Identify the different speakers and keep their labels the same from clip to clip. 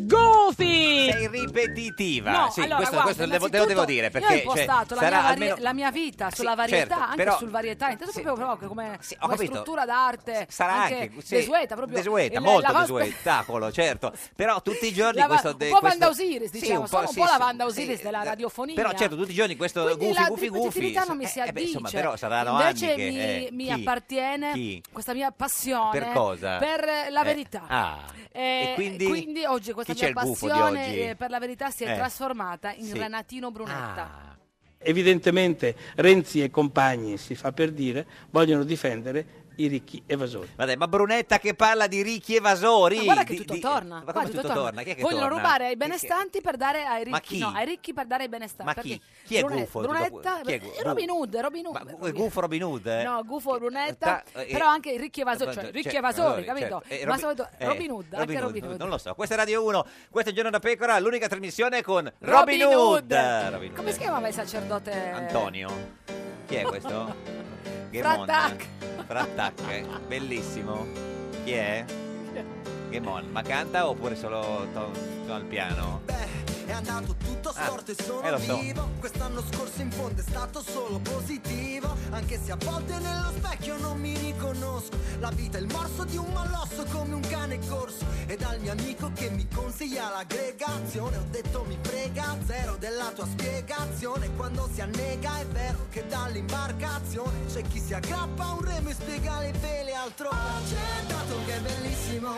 Speaker 1: Goofy!
Speaker 2: Sei ripetitiva.
Speaker 1: No,
Speaker 2: sì,
Speaker 1: allora,
Speaker 2: questo,
Speaker 1: guarda,
Speaker 2: questo devo, te lo devo
Speaker 1: innanzitutto
Speaker 2: dire
Speaker 1: Io ho
Speaker 2: perché cioè,
Speaker 1: impostato la,
Speaker 2: sarà
Speaker 1: mia vari-
Speaker 2: almeno
Speaker 1: la mia vita sulla
Speaker 2: Sì,
Speaker 1: varietà,
Speaker 2: certo,
Speaker 1: anche
Speaker 2: però-
Speaker 1: sul varietà, intanto proprio, proprio come,
Speaker 2: ho
Speaker 1: come
Speaker 2: capito.
Speaker 1: struttura d'arte,
Speaker 2: sarà anche, sì,
Speaker 1: desueta, proprio
Speaker 2: desueta,
Speaker 1: il-
Speaker 2: molto
Speaker 1: la vas-
Speaker 2: desuetacolo, certo. Però tutti i giorni
Speaker 1: la va-
Speaker 2: questo
Speaker 1: un
Speaker 2: de-
Speaker 1: po'
Speaker 2: questo-
Speaker 1: Vanda Osiris,
Speaker 2: Sì,
Speaker 1: diciamo,
Speaker 2: un
Speaker 1: sono un po'
Speaker 2: sì,
Speaker 1: la
Speaker 2: sì. eh,
Speaker 1: Vanda Osiris della radiofonia.
Speaker 2: Però certo, tutti i giorni questo
Speaker 1: Quindi
Speaker 2: gufi,
Speaker 1: la
Speaker 2: gufi, gufi.
Speaker 1: ripetitività non mi si
Speaker 2: Eh,
Speaker 1: addice.
Speaker 2: beh, insomma, però saranno
Speaker 1: Invece
Speaker 2: anni
Speaker 1: mi,
Speaker 2: che, eh,
Speaker 1: mi
Speaker 2: chi?
Speaker 1: appartiene
Speaker 2: Chi?
Speaker 1: questa mia passione
Speaker 2: Per cosa?
Speaker 1: per la
Speaker 2: Eh,
Speaker 1: verità.
Speaker 2: ah,
Speaker 1: Eh,
Speaker 2: e quindi-
Speaker 1: oggi questa
Speaker 2: chi c'è
Speaker 1: mia
Speaker 2: il gufo di
Speaker 1: passione
Speaker 2: oggi?
Speaker 1: eh, per la verità si è
Speaker 3: Eh.
Speaker 1: trasformata in
Speaker 3: Sì.
Speaker 1: Renatino
Speaker 2: Ah,
Speaker 1: Brunetta.
Speaker 3: Evidentemente Renzi e compagni, si fa per dire, vogliono difendere i ricchi evasori.
Speaker 2: Vabbè, ma Brunetta che parla di ricchi evasori.
Speaker 1: Ma guarda che
Speaker 2: di-
Speaker 1: tutto
Speaker 2: di-
Speaker 1: torna.
Speaker 2: Ma
Speaker 1: Guarda,
Speaker 2: come tutto torna? Chi è che
Speaker 1: Vogliono
Speaker 2: torna?
Speaker 1: rubare ai benestanti per dare ai ricchi.
Speaker 2: Ma chi?
Speaker 1: No, ai ricchi per dare ai benestanti.
Speaker 2: Ma
Speaker 1: perché
Speaker 2: chi? Chi è
Speaker 1: Brune-
Speaker 2: gufo?
Speaker 1: Brunetta,
Speaker 2: Dopo- chi è
Speaker 1: eh,
Speaker 2: gu-
Speaker 1: Robin Hood, Robin Hood.
Speaker 2: Eh, Gufo Robin Hood, eh?
Speaker 1: No, gufo Brunetta,
Speaker 2: Ta- eh,
Speaker 1: però anche i ricchi evasori, cioè
Speaker 2: Cioè,
Speaker 1: ricchi
Speaker 2: cioè,
Speaker 1: evasori,
Speaker 2: Evasori,
Speaker 1: capito?
Speaker 2: certo. Eh,
Speaker 1: Ma
Speaker 2: Robin-
Speaker 1: soprattutto
Speaker 2: eh,
Speaker 1: Robin Hood, anche Robin Hood.
Speaker 2: Non lo so, questa è Radio 1, questa è Giorno da Pecora, l'unica trasmissione con
Speaker 1: Robin
Speaker 2: Robin,
Speaker 1: Hood.
Speaker 2: Hood. Eh, Robin Hood.
Speaker 1: Come si chiamava il sacerdote?
Speaker 2: Antonio. Chi è questo? Gemon.
Speaker 1: Frattac.
Speaker 2: Frattac, eh, bellissimo. Chi è? Gemon, ma canta oppure solo to- to- al piano?
Speaker 4: È andato tutto
Speaker 2: Ah,
Speaker 4: storto e sono
Speaker 2: eh, lo so.
Speaker 4: vivo. Quest'anno scorso in fondo è stato solo positivo. Anche se a volte nello specchio non mi riconosco. La vita è il morso di un malosso come un cane corso. E dal mio amico che mi consiglia l'aggregazione. Ho detto mi prega, zero della tua spiegazione. Quando si annega è vero che dall'imbarcazione c'è chi si aggrappa a un remo e spiega le vele altrove. C'è dato che è bellissimo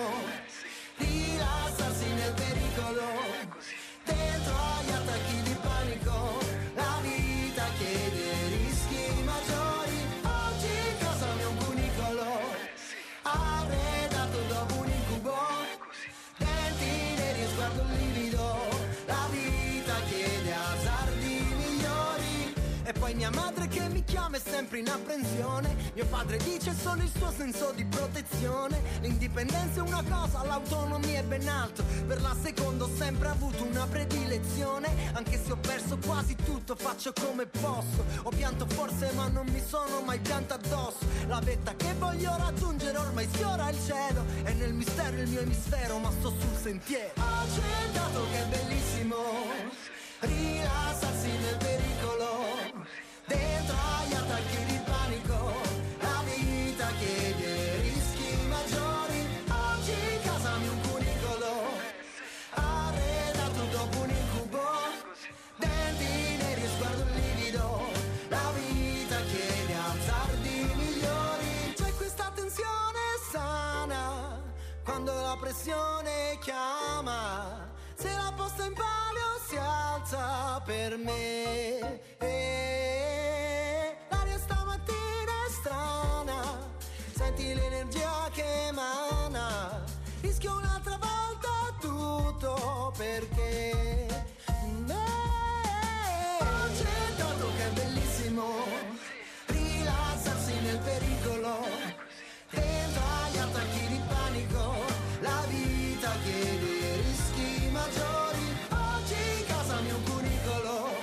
Speaker 4: rilassarsi nel pericolo dentro agli attacchi di panico la vita chiede rischi maggiori oggi in casa mia un cunicolo arredato dopo un incubo denti neri e sguardo livido la vita chiede azzardi migliori e poi mia madre che mi chiama è sempre in apprensione Mio padre dice solo il suo senso di protezione L'indipendenza è una cosa, l'autonomia è ben altro Per la seconda ho sempre avuto una predilezione Anche se ho perso quasi tutto, faccio come posso Ho pianto forse ma non mi sono mai pianto addosso La vetta che voglio raggiungere ormai sfiora il cielo E nel mistero il mio emisfero ma sto sul sentiero Ho accennato che è bellissimo rilassarsi nel pericolo dentro agli attacchi di panico la vita chiede rischi maggiori oggi in casa mia un cunicolo arredato dopo un incubo denti neri e sguardo livido la vita chiede azzardi migliori c'è questa tensione sana quando la pressione chiama se la posta in palio si alza per me Eh, l'aria stamattina è strana senti l'energia che emana rischio un'altra volta tutto perché me c'è tanto certo che è bellissimo rilassarsi nel pericolo Dentro agli attacchi di panico La vita chiede rischi maggiori Oggi in casa mio cunicolo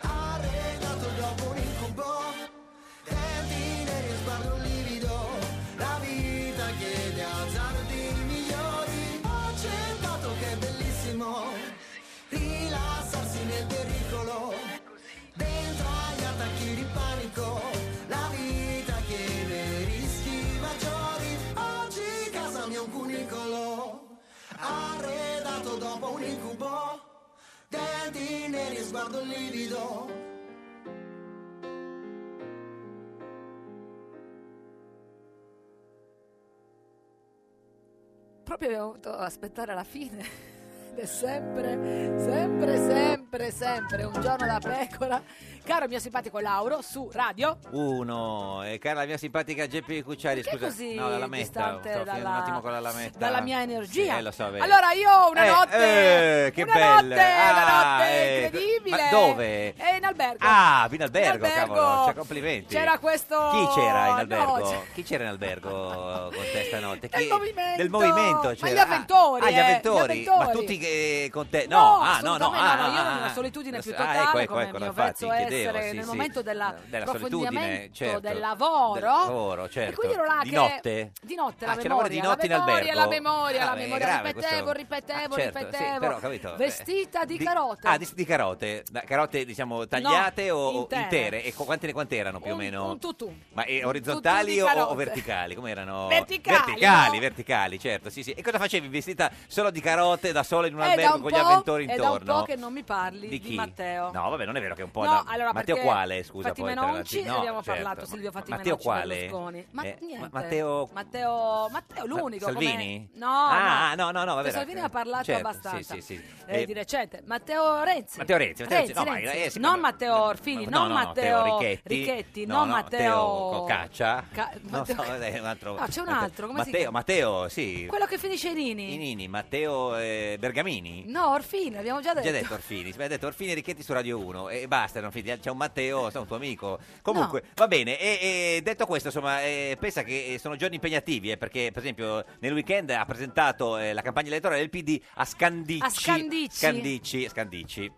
Speaker 4: Arredato dopo un incubo Denti neri e sguardo livido La vita chiede azzardi migliori Ho accettato che è bellissimo Rilassarsi nel pericolo Dentro agli attacchi di panico, la vita chiede rischi maggiori. Oggi casa mia è un cunicolo, arredato dopo un incubo. Denti neri e sguardo livido.
Speaker 1: Proprio abbiamo dovuto aspettare la fine. Ed è sempre, sempre, sempre sempre, sempre un giorno da pecora. Caro mio simpatico Lauro, su radio.
Speaker 2: Uno, e cara la mia simpatica Geppi Cucciari,
Speaker 1: Perché
Speaker 2: scusa,
Speaker 1: così
Speaker 2: no, la lametta,
Speaker 1: distante
Speaker 2: sto finendo
Speaker 1: dalla-
Speaker 2: un attimo con la lametta.
Speaker 1: dalla mia energia.
Speaker 2: Sì, eh, lo so, vero.
Speaker 1: Allora io una
Speaker 2: Eh,
Speaker 1: notte,
Speaker 2: eh, che
Speaker 1: una
Speaker 2: bella.
Speaker 1: notte, una
Speaker 2: Ah,
Speaker 1: notte
Speaker 2: eh,
Speaker 1: incredibile.
Speaker 2: ma dove?
Speaker 1: È in albergo.
Speaker 2: Ah, in albergo,
Speaker 1: In albergo.
Speaker 2: cavolo, cioè, complimenti.
Speaker 1: C'era questo-
Speaker 2: Chi c'era in
Speaker 1: Certo. no,
Speaker 2: albergo?
Speaker 1: c'era-
Speaker 2: Chi c'era in albergo con te
Speaker 1: Del
Speaker 2: stanotte? Chi-
Speaker 1: movimento.
Speaker 2: Del movimento
Speaker 1: Ma
Speaker 2: c'era.
Speaker 1: gli avventori,
Speaker 2: Ah, ah,
Speaker 1: eh,
Speaker 2: gli
Speaker 1: gli
Speaker 2: avventori. Ma
Speaker 1: avventori.
Speaker 2: tutti che con te?
Speaker 1: No,
Speaker 2: ah, no, no,
Speaker 1: assolutamente
Speaker 2: ah,
Speaker 1: no,
Speaker 2: ah,
Speaker 1: io ero
Speaker 2: ah,
Speaker 1: nella
Speaker 2: ah.
Speaker 1: solitudine più
Speaker 2: Ah,
Speaker 1: totale,
Speaker 2: ecco, ecco,
Speaker 1: come
Speaker 2: ecco,
Speaker 1: mio
Speaker 2: no, infatti,
Speaker 1: prezzo
Speaker 2: chiedevo,
Speaker 1: essere
Speaker 2: sì,
Speaker 1: nel
Speaker 2: sì.
Speaker 1: momento della-
Speaker 2: della solitudine,
Speaker 1: approfondimento,
Speaker 2: certo.
Speaker 1: del lavoro.
Speaker 2: Del lavoro, certo.
Speaker 1: E quindi ero là
Speaker 2: Di
Speaker 1: che...
Speaker 2: notte?
Speaker 1: Di notte,
Speaker 2: Ah,
Speaker 1: la
Speaker 2: c'è lavoro di
Speaker 1: memoria,
Speaker 2: notte in
Speaker 1: la memoria, la
Speaker 2: albergo.
Speaker 1: memoria,
Speaker 2: Ah,
Speaker 1: la
Speaker 2: è
Speaker 1: memoria.
Speaker 2: grave
Speaker 1: ripetevo,
Speaker 2: questo.
Speaker 1: ripetevo,
Speaker 2: Ah, certo, sì,
Speaker 1: ripetevo.
Speaker 2: però, capito, eh.
Speaker 1: Vestita di, carote.
Speaker 2: Ah, di, di carote, Da- carote diciamo tagliate o o
Speaker 1: intere.
Speaker 2: intere. E qu- quante ne quante erano più o meno?
Speaker 1: Un tutù.
Speaker 2: Ma eh,
Speaker 1: di
Speaker 2: orizzontali o,
Speaker 1: carote.
Speaker 2: o verticali? Come erano?
Speaker 1: Verticali,
Speaker 2: verticali,
Speaker 1: no?
Speaker 2: verticali, certo, sì, sì. E cosa facevi? Vestita solo di carote, da sola in un
Speaker 1: È Eh, da
Speaker 2: albergo
Speaker 1: un
Speaker 2: con gli
Speaker 1: po'-
Speaker 2: avventori
Speaker 1: È
Speaker 2: intorno?
Speaker 1: da un po' che non mi parli di,
Speaker 2: chi?
Speaker 1: Matteo.
Speaker 2: No, vabbè, non è vero che è un po'
Speaker 1: No,
Speaker 2: da-
Speaker 1: allora,
Speaker 2: Matteo
Speaker 1: perché
Speaker 2: quale, scusa,
Speaker 1: Fatima
Speaker 2: poi tra
Speaker 1: Nonci,
Speaker 2: l'altro-
Speaker 1: ne abbiamo
Speaker 2: certo.
Speaker 1: parlato, Silvio Fatima
Speaker 2: Matteo
Speaker 1: Nonci
Speaker 2: quale?
Speaker 1: Berlusconi. Ma
Speaker 2: Eh, ma-
Speaker 1: niente.
Speaker 2: Matteo-
Speaker 1: Matteo, Matteo l'unico. come-
Speaker 2: Salvini?
Speaker 1: No,
Speaker 2: Ah, no, no, no, vabbè,
Speaker 1: Salvini
Speaker 2: eh,
Speaker 1: ha parlato
Speaker 2: certo,
Speaker 1: abbastanza.
Speaker 2: sì, sì, sì.
Speaker 1: eh,
Speaker 2: Eh,
Speaker 1: di recente. Matteo Renzi.
Speaker 2: Matteo Renzi, Matteo Renzi, no, ma- eh, sì,
Speaker 1: non Matteo Orfini,
Speaker 2: No,
Speaker 1: non
Speaker 2: no,
Speaker 1: Matteo
Speaker 2: Ricchetti, no,
Speaker 1: non
Speaker 2: no,
Speaker 1: Matteo...
Speaker 2: Cocaccia.
Speaker 1: Ca-
Speaker 2: Non so,
Speaker 1: Matteo-
Speaker 2: è un altro.
Speaker 1: No, c'è un
Speaker 2: Matteo-
Speaker 1: altro, come si
Speaker 2: Matteo,
Speaker 1: chiama?
Speaker 2: Matteo, eh, sì.
Speaker 1: Quello che finisce in Ini.
Speaker 2: Inini, Matteo eh, Bergamini.
Speaker 1: No, Orfini, l'abbiamo già detto.
Speaker 2: Già detto Orfini, si è detto Orfini e Richetti su Radio 1 e basta, non finiti. c'è un Matteo, sta un tuo amico. Comunque, va bene, e, e detto questo, insomma, eh, pensa che eh, sono giorni impegnativi, eh, perché per esempio nel weekend ha presentato eh, la campagna elettorale del PD a Scandicci.
Speaker 5: A Scandicci.
Speaker 2: Scandicci, Scandicci.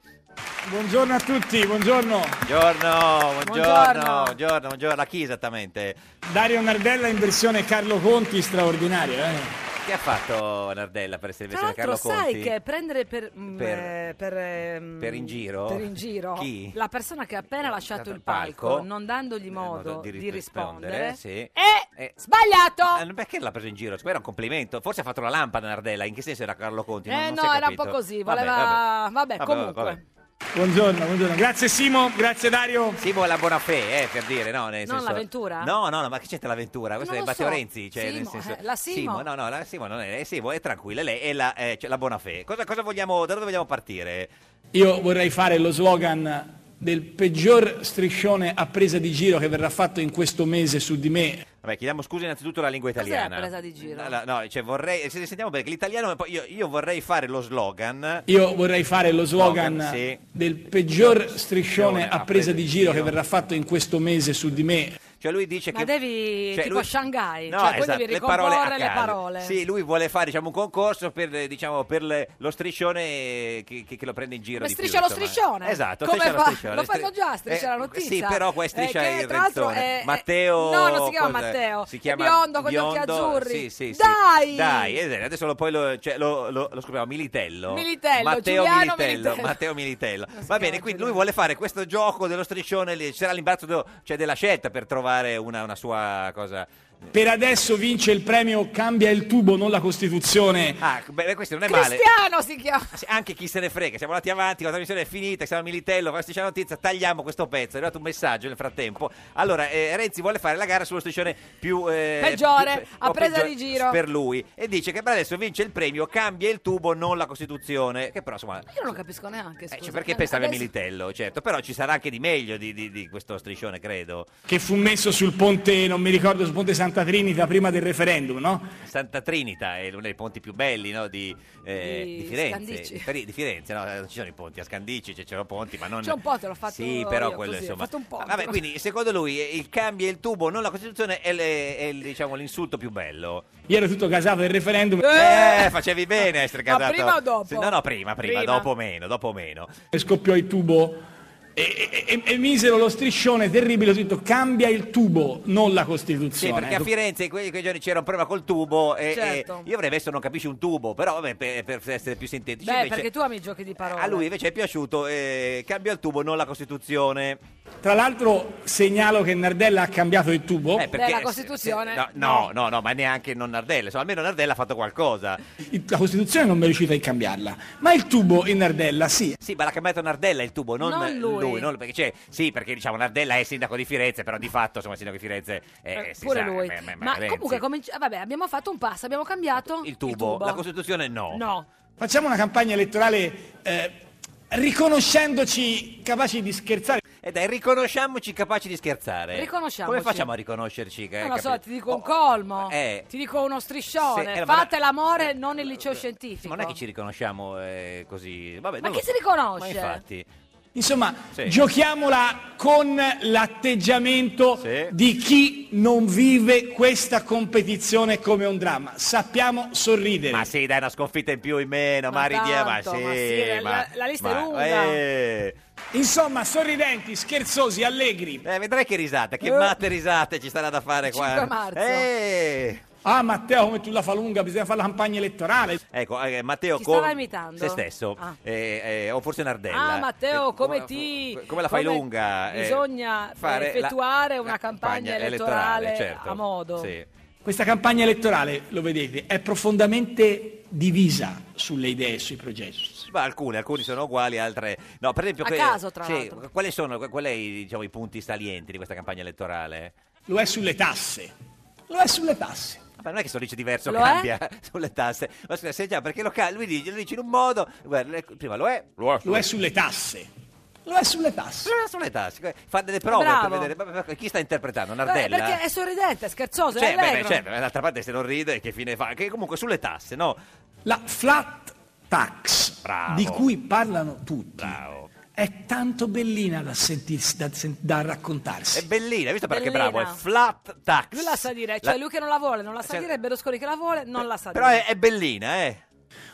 Speaker 5: Buongiorno a tutti, buongiorno.
Speaker 2: Buongiorno,
Speaker 5: Buongiorno.
Speaker 2: buongiorno, buongiorno, buongiorno. A chi esattamente?
Speaker 5: Dario Nardella in versione Carlo Conti straordinaria. eh.
Speaker 2: Che ha fatto Nardella per essere
Speaker 1: Tra
Speaker 2: invece
Speaker 1: l'altro
Speaker 2: Carlo
Speaker 1: sai
Speaker 2: Conti?
Speaker 1: che prendere per, mm,
Speaker 2: Per-
Speaker 1: eh, per, ehm,
Speaker 2: per in giro?
Speaker 1: per in giro
Speaker 2: Chi? Eh,
Speaker 1: la persona che ha appena lasciato il
Speaker 2: il palco,
Speaker 1: palco, non dandogli modo,
Speaker 2: modo
Speaker 1: di,
Speaker 2: di
Speaker 1: rispondere,
Speaker 2: rispondere, sì.
Speaker 1: è
Speaker 2: Eh.
Speaker 1: sbagliato!
Speaker 2: Ah, perché l'ha preso in giro? Era un complimento. Forse ha fatto la lampada Nardella. In che senso era Carlo Conti? Non-
Speaker 1: eh
Speaker 2: non
Speaker 1: no,
Speaker 2: si è
Speaker 1: era un
Speaker 2: capito.
Speaker 1: po' così,
Speaker 2: Vabbè,
Speaker 1: voleva...
Speaker 2: vabbè.
Speaker 1: Vabbè,
Speaker 2: Vabbè,
Speaker 1: comunque.
Speaker 2: vabbè.
Speaker 5: Buongiorno, buongiorno. Grazie Simo, grazie Dario.
Speaker 2: Simo è la buona fede, eh, per dire, no? Nel
Speaker 1: Non
Speaker 2: senso-
Speaker 1: l'avventura?
Speaker 2: No, no, no, ma che c'entra l'avventura? Questo
Speaker 1: Non
Speaker 2: è
Speaker 1: lo
Speaker 2: Matteo
Speaker 1: so.
Speaker 2: Renzi, cioè, nel
Speaker 1: Simo,
Speaker 2: senso-
Speaker 1: eh, la Simo.
Speaker 2: no, no, la Simo non è, è Simo, è tranquilla, lei è la, eh, cioè, la buona fede. Cosa, cosa vogliamo, da dove vogliamo partire?
Speaker 5: Io vorrei fare lo slogan del peggior striscione a presa di giro che verrà fatto in questo mese su di me.
Speaker 2: Vabbè, chiediamo scusa innanzitutto alla lingua
Speaker 5: Cos'è
Speaker 2: italiana.
Speaker 5: presa di giro?
Speaker 2: No, no, no, cioè vorrei, se ne sentiamo perché l'italiano, poi io, io vorrei fare lo slogan.
Speaker 5: Io vorrei fare lo slogan
Speaker 2: Slogan, sì.
Speaker 5: del peggior striscione a presa di giro che verrà fatto in questo mese su di me.
Speaker 2: Cioè lui dice
Speaker 1: Ma
Speaker 2: che...
Speaker 1: devi
Speaker 2: cioè,
Speaker 1: tipo
Speaker 2: lui-
Speaker 1: Shanghai,
Speaker 2: No,
Speaker 1: cioè poi
Speaker 2: esatto,
Speaker 1: devi
Speaker 2: le parole a
Speaker 1: ricomporre le
Speaker 2: caso.
Speaker 1: parole.
Speaker 2: Sì, lui vuole fare diciamo, un concorso per, eh, diciamo, per le- lo striscione eh, che, che- che lo prende in giro.
Speaker 1: Come
Speaker 2: di
Speaker 1: striscia
Speaker 2: più,
Speaker 1: lo
Speaker 2: insomma.
Speaker 1: striscione?
Speaker 2: Esatto,
Speaker 1: Come
Speaker 2: striscia
Speaker 1: fa-
Speaker 2: lo striscione.
Speaker 1: lo
Speaker 2: stri-
Speaker 1: fanno già, striscia la notizia.
Speaker 2: Sì, però qua è
Speaker 1: Eh,
Speaker 2: striscia
Speaker 1: che,
Speaker 2: il
Speaker 1: tra l'altro,
Speaker 2: renzone.
Speaker 1: è- eh,
Speaker 2: Matteo...
Speaker 1: no, non si chiama
Speaker 2: cos'è?
Speaker 1: Matteo,
Speaker 2: Si
Speaker 1: è
Speaker 2: chiama
Speaker 1: biondo con gli occhi
Speaker 2: biondo,
Speaker 1: azzurri.
Speaker 2: Sì, sì, sì.
Speaker 1: Dai!
Speaker 2: Dai, eh, adesso lo, poi lo, cioè, lo, lo- lo scopriamo. Militello.
Speaker 1: Militello,
Speaker 2: Matteo
Speaker 1: Giuliano
Speaker 2: Militello.
Speaker 1: Militello.
Speaker 2: Matteo Militello. Va bene, quindi lui vuole fare questo gioco dello striscione. lì. Ci sarà l'imbarazzo de- cioè, della scelta per trovare una, una sua cosa...
Speaker 5: Per adesso vince il premio Cambia il tubo, non la Costituzione.
Speaker 2: Ah, beh, questo non è male.
Speaker 1: Cristiano si chiama.
Speaker 2: Sì, Anche chi se ne frega, siamo andati avanti, la trasmissione è finita, siamo a Militello, questa c'è la notizia, tagliamo questo pezzo, è arrivato un messaggio nel frattempo. Allora, eh, Renzi vuole fare la gara sullo striscione più... eh,
Speaker 1: Peggiore,
Speaker 2: più-
Speaker 1: a
Speaker 2: o
Speaker 1: presa
Speaker 2: peggiore
Speaker 1: di giro.
Speaker 2: Per lui. E dice che per adesso vince il premio, cambia il tubo, non la Costituzione. Che però, insomma...
Speaker 1: Io non lo capisco neanche, scusa.
Speaker 2: cioè, perché
Speaker 1: Eh,
Speaker 2: pensavi a
Speaker 1: adesso-
Speaker 2: Militello, certo, però ci sarà anche di meglio di, di- di questo striscione, credo.
Speaker 5: Che fu messo sul ponte, non mi ricordo, sul ponte Santa Trinita prima del referendum, no?
Speaker 2: Santa Trinita è uno dei ponti più belli no, di, eh,
Speaker 5: Di
Speaker 2: di Firenze.
Speaker 1: Scandici.
Speaker 2: Di, Feri- di Firenze, no, eh, non ci sono i ponti, a Scandici c'è- c'erano ponti, ma non...
Speaker 1: C'è un po' te l'ho fatto
Speaker 2: Sì, però
Speaker 1: io,
Speaker 2: quello
Speaker 1: così,
Speaker 2: insomma.
Speaker 1: ho fatto un po'.
Speaker 2: Vabbè, quindi secondo lui eh, il cambio e il tubo, non la Costituzione, è, le- è il, diciamo, l'insulto più bello.
Speaker 5: Io ero tutto casato del referendum.
Speaker 2: Eh, facevi bene a essere
Speaker 5: Ma
Speaker 2: casato.
Speaker 5: prima o dopo?
Speaker 2: Sì, No, no, prima, prima,
Speaker 5: Prima.
Speaker 2: dopo meno, dopo meno.
Speaker 5: E eh, scoppiò il tubo e, e- e- e misero lo striscione terribile, ho detto cambia il tubo, non la
Speaker 2: Sì,
Speaker 5: Costituzione.
Speaker 2: perché a Firenze in quei, quei giorni c'era un problema col tubo e, e
Speaker 1: eh. Certo.
Speaker 2: io avrei messo non capisci un tubo, però vabbè, per, per essere più sintetici
Speaker 1: Beh,
Speaker 2: invece-
Speaker 1: perché tu ami i giochi di parole.
Speaker 2: A lui invece è piaciuto eh, cambia il tubo, non la Costituzione.
Speaker 5: Tra l'altro segnalo che Nardella ha cambiato il tubo.
Speaker 2: Eh, perché-
Speaker 1: la Costituzione.
Speaker 2: No, no, no, no, ma neanche non Nardella. Insomma, almeno Nardella ha fatto qualcosa.
Speaker 5: Il- La Costituzione non mi è riuscita a cambiarla, ma il tubo in Nardella sì.
Speaker 2: Sì, ma l'ha cambiato Nardella il tubo, non,
Speaker 5: Non lui.
Speaker 2: non- perché, cioè, sì, perché diciamo Nardella è sindaco di Firenze, però di fatto insomma, il sindaco di Firenze è
Speaker 1: Eh,
Speaker 2: si
Speaker 1: pure
Speaker 2: sa,
Speaker 1: lui.
Speaker 2: ma- ma- ma
Speaker 1: Ma
Speaker 2: Renzi.
Speaker 1: comunque, cominci- ah, vabbè, abbiamo fatto un passo, abbiamo cambiato
Speaker 2: il tubo, la Costituzione no.
Speaker 1: No,
Speaker 5: Facciamo una campagna elettorale eh, riconoscendoci capaci di scherzare.
Speaker 2: E Eh, dai, riconosciamoci capaci di scherzare.
Speaker 1: Riconosciamoci.
Speaker 2: Come facciamo a riconoscerci? che-
Speaker 1: Non lo so,
Speaker 2: eh, capito? Oh,
Speaker 1: ti dico un colmo,
Speaker 2: eh.
Speaker 1: ti dico uno striscione,
Speaker 2: Se- eh, ma-
Speaker 1: fate l'amore non il liceo scientifico.
Speaker 2: Ma non è che ci riconosciamo eh, così. Vabbè,
Speaker 1: Ma
Speaker 2: non
Speaker 1: chi si
Speaker 2: lo so.
Speaker 1: riconosce?
Speaker 2: Ma infatti.
Speaker 5: Insomma,
Speaker 2: Sì.
Speaker 5: giochiamola con l'atteggiamento di chi non vive questa competizione come un dramma. Sappiamo sorridere.
Speaker 2: Ma sì, dai, una sconfitta in più, in meno,
Speaker 5: Ma
Speaker 2: ma, ridia-
Speaker 5: tanto,
Speaker 2: ma sì,
Speaker 5: ma sì, la- la lista è lunga.
Speaker 2: eh.
Speaker 5: Insomma, sorridenti, scherzosi, allegri.
Speaker 2: Eh, vedrai che risate, che
Speaker 5: Eh.
Speaker 2: matte risate ci sarà da fare qua.
Speaker 5: 5 marzo.
Speaker 2: Eh.
Speaker 5: Ah, Matteo, come tu la fa lunga, bisogna fare la campagna elettorale.
Speaker 2: Ecco, eh, Matteo
Speaker 5: Ti
Speaker 2: con
Speaker 5: stava imitando?
Speaker 2: se stesso,
Speaker 5: Ah.
Speaker 2: eh, eh, o forse Nardella.
Speaker 1: Ah, Matteo, come, ti...
Speaker 2: come la fai lunga, eh,
Speaker 1: bisogna
Speaker 2: fare la-
Speaker 1: effettuare una campagna,
Speaker 2: campagna
Speaker 1: elettorale,
Speaker 2: elettorale, certo.
Speaker 1: a modo.
Speaker 2: Sì.
Speaker 5: Questa campagna elettorale, lo vedete, è profondamente divisa sulle idee e sui progetti.
Speaker 2: Ma alcune, alcuni sono uguali, altre no. Per esempio,
Speaker 5: A
Speaker 2: que-
Speaker 5: caso, tra
Speaker 2: sì,
Speaker 5: l'altro.
Speaker 2: quali sono que- qual è, diciamo, i punti salienti di questa campagna elettorale?
Speaker 5: Lo è sulle tasse. Lo è sulle tasse.
Speaker 2: Ma non è che sto dice diverso,
Speaker 5: Lo è?
Speaker 2: cambia sulle tasse. Ma scusa, se già, perché lo ca- lui dice, lo dice in un modo. guarda, le- prima lo è, lo è,
Speaker 5: Lo è sulle tasse. Lo è sulle tasse.
Speaker 2: Lo è sulle tasse. Fa delle prove per
Speaker 1: Bravo.
Speaker 2: vedere. ma- ma- ma Chi sta
Speaker 5: Eh,
Speaker 2: interpretando?
Speaker 1: Beh,
Speaker 2: Nardella?
Speaker 1: perché è sorridente, è scherzoso, è
Speaker 2: Cioè, beh,
Speaker 1: allegro.
Speaker 2: beh, certo, ma d'altra parte se non ride che fine fa? Che comunque sulle tasse, no?
Speaker 5: La flat tax
Speaker 2: Bravo.
Speaker 5: di cui parlano tutti
Speaker 2: Bravo.
Speaker 5: è tanto bellina da, sentirsi, da, sen- da raccontarsi.
Speaker 2: È bellina, hai visto perché
Speaker 1: Bellina.
Speaker 2: bravo? È flat tax.
Speaker 1: Lui la sa dire, cioè
Speaker 2: La-
Speaker 1: lui che non la vuole, non la sa
Speaker 2: Cioè-
Speaker 1: dire, Berlusconi che la vuole, non la sa
Speaker 2: Però
Speaker 1: dire.
Speaker 2: è, è bellina, eh.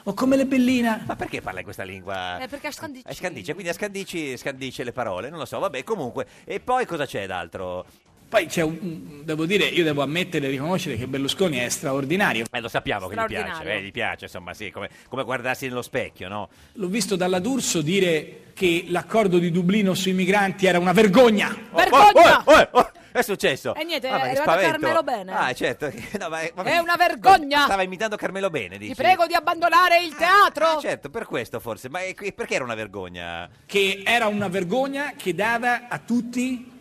Speaker 5: O Oh, come le belline.
Speaker 2: Ma perché parla in questa lingua?
Speaker 1: Eh, perché Ascandici-
Speaker 2: Eh, scandice, quindi a scandici scandice le parole, non lo so, vabbè, comunque. E poi cosa c'è d'altro?
Speaker 5: Poi c'è un- un, devo dire, io devo ammettere e riconoscere che Berlusconi è straordinario.
Speaker 2: Eh, lo sappiamo che gli piace,
Speaker 5: Straordinario.
Speaker 2: eh, gli piace, insomma, sì, come, come guardarsi nello specchio, no?
Speaker 5: L'ho visto dalla D'Urso dire che l'accordo di Dublino sui migranti era una vergogna.
Speaker 1: Vergogna!
Speaker 2: Oh, oh, oh, oh, è successo.
Speaker 1: E niente,
Speaker 2: Ah, ma
Speaker 1: è
Speaker 2: che
Speaker 1: arrivato
Speaker 2: spavento.
Speaker 1: Carmelo Bene.
Speaker 2: Ah, certo. No, ma, ma-
Speaker 1: È una vergogna!
Speaker 2: Stava imitando Carmelo Bene,
Speaker 1: Ti
Speaker 2: dici.
Speaker 1: prego di abbandonare
Speaker 2: Ah,
Speaker 1: il teatro!
Speaker 2: Certo, per questo forse, ma è qui- perché era una vergogna?
Speaker 5: Che era una vergogna che dava a tutti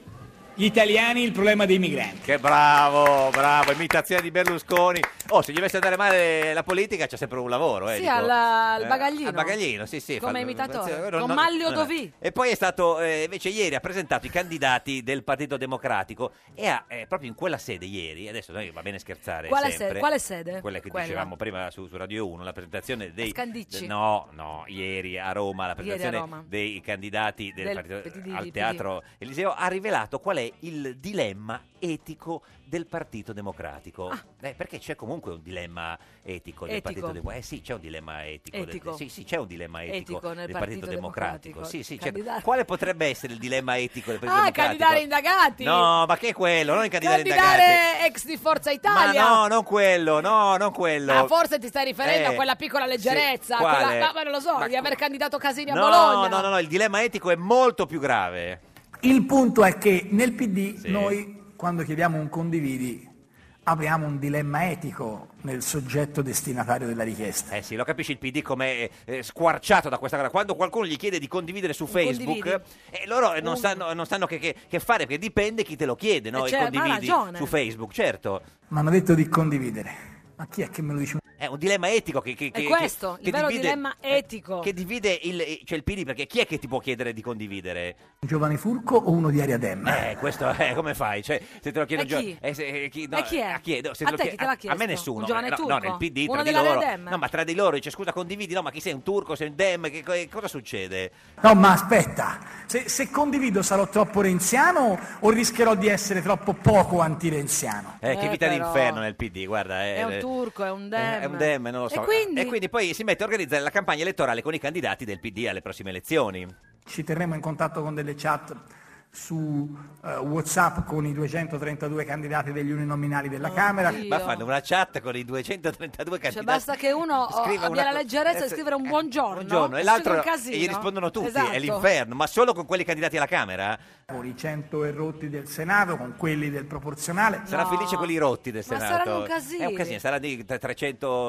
Speaker 5: gli italiani il problema dei migranti.
Speaker 2: Che bravo, bravo, imitazione di Berlusconi. Oh, se gli dovesse andare male la politica c'è sempre un lavoro, eh.
Speaker 1: Sì,
Speaker 2: dico.
Speaker 1: al, al
Speaker 2: Eh,
Speaker 1: bagaglino.
Speaker 2: al bagaglino, sì, sì.
Speaker 1: Come
Speaker 2: fa-
Speaker 1: imitatore.
Speaker 2: eh, no,
Speaker 1: Con
Speaker 2: no,
Speaker 1: Maglio
Speaker 2: no, no.
Speaker 1: Dovì.
Speaker 2: E poi è stato, eh, invece ieri ha presentato i candidati del Partito Democratico e ha, eh, proprio in quella sede ieri, adesso noi va bene scherzare
Speaker 1: Quale
Speaker 2: sempre.
Speaker 1: sede? Quale sede?
Speaker 2: Quella che
Speaker 1: Eh, Quella. Ah,
Speaker 2: dicevamo prima su, su Radio 1, la presentazione dei...
Speaker 1: Scandicci.
Speaker 2: No, no, ieri a Roma, la
Speaker 1: Ieri a
Speaker 2: presentazione
Speaker 1: Roma.
Speaker 2: dei candidati del
Speaker 1: Del
Speaker 2: partito-
Speaker 1: PD,
Speaker 2: al
Speaker 1: PD.
Speaker 2: Teatro Eliseo ha rivelato qual è il dilemma etico del Partito Democratico. Eh, perché c'è comunque un dilemma etico del
Speaker 1: Ah. Etico.
Speaker 2: Partito Democratico. Eh sì, c'è un dilemma etico. del-
Speaker 1: Etico.
Speaker 2: sì, sì, c'è un dilemma etico,
Speaker 1: Etico nel
Speaker 2: del
Speaker 1: Partito
Speaker 2: Partito Democratico.
Speaker 1: Democratico.
Speaker 2: Sì, sì,
Speaker 1: Candidare-
Speaker 2: certo. Quale potrebbe essere il dilemma etico del Partito
Speaker 1: Ah,
Speaker 2: Democratico?
Speaker 1: candidare indagati!
Speaker 2: No, ma che è quello? Non i candidati indagati.
Speaker 1: Candidare ex di Forza Italia!
Speaker 2: Ma no, non quello, no, non quello.
Speaker 1: Ah, forse ti stai riferendo a
Speaker 2: Eh,
Speaker 1: quella piccola leggerezza,
Speaker 2: sì, quale?
Speaker 1: quella- ma, ma non lo so,
Speaker 2: Ma
Speaker 1: di aver candidato Casini a
Speaker 2: no,
Speaker 1: Bologna.
Speaker 2: no, no, no, il dilemma etico è molto più grave.
Speaker 5: Il punto è che nel PD
Speaker 2: Sì.
Speaker 5: noi, quando chiediamo un condividi, apriamo un dilemma etico nel soggetto destinatario della richiesta.
Speaker 2: Eh sì, lo capisci il PD come eh, squarciato da questa cosa. Quando qualcuno gli chiede di condividere su Facebook,
Speaker 5: condividi.
Speaker 2: eh, loro eh, non sanno, non sanno che, che- che fare, perché dipende chi te lo chiede, no?
Speaker 5: Eh,
Speaker 2: I
Speaker 5: cioè, ma ha
Speaker 2: condividi
Speaker 5: ragione.
Speaker 2: su Facebook, certo.
Speaker 5: Mi hanno detto di condividere. Ma chi è che me lo dice?
Speaker 2: È un dilemma etico che, che,
Speaker 1: È
Speaker 2: che-
Speaker 1: questo,
Speaker 2: che-
Speaker 1: il
Speaker 2: che
Speaker 1: vero
Speaker 2: divide, eh,
Speaker 1: dilemma etico.
Speaker 2: che divide il, cioè il PD, perché chi è che ti può chiedere di condividere?
Speaker 5: Giovanni Furco o uno di Aria Dem?
Speaker 2: Eh, questo eh, come fai? Cioè, se te lo chiedo
Speaker 5: E
Speaker 2: Gio-
Speaker 5: chi?
Speaker 2: eh, se- eh, chi, no,
Speaker 1: E chi è?
Speaker 2: A, no, se
Speaker 1: A
Speaker 2: lo
Speaker 1: te
Speaker 2: chie-
Speaker 1: chi te l'ha
Speaker 2: a- a me
Speaker 1: chiesto?
Speaker 2: nessuno. eh,
Speaker 1: Un giovane
Speaker 2: no, no,
Speaker 1: turco?
Speaker 2: nel PD
Speaker 1: Uno
Speaker 2: tra di
Speaker 1: della
Speaker 2: loro.
Speaker 1: Dem?
Speaker 2: No, ma tra di loro dice scusa, condividi, no, ma chi sei un turco, sei un dem, che, co- eh, cosa succede?
Speaker 5: No, ma aspetta, se, se condivido sarò troppo renziano o rischierò di essere troppo poco antirenziano?
Speaker 2: Eh, che
Speaker 1: Eh,
Speaker 2: vita
Speaker 1: però.
Speaker 2: d'inferno nel PD, guarda, eh,
Speaker 1: È un
Speaker 2: eh,
Speaker 1: turco, è un
Speaker 2: eh,
Speaker 1: dem.
Speaker 2: È un dem, non lo so.
Speaker 1: E quindi?
Speaker 2: poi si mette a organizzare la campagna elettorale con i candidati del PD alle prossime elezioni.
Speaker 5: Ci terremo in contatto con delle chat su eh, Whatsapp con i 232 candidati degli uninominali della Camera.
Speaker 2: Ma fanno una chat con i 232 candidati.
Speaker 1: Cioè, basta che uno oh,
Speaker 2: Scriva
Speaker 1: abbia
Speaker 2: una-
Speaker 1: la leggerezza di scrivere un buongiorno,
Speaker 2: Buongiorno, e
Speaker 1: è
Speaker 2: l'altro
Speaker 1: un casino.
Speaker 2: e gli rispondono tutti,
Speaker 1: Esatto.
Speaker 2: è l'inferno, ma solo con quelli candidati alla Camera?
Speaker 5: Con i 100 errotti del Senato, con quelli del proporzionale.
Speaker 2: Sarà felice quelli rotti del
Speaker 1: Ma
Speaker 2: Senato.
Speaker 1: saranno un casino.
Speaker 2: È un casino, sarà di tra-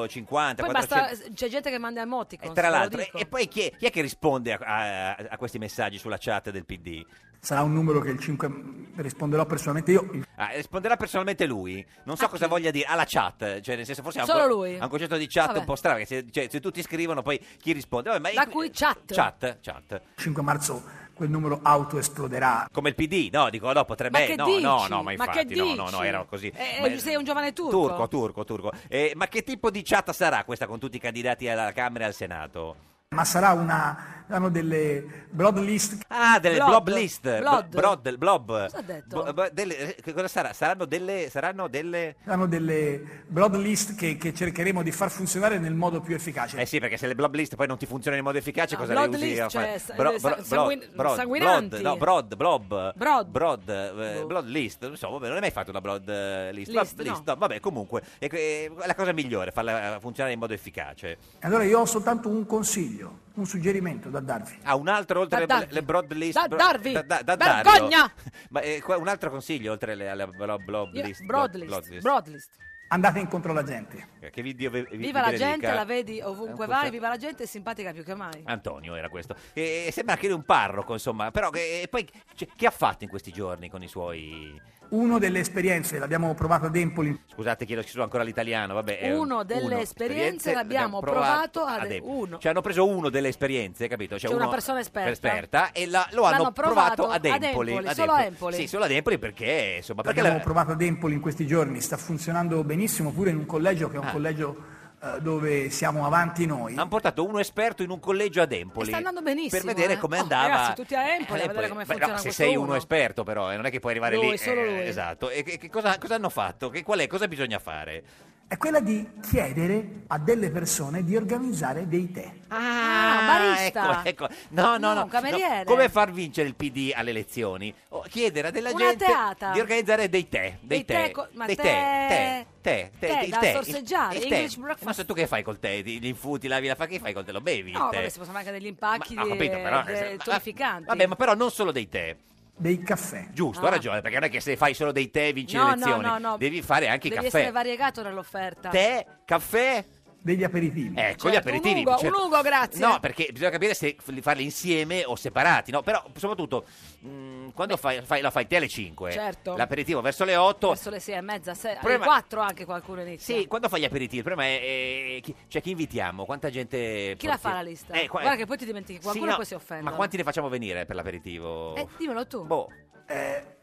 Speaker 2: 350,
Speaker 1: Poi
Speaker 2: 400.
Speaker 1: basta, c'è gente che manda emoticon.
Speaker 2: Tra l'altro, e, e poi chi è, chi è che risponde a, a- a questi messaggi sulla chat del PD?
Speaker 5: sarà un numero che il 5 risponderò personalmente io. Il
Speaker 2: Ah, risponderà personalmente lui. Non so cosa voglia dire alla chat, cioè nel senso forse ha un,
Speaker 1: Solo
Speaker 2: co-
Speaker 1: lui.
Speaker 2: ha un concetto di chat
Speaker 1: Vabbè.
Speaker 2: un po' strano, perché se, cioè, se tutti scrivono poi chi risponde? Vabbè, eh, ma
Speaker 1: Da cui chat.
Speaker 2: chat, chat.
Speaker 5: 5 marzo quel numero autoesploderà.
Speaker 2: Come il PD, no, dico, no, potrebbe,
Speaker 1: Ma che
Speaker 2: no,
Speaker 1: dici?
Speaker 2: no, no, ma
Speaker 1: Ma
Speaker 2: infatti,
Speaker 1: che
Speaker 2: no, no, no,
Speaker 1: dici?
Speaker 2: era così.
Speaker 1: Eh,
Speaker 2: Ma-
Speaker 1: sei un giovane turco.
Speaker 2: Turco, turco, turco. Eh, ma che tipo di chat sarà questa con tutti i candidati alla Camera e al Senato?
Speaker 5: Ma sarà una. hanno delle broad list.
Speaker 2: Ah, delle blob,
Speaker 1: Blob.
Speaker 2: list, b-
Speaker 1: Blob.
Speaker 2: brod- del blob. Cosa
Speaker 1: ha detto?
Speaker 2: delle, eh, che cosa sarà? Saranno delle, saranno delle...
Speaker 5: hanno delle broad list che, che cercheremo di far funzionare nel modo più efficace.
Speaker 2: Eh sì, perché se le blob list poi non ti funzionano in modo efficace,
Speaker 1: Ah,
Speaker 2: cosa le
Speaker 1: blood
Speaker 2: usi?
Speaker 1: list,
Speaker 2: a fare?
Speaker 1: cioè, sa- eh, sa- sanguin-
Speaker 2: brod,
Speaker 1: sanguinanti.
Speaker 2: brod, no, brod, blob,
Speaker 1: Brod.
Speaker 2: brod, eh,
Speaker 1: Boh.
Speaker 2: blood list, non so, vabbè, non hai mai fatto una broad eh, list,
Speaker 1: List,
Speaker 2: Blob
Speaker 1: no.
Speaker 2: vabbè, comunque, è, è la cosa migliore, farla eh, funzionare in modo efficace.
Speaker 5: Allora io ho soltanto un consiglio, un suggerimento da darvi.
Speaker 2: Ah, un altro oltre
Speaker 1: Da
Speaker 2: le-
Speaker 1: darvi.
Speaker 2: le broad list.
Speaker 1: Da
Speaker 2: bro-
Speaker 1: darvi.
Speaker 2: darlo.
Speaker 1: Vergogna!
Speaker 2: Ma eh, qua un altro consiglio oltre le, alla blob, blob
Speaker 1: Io-
Speaker 2: list. blob- blob
Speaker 1: Broadlist, Broadlist.
Speaker 5: Andate incontro alla gente.
Speaker 2: Eh, Che vi, vi, vi-
Speaker 1: Viva la
Speaker 2: vi benedica.
Speaker 1: gente, la vedi ovunque
Speaker 2: Eh,
Speaker 1: vai,
Speaker 2: forse-
Speaker 1: viva la gente, è simpatica più che mai.
Speaker 2: Antonio era questo. E sembra anche lui un parroco, insomma. Però che, e poi cioè, che ha fatto in questi giorni con i suoi...
Speaker 5: Una delle esperienze, l'abbiamo provato ad Empoli,
Speaker 2: Scusate che lo scrivo ancora all'italiano, vabbè. è
Speaker 1: Uno
Speaker 2: un-
Speaker 1: delle esperienze l'abbiamo provato ad- uno.
Speaker 2: Cioè hanno preso uno delle esperienze, capito? Cioè
Speaker 1: C'è una
Speaker 2: uno
Speaker 1: persona esperta.
Speaker 2: esperta e la- lo hanno
Speaker 1: L'hanno
Speaker 2: provato,
Speaker 1: provato
Speaker 2: ad
Speaker 1: ad
Speaker 2: Empoli.
Speaker 1: Empoli, solo a Empoli.
Speaker 2: Sì, solo ad Empoli perché, insomma, perché...
Speaker 5: l'abbiamo
Speaker 2: la-
Speaker 5: provato ad Empoli in questi giorni, sta funzionando benissimo pure in un collegio che è un
Speaker 2: Ah.
Speaker 5: collegio eh, dove siamo avanti noi.
Speaker 2: Hanno portato uno esperto in un collegio ad Empoli.
Speaker 1: E sta andando benissimo,
Speaker 2: Per vedere
Speaker 1: eh.
Speaker 2: come
Speaker 1: Oh,
Speaker 2: andava. Eh,
Speaker 1: ragazzi, tutti a Empoli, a vedere come
Speaker 2: Beh, no,
Speaker 1: funziona
Speaker 2: se
Speaker 1: questo
Speaker 2: sei uno
Speaker 1: uno.
Speaker 2: esperto, però, eh, non è che puoi arrivare
Speaker 1: Lui,
Speaker 2: lì.
Speaker 1: solo lui.
Speaker 2: Esatto. E che, che cosa, cosa hanno fatto? Che, qual è? Cosa bisogna fare?
Speaker 5: È quella di chiedere a delle persone di organizzare dei tè.
Speaker 1: Ah, barista.
Speaker 2: Ecco, ecco. No, no,
Speaker 1: No,
Speaker 2: no.
Speaker 1: un cameriere.
Speaker 2: no. Come far vincere il PD alle elezioni? O chiedere a della
Speaker 1: Una
Speaker 2: gente
Speaker 1: teata.
Speaker 2: di organizzare dei tè. Dei,
Speaker 1: Dei tè co- ma
Speaker 2: dei tè.
Speaker 1: tè-
Speaker 2: Tè. Tè.
Speaker 1: tè
Speaker 2: il
Speaker 1: da
Speaker 2: tè, il-
Speaker 1: sorseggiare,
Speaker 2: il tè.
Speaker 1: English breakfast.
Speaker 2: Ma so tu che fai col tè? Ti- Li infuti, lavi la fa, che fai col tè? Lo bevi?
Speaker 1: No,
Speaker 2: il tè?
Speaker 1: vabbè, si possono fare anche degli impacchi
Speaker 2: Ma- ho capito,
Speaker 1: eh,
Speaker 2: però,
Speaker 1: de-
Speaker 2: eh, ma-
Speaker 1: tonificanti.
Speaker 2: Vabbè, ma però non solo dei tè.
Speaker 5: dei caffè.
Speaker 2: Giusto,
Speaker 1: Ah.
Speaker 2: ha ragione, perché non è che se fai solo dei tè vinci
Speaker 1: No,
Speaker 2: le
Speaker 1: no,
Speaker 2: elezioni.
Speaker 1: no, no.
Speaker 2: Devi fare anche i
Speaker 1: Devi
Speaker 2: caffè.
Speaker 1: essere variegato nell'offerta.
Speaker 2: Tè, caffè,
Speaker 5: degli aperitivi.
Speaker 2: ecco
Speaker 1: Certo,
Speaker 2: gli aperitivi.
Speaker 1: un ugo, un ugo, grazie.
Speaker 2: No, perché bisogna capire se f- li farli insieme o separati, no? Però soprattutto mh, quando fai, fai- la fai te alle 5,
Speaker 1: Certo.
Speaker 2: l'aperitivo verso le 8.
Speaker 1: Verso le sei e mezza, sei, alle
Speaker 2: Problema-
Speaker 1: quattro anche qualcuno inizia.
Speaker 2: Sì, quando fai gli aperitivi, il problema è, è chi, cioè chi invitiamo, quanta gente
Speaker 1: Chi la fa la lista?
Speaker 2: Eh, qua-
Speaker 1: Guarda che poi ti dimentichi qualcuno
Speaker 2: no,
Speaker 1: poi si offende.
Speaker 2: Ma quanti ne facciamo venire per l'aperitivo?
Speaker 1: Eh, dimmelo tu.
Speaker 2: Boh.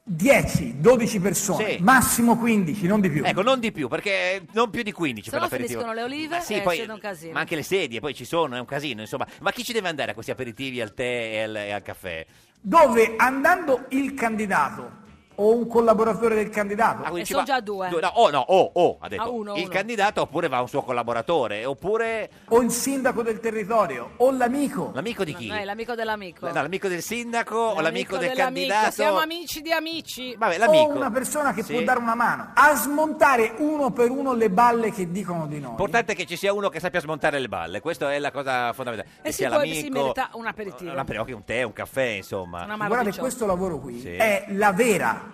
Speaker 5: 10, 12 persone,
Speaker 2: Sì.
Speaker 5: massimo 15, non di più.
Speaker 2: Ecco, non di più, perché non più di 15
Speaker 1: Se
Speaker 2: per
Speaker 1: no
Speaker 2: l'aperitivo.
Speaker 1: finiscono le olive
Speaker 2: Ma sì,
Speaker 1: e
Speaker 2: poi-
Speaker 1: c'è un casino.
Speaker 2: Ma anche le sedie, poi ci sono, è un casino, insomma. Ma chi ci deve andare a questi aperitivi, al tè e al, e al caffè?
Speaker 5: Dove andando il candidato o un collaboratore del candidato,
Speaker 2: Ah, quindi
Speaker 1: E
Speaker 2: ci
Speaker 1: sono
Speaker 2: va-
Speaker 1: già due.
Speaker 2: no, oh, no, oh, oh, ha detto.
Speaker 1: Ah, uno,
Speaker 2: il
Speaker 1: uno.
Speaker 2: candidato oppure va un suo collaboratore, oppure
Speaker 5: o il sindaco del territorio, o l'amico,
Speaker 2: l'amico di
Speaker 1: No,
Speaker 2: chi?
Speaker 1: no, è Eh, l'amico dell'amico.
Speaker 2: No, l'amico del sindaco o l'amico del
Speaker 1: ecco. dell'amico.
Speaker 2: candidato?
Speaker 1: Siamo amici di amici.
Speaker 2: Vabbè,
Speaker 5: o
Speaker 2: l'amico.
Speaker 5: una persona che
Speaker 2: Sì.
Speaker 5: può dare una mano a smontare uno per uno le balle che dicono di noi.
Speaker 2: Importante che ci sia uno che sappia smontare le balle, questa è la cosa fondamentale. Che
Speaker 1: Eh sì,
Speaker 2: sia
Speaker 1: poi
Speaker 2: l'amico,
Speaker 1: si merita un aperitivo.
Speaker 2: Un aperitivo, anche un tè, un caffè, insomma.
Speaker 1: Una mano
Speaker 5: Guardate,
Speaker 1: di ciò.
Speaker 5: questo lavoro qui
Speaker 2: Sì.
Speaker 5: è la vera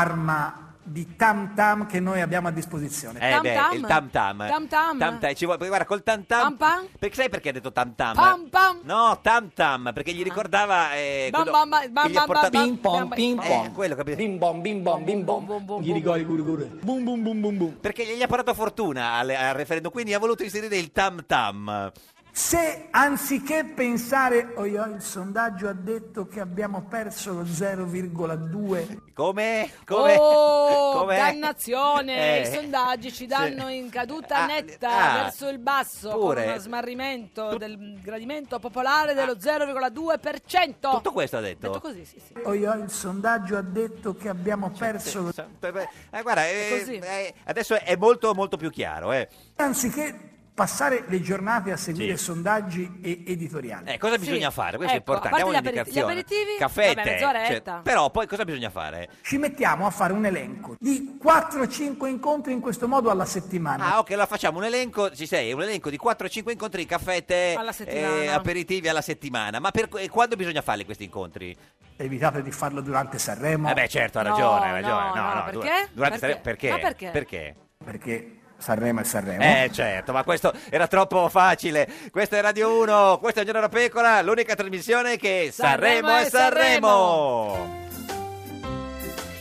Speaker 5: arma di tam tam che noi abbiamo a disposizione.
Speaker 2: Eh
Speaker 1: Tam
Speaker 2: beh,
Speaker 1: tam?
Speaker 2: il tam tam.
Speaker 1: Tam tam?
Speaker 2: Ci vuole, guarda, col tam tam.
Speaker 1: Pam pam?
Speaker 2: Perché sai perché ha detto tam tam?
Speaker 1: Pam pam?
Speaker 2: No, tam tam, perché gli ricordava eh,
Speaker 1: Bam,
Speaker 2: quello
Speaker 1: bam, bam,
Speaker 2: che
Speaker 1: bam,
Speaker 2: gli ha
Speaker 1: bam,
Speaker 2: portato-
Speaker 1: bam,
Speaker 6: Ping pong, ping
Speaker 2: Eh,
Speaker 6: pong.
Speaker 2: quello, capito?
Speaker 6: Bim bom, bim bom, bim bom. Ghirigori guriguri. Bum bum bum bum bum.
Speaker 2: Perché gli ha portato fortuna al, al referendum, quindi ha voluto inserire il tam tam.
Speaker 5: Se anziché pensare, oh, io, il sondaggio ha detto che abbiamo perso lo 0,2,
Speaker 2: Come? Come?
Speaker 1: Oh,
Speaker 2: Come?
Speaker 1: dannazione!
Speaker 2: Eh.
Speaker 1: I sondaggi ci danno in caduta
Speaker 2: Ah,
Speaker 1: netta
Speaker 2: ah,
Speaker 1: verso il basso
Speaker 2: pure. Ah.
Speaker 1: con uno smarrimento del gradimento popolare dello 0,2%.
Speaker 2: Tutto questo ha detto.
Speaker 1: Detto così, sì, sì.
Speaker 5: oh, io, il sondaggio ha detto che abbiamo
Speaker 2: Cioè,
Speaker 5: perso lo...
Speaker 2: Eh, guarda, eh,
Speaker 1: così.
Speaker 2: eh, adesso è molto molto più chiaro. Eh,
Speaker 5: Anziché passare le giornate a seguire
Speaker 2: Sì.
Speaker 5: sondaggi e editoriali.
Speaker 2: Eh, cosa
Speaker 1: Sì.
Speaker 2: bisogna fare? Questo
Speaker 1: Ecco,
Speaker 2: è
Speaker 1: a
Speaker 2: importante.
Speaker 1: parte
Speaker 2: Diamo
Speaker 1: gli aperiti-
Speaker 2: un'indicazione.
Speaker 1: gli aperitivi,
Speaker 2: Caffè e
Speaker 1: vabbè,
Speaker 2: tè. cioè,
Speaker 1: mezz'oretta.
Speaker 2: però poi cosa bisogna fare?
Speaker 5: Ci mettiamo a fare un elenco di 4-5 incontri in questo modo alla settimana.
Speaker 2: Ah, ok, allora facciamo un elenco, ci sei, un elenco di 4-5 incontri, caffè, tè,
Speaker 1: Alla settimana.
Speaker 2: eh, aperitivi alla settimana. Ma per, e quando bisogna farli questi incontri?
Speaker 5: Evitate di farlo durante Sanremo,
Speaker 2: Eh beh, certo, ha
Speaker 1: No,
Speaker 2: ragione, ha ragione.
Speaker 1: no, no,
Speaker 2: du-
Speaker 1: perché?
Speaker 2: Durante
Speaker 1: Perché?
Speaker 2: Sanremo- perché?
Speaker 1: Ma perché?
Speaker 2: Perché?
Speaker 5: perché
Speaker 7: Sanremo e Sanremo.
Speaker 2: Eh certo, ma questo era troppo facile. Questo è Radio 1, questo è Un Giorno da Pecora, l'unica trasmissione che
Speaker 4: Sanremo
Speaker 2: Sanremo
Speaker 4: e
Speaker 2: e Sanremo.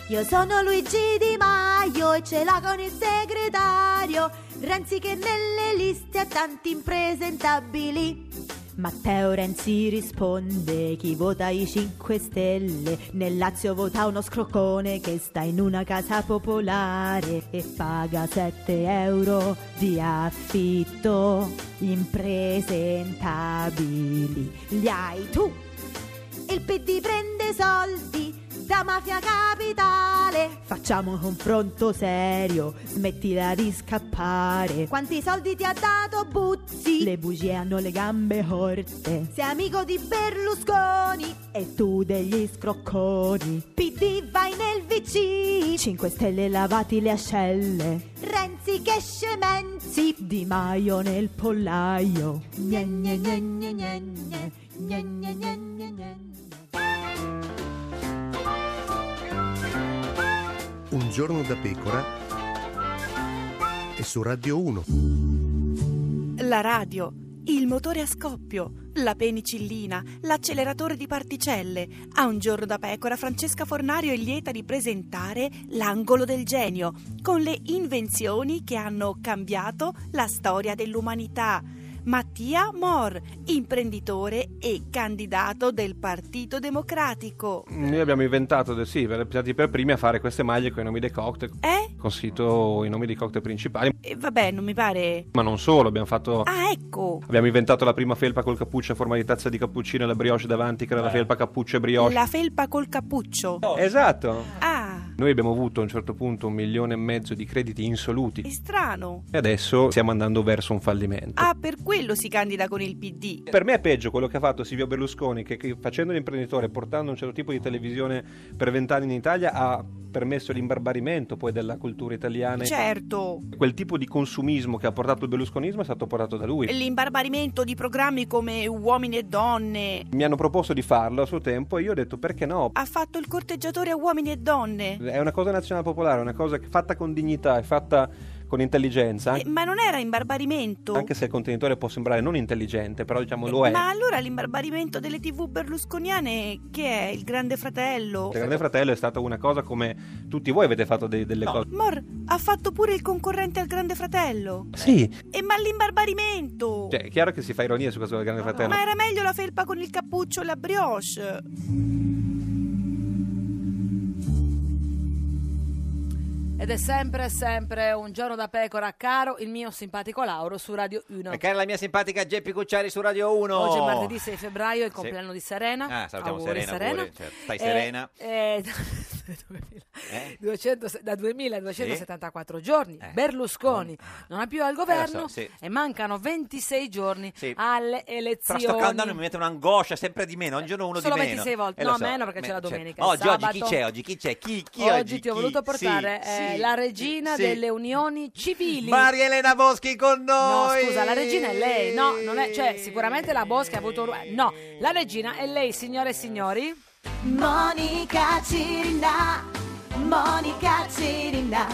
Speaker 8: Io sono Luigi Di Maio e ce l'ha con il segretario Renzi che nelle liste ha tanti impresentabili. Matteo Renzi risponde chi vota i 5 Stelle. Nel Lazio vota uno scroccone che sta in una casa popolare e paga 7 euro di affitto. Impresentabili li hai tu. Il PD prende soldi da mafia capitale. Facciamo un confronto serio, smettila di scappare.
Speaker 9: Quanti soldi ti ha dato Buzzi?
Speaker 8: Le bugie hanno le gambe corte.
Speaker 9: Sei amico di Berlusconi.
Speaker 8: E tu degli scrocconi.
Speaker 9: PD vai nel VC.
Speaker 8: 5 stelle lavati le ascelle.
Speaker 9: Renzi che scemenzi.
Speaker 8: Di Maio nel pollaio. Gne, gne, gne, gne, gne, gne.
Speaker 9: Gne, gne, gne, gne, gne.
Speaker 10: Un giorno da pecora e su Radio 1.
Speaker 11: La radio, il motore a scoppio, la penicillina, l'acceleratore di particelle. A un giorno da pecora Francesca Fornario è lieta di presentare l'angolo del genio, con le invenzioni che hanno cambiato la storia dell'umanità. Mattia Mor, imprenditore e candidato del Partito Democratico.
Speaker 12: Noi abbiamo inventato, de- sì, per- stati per primi a fare queste maglie con i nomi dei cocktail.
Speaker 11: Eh?
Speaker 12: Con scritto i nomi dei cocktail principali.
Speaker 11: E vabbè, non mi pare.
Speaker 12: Ma non solo, abbiamo fatto.
Speaker 11: Ah, ecco!
Speaker 12: Abbiamo inventato la prima felpa col cappuccio a forma di tazza di cappuccino e la brioche davanti, che era la felpa cappuccio e brioche.
Speaker 11: Eh. La felpa col cappuccio.
Speaker 12: Esatto.
Speaker 11: Ah,
Speaker 12: Noi abbiamo avuto a un certo punto un milione e mezzo di crediti insoluti.
Speaker 11: strano.
Speaker 12: E adesso stiamo andando verso un fallimento.
Speaker 11: Ah, per quello si candida con il PD.
Speaker 12: Per me è peggio quello che ha fatto Silvio Berlusconi, che, che facendo l'imprenditore, portando un certo tipo di televisione per vent'anni in Italia, ha permesso l'imbarbarimento poi della cultura italiana.
Speaker 11: Certo.
Speaker 12: Quel tipo di consumismo che ha portato il berlusconismo è stato portato da lui.
Speaker 11: L'imbarbarimento di programmi come Uomini e Donne.
Speaker 12: Mi hanno proposto di farlo a suo tempo e io ho detto perché no?
Speaker 11: Ha fatto il corteggiatore a Uomini e Donne.
Speaker 12: È una cosa nazionale popolare, è una cosa che- fatta con dignità, è fatta con intelligenza.
Speaker 11: Eh, Ma non era imbarbarimento?
Speaker 12: Anche se il contenitore può sembrare non intelligente, però diciamo lo è.
Speaker 11: Eh, Ma allora l'imbarbarimento delle tv berlusconiane che è il grande fratello?
Speaker 12: Il Grande Fratello è stata una cosa come tutti voi avete fatto dei- delle cose.
Speaker 11: Mor ha fatto pure il concorrente al grande fratello.
Speaker 12: Sì.
Speaker 11: E ma l'imbarbarimento?
Speaker 12: Cioè, è chiaro che si fa ironia su questo del Grande Fratello.
Speaker 11: Ma era meglio la felpa con il cappuccio e la brioche.
Speaker 1: Ed è sempre, sempre un giorno da pecora, caro il mio simpatico Lauro su Radio 1.
Speaker 2: E cara la mia simpatica Geppi Cucciari su Radio 1.
Speaker 1: Oggi è martedì 6 febbraio, è il compleanno di Serena.
Speaker 2: Ah, salutiamo
Speaker 1: Auguri,
Speaker 2: Serena pure, certo. Stai
Speaker 1: Eh,
Speaker 2: serena. Eh?
Speaker 1: eh, 200 da 2274 giorni Berlusconi non è più al governo
Speaker 2: ah. Eh, lo so, sì.
Speaker 1: e mancano 26 giorni
Speaker 2: Sì.
Speaker 1: alle
Speaker 2: Fra
Speaker 1: elezioni.
Speaker 2: sto calendario mi mette un'angoscia sempre di meno, ogni giorno uno
Speaker 1: Solo
Speaker 2: di meno.
Speaker 1: 26 volte.
Speaker 2: Eh,
Speaker 1: No,
Speaker 2: lo so.
Speaker 1: meno perché c'è la
Speaker 2: certo.
Speaker 1: domenica,
Speaker 2: Oggi, oggi chi
Speaker 1: sabato.
Speaker 2: c'è? Oggi chi c'è? Chi, chi
Speaker 1: oggi,
Speaker 2: oggi?
Speaker 1: ti ho
Speaker 2: Chi?
Speaker 1: voluto portare
Speaker 2: Sì,
Speaker 1: eh,
Speaker 2: sì,
Speaker 1: la regina
Speaker 2: sì.
Speaker 1: delle unioni civili.
Speaker 2: Maria Elena Boschi con noi.
Speaker 1: No, scusa, la regina è lei. No, non è, cioè, sicuramente la Boschi ha avuto un ruolo. No, la regina è lei, signore e signori.
Speaker 9: Monica Cirinda, Monica Cirinda,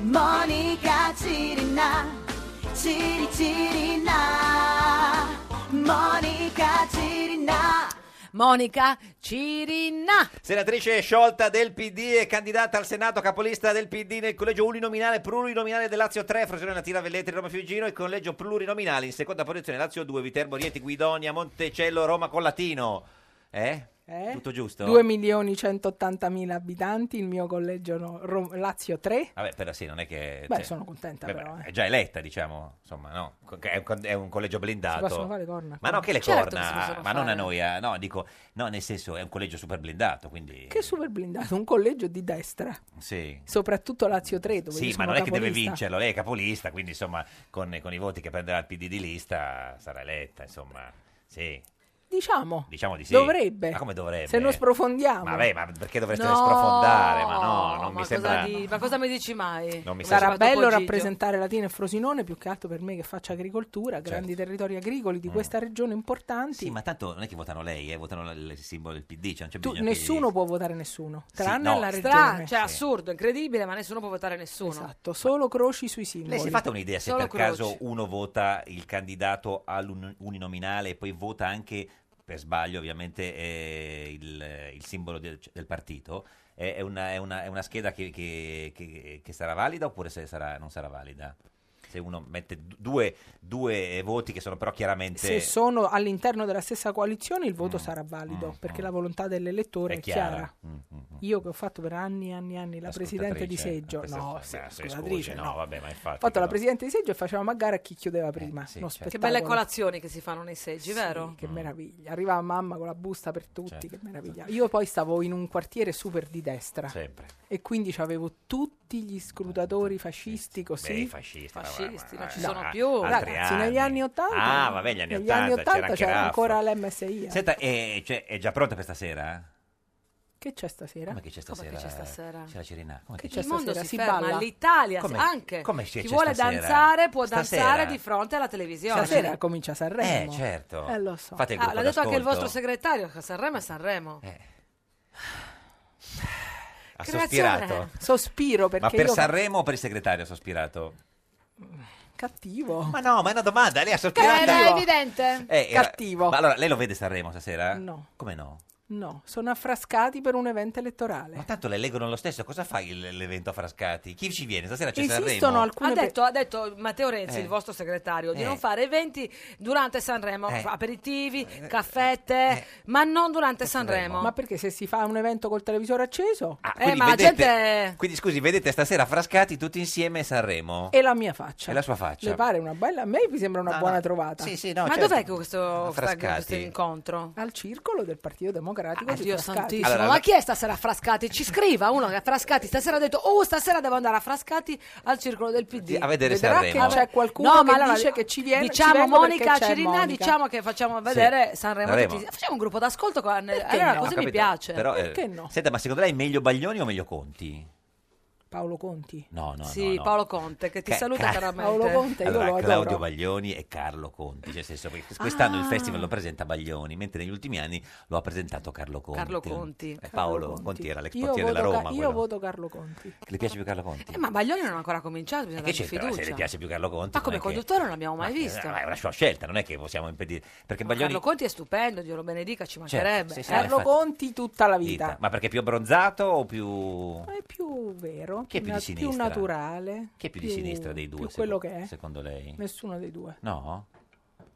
Speaker 9: Monica Cirinda, Ciri Cirinda, Monica Cirinda.
Speaker 1: Monica Cirinna.
Speaker 2: Senatrice sciolta del PD e candidata al Senato capolista del PD nel collegio uninominale plurinominale del Lazio 3, Frosinone Natira Velletri Roma Fiugino e collegio plurinominale in seconda posizione Lazio 2, Viterbo Rieti Guidonia Montecello Roma Collatino. Eh? Tutto giusto?
Speaker 13: 2 milioni 180 mila abitanti, il mio collegio no, Ro- Lazio 3.
Speaker 2: Vabbè, però sì, non è che... cioè,
Speaker 13: Beh, sono contenta però, eh.
Speaker 2: È già eletta, diciamo, insomma, no? È un, è un collegio
Speaker 13: Si possono
Speaker 2: blindato.
Speaker 13: fare corna.
Speaker 2: Ma no, che le
Speaker 13: Certo che si
Speaker 2: corna,
Speaker 13: possono
Speaker 2: ma non a
Speaker 13: fare.
Speaker 2: noi, eh, no, dico, no, nel senso, è un collegio super blindato, quindi...
Speaker 13: Che super blindato, un collegio di destra,
Speaker 2: Sì.
Speaker 13: soprattutto Lazio 3 dove io
Speaker 2: Sì, ma
Speaker 13: sono
Speaker 2: non è che deve
Speaker 13: capolista.
Speaker 2: vincerlo, lei è capolista, quindi insomma con, con i voti che prenderà il PD di lista sarà eletta, insomma. Sì.
Speaker 13: Diciamo.
Speaker 2: Diciamo di sì.
Speaker 13: Dovrebbe.
Speaker 2: Ma come dovrebbe?
Speaker 13: Se non sprofondiamo.
Speaker 2: Ma beh, ma perché dovreste
Speaker 13: Ah, No,
Speaker 2: sprofondare? Ma no, non
Speaker 13: ma
Speaker 2: mi
Speaker 13: cosa
Speaker 2: sembra.
Speaker 13: dici?
Speaker 1: Ma cosa mi dici mai?
Speaker 2: Non mi
Speaker 1: Come
Speaker 13: Sarà
Speaker 1: ha fatto
Speaker 13: bello
Speaker 1: Poggio.
Speaker 13: rappresentare Latina e Frosinone, più che altro per me che faccio agricoltura, grandi territori agricoli di questa regione importanti.
Speaker 2: Certo. Mm. Sì, ma tanto non è che votano lei, eh, votano l- il simbolo del PD. Cioè non c'è
Speaker 13: Tu-
Speaker 2: bisogno che-
Speaker 13: nessuno può votare nessuno,
Speaker 2: Sì,
Speaker 13: tranne
Speaker 2: no.
Speaker 13: la
Speaker 1: Stra-
Speaker 13: regione.
Speaker 1: cioè, assurdo, incredibile, ma nessuno può votare nessuno.
Speaker 13: Esatto, solo croci sui simboli.
Speaker 2: Lei si è fatta un'idea se
Speaker 1: Solo
Speaker 2: per caso
Speaker 1: Croce.
Speaker 2: uno vota il candidato all'uninominale e poi vota anche, per sbaglio ovviamente, eh, il, il simbolo del, del partito? È, è una, è una- è una scheda che, che- che- che sarà valida oppure se sarà- non sarà valida? Se uno mette du- due, due eh, voti che sono però chiaramente...
Speaker 13: Se sono all'interno della stessa coalizione il voto sarà valido, perché la volontà dell'elettore
Speaker 2: Mm. è
Speaker 13: è chiara.
Speaker 2: chiara. Mm, mm, mm.
Speaker 13: Io che ho fatto per anni e anni e anni la presidente di
Speaker 2: Ascoltatrice,
Speaker 13: seggio,
Speaker 2: questa-
Speaker 13: no,
Speaker 2: eh,
Speaker 13: sì,
Speaker 2: sì,
Speaker 13: ascoltatrice,
Speaker 2: scusi,
Speaker 13: no.
Speaker 2: no, vabbè, ma infatti
Speaker 13: Ho fatto
Speaker 2: che
Speaker 13: la
Speaker 2: no.
Speaker 13: presidente di seggio e facevamo a gara chi chiudeva
Speaker 2: Eh,
Speaker 13: prima.
Speaker 2: certo.
Speaker 13: uno
Speaker 1: Che
Speaker 13: spettacolo.
Speaker 1: belle colazioni che si fanno nei seggi, vero?
Speaker 13: Che meraviglia, arrivava mamma con la busta per tutti,
Speaker 2: Certo.
Speaker 13: che meraviglia. Io poi stavo in un quartiere super di destra
Speaker 2: Sempre. Eh,
Speaker 13: e quindi avevo tutti gli scrutatori fascisti così.
Speaker 2: Beh, i fascisti, ma-
Speaker 1: Fascisti,
Speaker 2: ma-
Speaker 1: non ci
Speaker 2: ma-
Speaker 1: sono
Speaker 2: ah,
Speaker 1: più.
Speaker 2: altri
Speaker 13: Oh, Ragazzi, negli anni 80
Speaker 2: Ah, vabbè, gli anni
Speaker 13: negli
Speaker 2: 80
Speaker 13: anni
Speaker 2: c'era
Speaker 13: 80 c'era,
Speaker 2: anche Raff.
Speaker 13: ancora l'MSI. eh.
Speaker 2: Senta, eh, cioè, è già pronta per stasera?
Speaker 13: Che c'è stasera?
Speaker 2: Come che c'è stasera?
Speaker 1: che c'è stasera?
Speaker 2: C'è la Cirinà. Come
Speaker 13: Che
Speaker 2: c'è
Speaker 13: c'è
Speaker 1: Il mondo
Speaker 13: stasera?
Speaker 1: si
Speaker 13: Si
Speaker 1: ferma,
Speaker 13: balla?
Speaker 1: l'Italia
Speaker 2: Come-
Speaker 1: anche.
Speaker 2: come c'è-
Speaker 1: Chi
Speaker 2: c'è
Speaker 1: vuole
Speaker 2: stasera?
Speaker 1: danzare può
Speaker 2: Stasera?
Speaker 1: danzare di fronte alla televisione.
Speaker 13: Stasera comincia Sanremo.
Speaker 2: Eh, certo.
Speaker 1: Eh,
Speaker 13: lo so.
Speaker 2: Fate il
Speaker 1: Ah,
Speaker 2: gruppo
Speaker 1: l'ha detto anche il
Speaker 2: d'ascolto. Eh,
Speaker 1: vostro segretario, che Sanremo è Sanremo.
Speaker 2: Ha
Speaker 1: Creazione.
Speaker 2: sospirato.
Speaker 13: Sospiro
Speaker 2: Ma
Speaker 13: perché
Speaker 2: per
Speaker 13: io
Speaker 2: Sanremo o per il segretario ha sospirato?
Speaker 13: cattivo.
Speaker 2: Ma no, ma è una domanda, lei ha sospirato.
Speaker 13: Cattivo.
Speaker 1: evidente.
Speaker 2: Eh, era-
Speaker 13: Cattivo.
Speaker 2: Ma allora, lei lo vede Sanremo stasera?
Speaker 13: No.
Speaker 2: Come no?
Speaker 13: No, sono affrascati per un evento elettorale.
Speaker 2: Ma tanto le leggono lo stesso, cosa fa il- l'evento a Frascati? Chi ci viene? Stasera c'è
Speaker 13: Esistono
Speaker 2: Sanremo? Ah,
Speaker 13: alcune
Speaker 1: Ha
Speaker 13: pe-
Speaker 1: detto, ha detto Matteo Renzi,
Speaker 2: Eh.
Speaker 1: il vostro segretario, di
Speaker 2: Eh.
Speaker 1: non fare eventi durante Sanremo,
Speaker 2: Eh.
Speaker 1: aperitivi, caffè, tè, ma non durante Sanremo.
Speaker 13: Ma perché se si fa un evento col televisore acceso?
Speaker 1: eh,
Speaker 2: Quindi
Speaker 1: ma
Speaker 2: vedete-
Speaker 1: la gente...
Speaker 2: Quindi scusi, vedete stasera Frascati tutti insieme Sanremo?
Speaker 13: E la mia faccia.
Speaker 2: E la sua faccia.
Speaker 13: Le pare una bella? A me mi sembra una buona trovata. Sì,
Speaker 2: sì,
Speaker 1: ma dov'è che questo,
Speaker 2: Frascati.
Speaker 1: questo incontro?
Speaker 13: Al circolo del Partito Democratico. di
Speaker 1: Ah, Dio
Speaker 13: Frascati.
Speaker 1: santissimo, ma chi è stasera a Frascati? Ci scriva uno che a Frascati stasera ha detto "Oh, stasera devo andare a Frascati al circolo del PD".
Speaker 2: A vedere
Speaker 13: Vedrà
Speaker 2: Sanremo.
Speaker 13: che c'è qualcuno
Speaker 1: No,
Speaker 13: che
Speaker 1: ma allora,
Speaker 13: dice che ci viene. ci
Speaker 1: Diciamo
Speaker 13: vengo perché
Speaker 1: Monica
Speaker 13: c'è
Speaker 1: Cirinna,
Speaker 13: Monica.
Speaker 1: diciamo che facciamo vedere Sanremo,
Speaker 2: Sanremo.
Speaker 1: tutti. Facciamo un gruppo d'ascolto con allora
Speaker 13: no?
Speaker 1: così
Speaker 2: Ho
Speaker 1: mi
Speaker 2: capito,
Speaker 1: piace.
Speaker 2: però, eh, Senta, ma secondo lei è meglio Baglioni o meglio Conti?
Speaker 13: Paolo Conti.
Speaker 2: No, no,
Speaker 1: sì,
Speaker 2: no, no.
Speaker 1: Paolo Conte che ti
Speaker 2: Ca-
Speaker 1: saluta
Speaker 2: ca-
Speaker 1: caramente.
Speaker 13: Paolo Conte,
Speaker 2: allora,
Speaker 13: io lo
Speaker 2: Claudio
Speaker 13: adoro.
Speaker 2: Baglioni e Carlo Conti. Cioè, nel senso che quest'anno
Speaker 1: Ah.
Speaker 2: il festival lo presenta Baglioni, mentre negli ultimi anni lo ha presentato Carlo Conti.
Speaker 1: Carlo Conti.
Speaker 2: Eh, Paolo Conti. era l'ex
Speaker 13: Io
Speaker 2: portiere della
Speaker 13: voto Ca-
Speaker 2: Roma.
Speaker 13: io
Speaker 2: quello.
Speaker 13: voto Carlo Conti.
Speaker 2: Le piace più Carlo Conti?
Speaker 1: Eh, ma Baglioni non ha ancora cominciato, bisogna
Speaker 2: Eh, che
Speaker 1: dargli
Speaker 2: c'entra? Ma Se le
Speaker 1: fiducia.
Speaker 2: piace più Carlo Conti.
Speaker 1: Ma
Speaker 2: non
Speaker 1: come
Speaker 2: è che-
Speaker 1: conduttore non l'abbiamo mai
Speaker 2: Eh,
Speaker 1: visto.
Speaker 2: ma è una sua scelta, non è che possiamo impedire. Perché Baglioni. Certo,
Speaker 1: Carlo Conti è stupendo, Dio benedica, ci mancherebbe.
Speaker 2: sì, sì,
Speaker 1: eh.
Speaker 2: Carlo infatti.
Speaker 13: Conti tutta la vita.
Speaker 2: Ma perché è più abbronzato o più.
Speaker 13: È più vero.
Speaker 2: Chi è più di
Speaker 13: na-
Speaker 2: sinistra?
Speaker 13: naturale.
Speaker 2: Chi è più di sinistra dei due,
Speaker 13: Più
Speaker 2: secondo-
Speaker 13: quello che è.
Speaker 2: secondo lei?
Speaker 13: Nessuno dei due.
Speaker 2: No?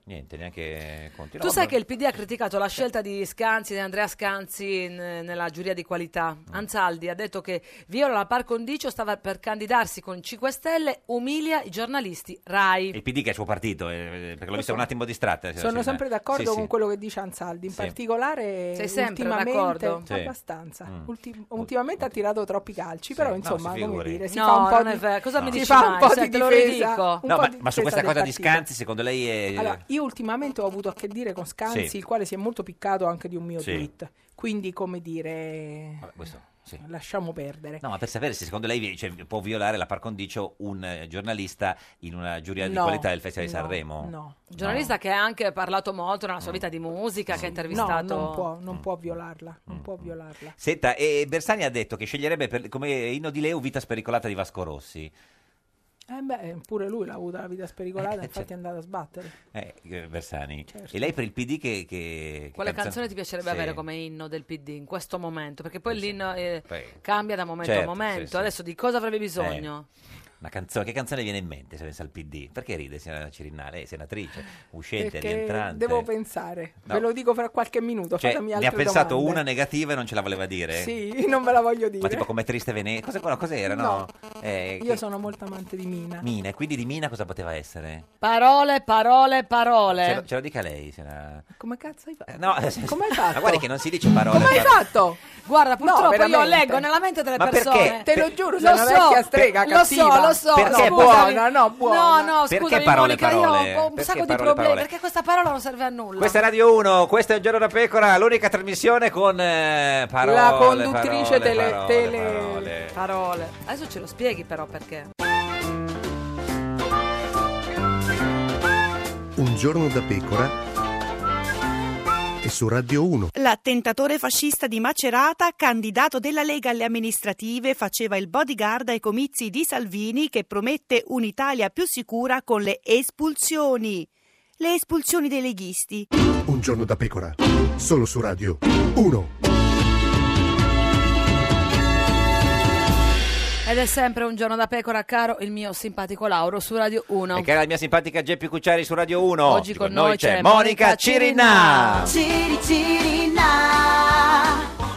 Speaker 2: Niente, neanche Conti.
Speaker 1: Tu
Speaker 2: No,
Speaker 1: sai
Speaker 2: ma-
Speaker 1: che il PD ha criticato la scelta di Scanzi, di Andrea Scanzi in- nella giuria di qualità.
Speaker 2: Mm.
Speaker 1: Anzaldi ha detto che viola la par condicio, stava per candidarsi con 5 Stelle, umilia i giornalisti RAI.
Speaker 2: Il PD che è il suo partito, eh, perché l'ho vista un attimo distratta. signora
Speaker 13: Sono
Speaker 2: Serena.
Speaker 13: sempre d'accordo
Speaker 2: eh. Sì, sì.
Speaker 13: con quello che dice Ansaldi, in
Speaker 2: Sì.
Speaker 13: particolare
Speaker 1: Sei sempre
Speaker 13: ultimamente
Speaker 1: d'accordo?
Speaker 2: Sì.
Speaker 13: abbastanza.
Speaker 2: Mm.
Speaker 13: Ultim- ultimamente ha tirato troppi calci, però
Speaker 2: no,
Speaker 13: insomma,
Speaker 2: si
Speaker 13: come
Speaker 2: figuri.
Speaker 13: dire, si
Speaker 1: No,
Speaker 13: fa un po'
Speaker 1: non è
Speaker 13: di
Speaker 1: vero. Cosa mi
Speaker 13: si
Speaker 1: dici
Speaker 13: fa un
Speaker 1: mai?
Speaker 13: po'
Speaker 1: Se
Speaker 13: di
Speaker 1: te lo
Speaker 13: difesa, un
Speaker 1: ridico.
Speaker 2: No,
Speaker 13: po' di
Speaker 2: ma, ma su
Speaker 13: difesa
Speaker 2: questa
Speaker 13: del
Speaker 2: cosa di
Speaker 13: partito.
Speaker 2: Scanzi, secondo lei è...
Speaker 13: Allora, io ultimamente ho avuto a che dire con Scanzi,
Speaker 2: Sì.
Speaker 13: il quale si è molto piccato anche di un mio
Speaker 2: Sì.
Speaker 13: tweet. Quindi, come dire,
Speaker 2: Vabbè, questo, sì.
Speaker 13: lasciamo perdere.
Speaker 2: No, ma per sapere se secondo lei cioè, può violare la par condicio un eh, giornalista in una giuria di
Speaker 13: No,
Speaker 2: qualità del Festival di
Speaker 13: no,
Speaker 2: Sanremo? Mm.
Speaker 13: no.
Speaker 1: Un Giornalista che ha anche parlato molto nella sua vita di musica, che
Speaker 13: No,
Speaker 1: ha intervistato.
Speaker 13: non può, non può violarla,
Speaker 2: Mm,
Speaker 13: non può violarla.
Speaker 2: Senta, e Bersani ha detto che sceglierebbe per- come inno di Leo Vita spericolata di Vasco Rossi.
Speaker 13: Eh beh, pure lui l'ha avuta la vita spericolata, infatti è andato a sbattere.
Speaker 2: Eh, eh, Bersani.
Speaker 13: Certo.
Speaker 2: E lei per il PD che... che- che
Speaker 1: Quale canzone ti piacerebbe
Speaker 2: Sì.
Speaker 1: avere come inno del PD in questo momento? Perché poi l'inno eh,
Speaker 2: Poi-
Speaker 1: cambia da momento
Speaker 2: Certo,
Speaker 1: a momento.
Speaker 2: sì, sì.
Speaker 1: Adesso di cosa avrebbe bisogno?
Speaker 2: Eh, Una canzone, che canzone viene in mente se pensa al PD? Perché ride, signora Cirinnale? Lei è senatrice, uscente,
Speaker 13: Perché
Speaker 2: rientrante.
Speaker 13: devo pensare,
Speaker 2: No.
Speaker 13: ve lo dico fra qualche minuto.
Speaker 2: Cioè,
Speaker 13: fatemi
Speaker 2: ne
Speaker 13: altre
Speaker 2: ha pensato
Speaker 13: domande.
Speaker 2: una negativa e non ce la voleva dire?
Speaker 13: Sì, non ve la voglio dire.
Speaker 2: Ma tipo come triste Venezia? Cosa, no, cos'era, no? Eh,
Speaker 13: Io
Speaker 2: che-
Speaker 13: sono molto amante di Mina.
Speaker 2: Mina, e quindi di Mina cosa poteva essere?
Speaker 1: Parole, parole,
Speaker 2: Ce lo,
Speaker 1: parole.
Speaker 2: ce lo dica lei, signora... Eh,
Speaker 13: Come cazzo hai fatto?
Speaker 2: Cioè, No,
Speaker 13: Come hai
Speaker 2: Ma
Speaker 13: fatto?
Speaker 2: guarda che non si dice parole.
Speaker 13: Come hai
Speaker 2: parole.
Speaker 13: fatto?
Speaker 1: Guarda, purtroppo io
Speaker 13: veramente.
Speaker 1: leggo nella mente delle
Speaker 2: Ma
Speaker 1: persone.
Speaker 2: perché?
Speaker 13: Te lo giuro, sei una vecchia strega
Speaker 1: lo
Speaker 13: cattiva.
Speaker 1: so, lo so.
Speaker 2: Perché
Speaker 1: no,
Speaker 2: buone?
Speaker 1: scusami.
Speaker 13: No, no, buona.
Speaker 1: No, no,
Speaker 2: Perché
Speaker 1: scusami,
Speaker 2: parole,
Speaker 1: Monica,
Speaker 2: parole?
Speaker 1: io ho un
Speaker 2: Perché
Speaker 1: sacco di
Speaker 2: parole,
Speaker 1: problemi,
Speaker 2: parole?
Speaker 1: perché questa parola non serve a nulla.
Speaker 2: Questa è Radio 1, questo è un giorno da pecora, l'unica trasmissione con eh, parole.
Speaker 1: La conduttrice
Speaker 2: parole,
Speaker 1: tele-
Speaker 2: parole,
Speaker 1: tele-
Speaker 2: parole.
Speaker 1: Parole. Adesso ce lo spieghi però perché.
Speaker 10: Un giorno da pecora e su Radio 1.
Speaker 11: L'attentatore fascista di Macerata, candidato della Lega alle amministrative, faceva il bodyguard ai comizi di Salvini che promette un'Italia più sicura con le espulsioni. Le espulsioni dei leghisti.
Speaker 10: Un giorno da pecora, solo su Radio 1.
Speaker 1: Ed è sempre un giorno da pecora, caro il mio simpatico Lauro su Radio 1.
Speaker 2: E cara la mia simpatica Geppi Cucciari su Radio 1. Oggi
Speaker 1: con noi c'è Monica
Speaker 2: Monica Cirinà.
Speaker 9: Ciri Cirinà,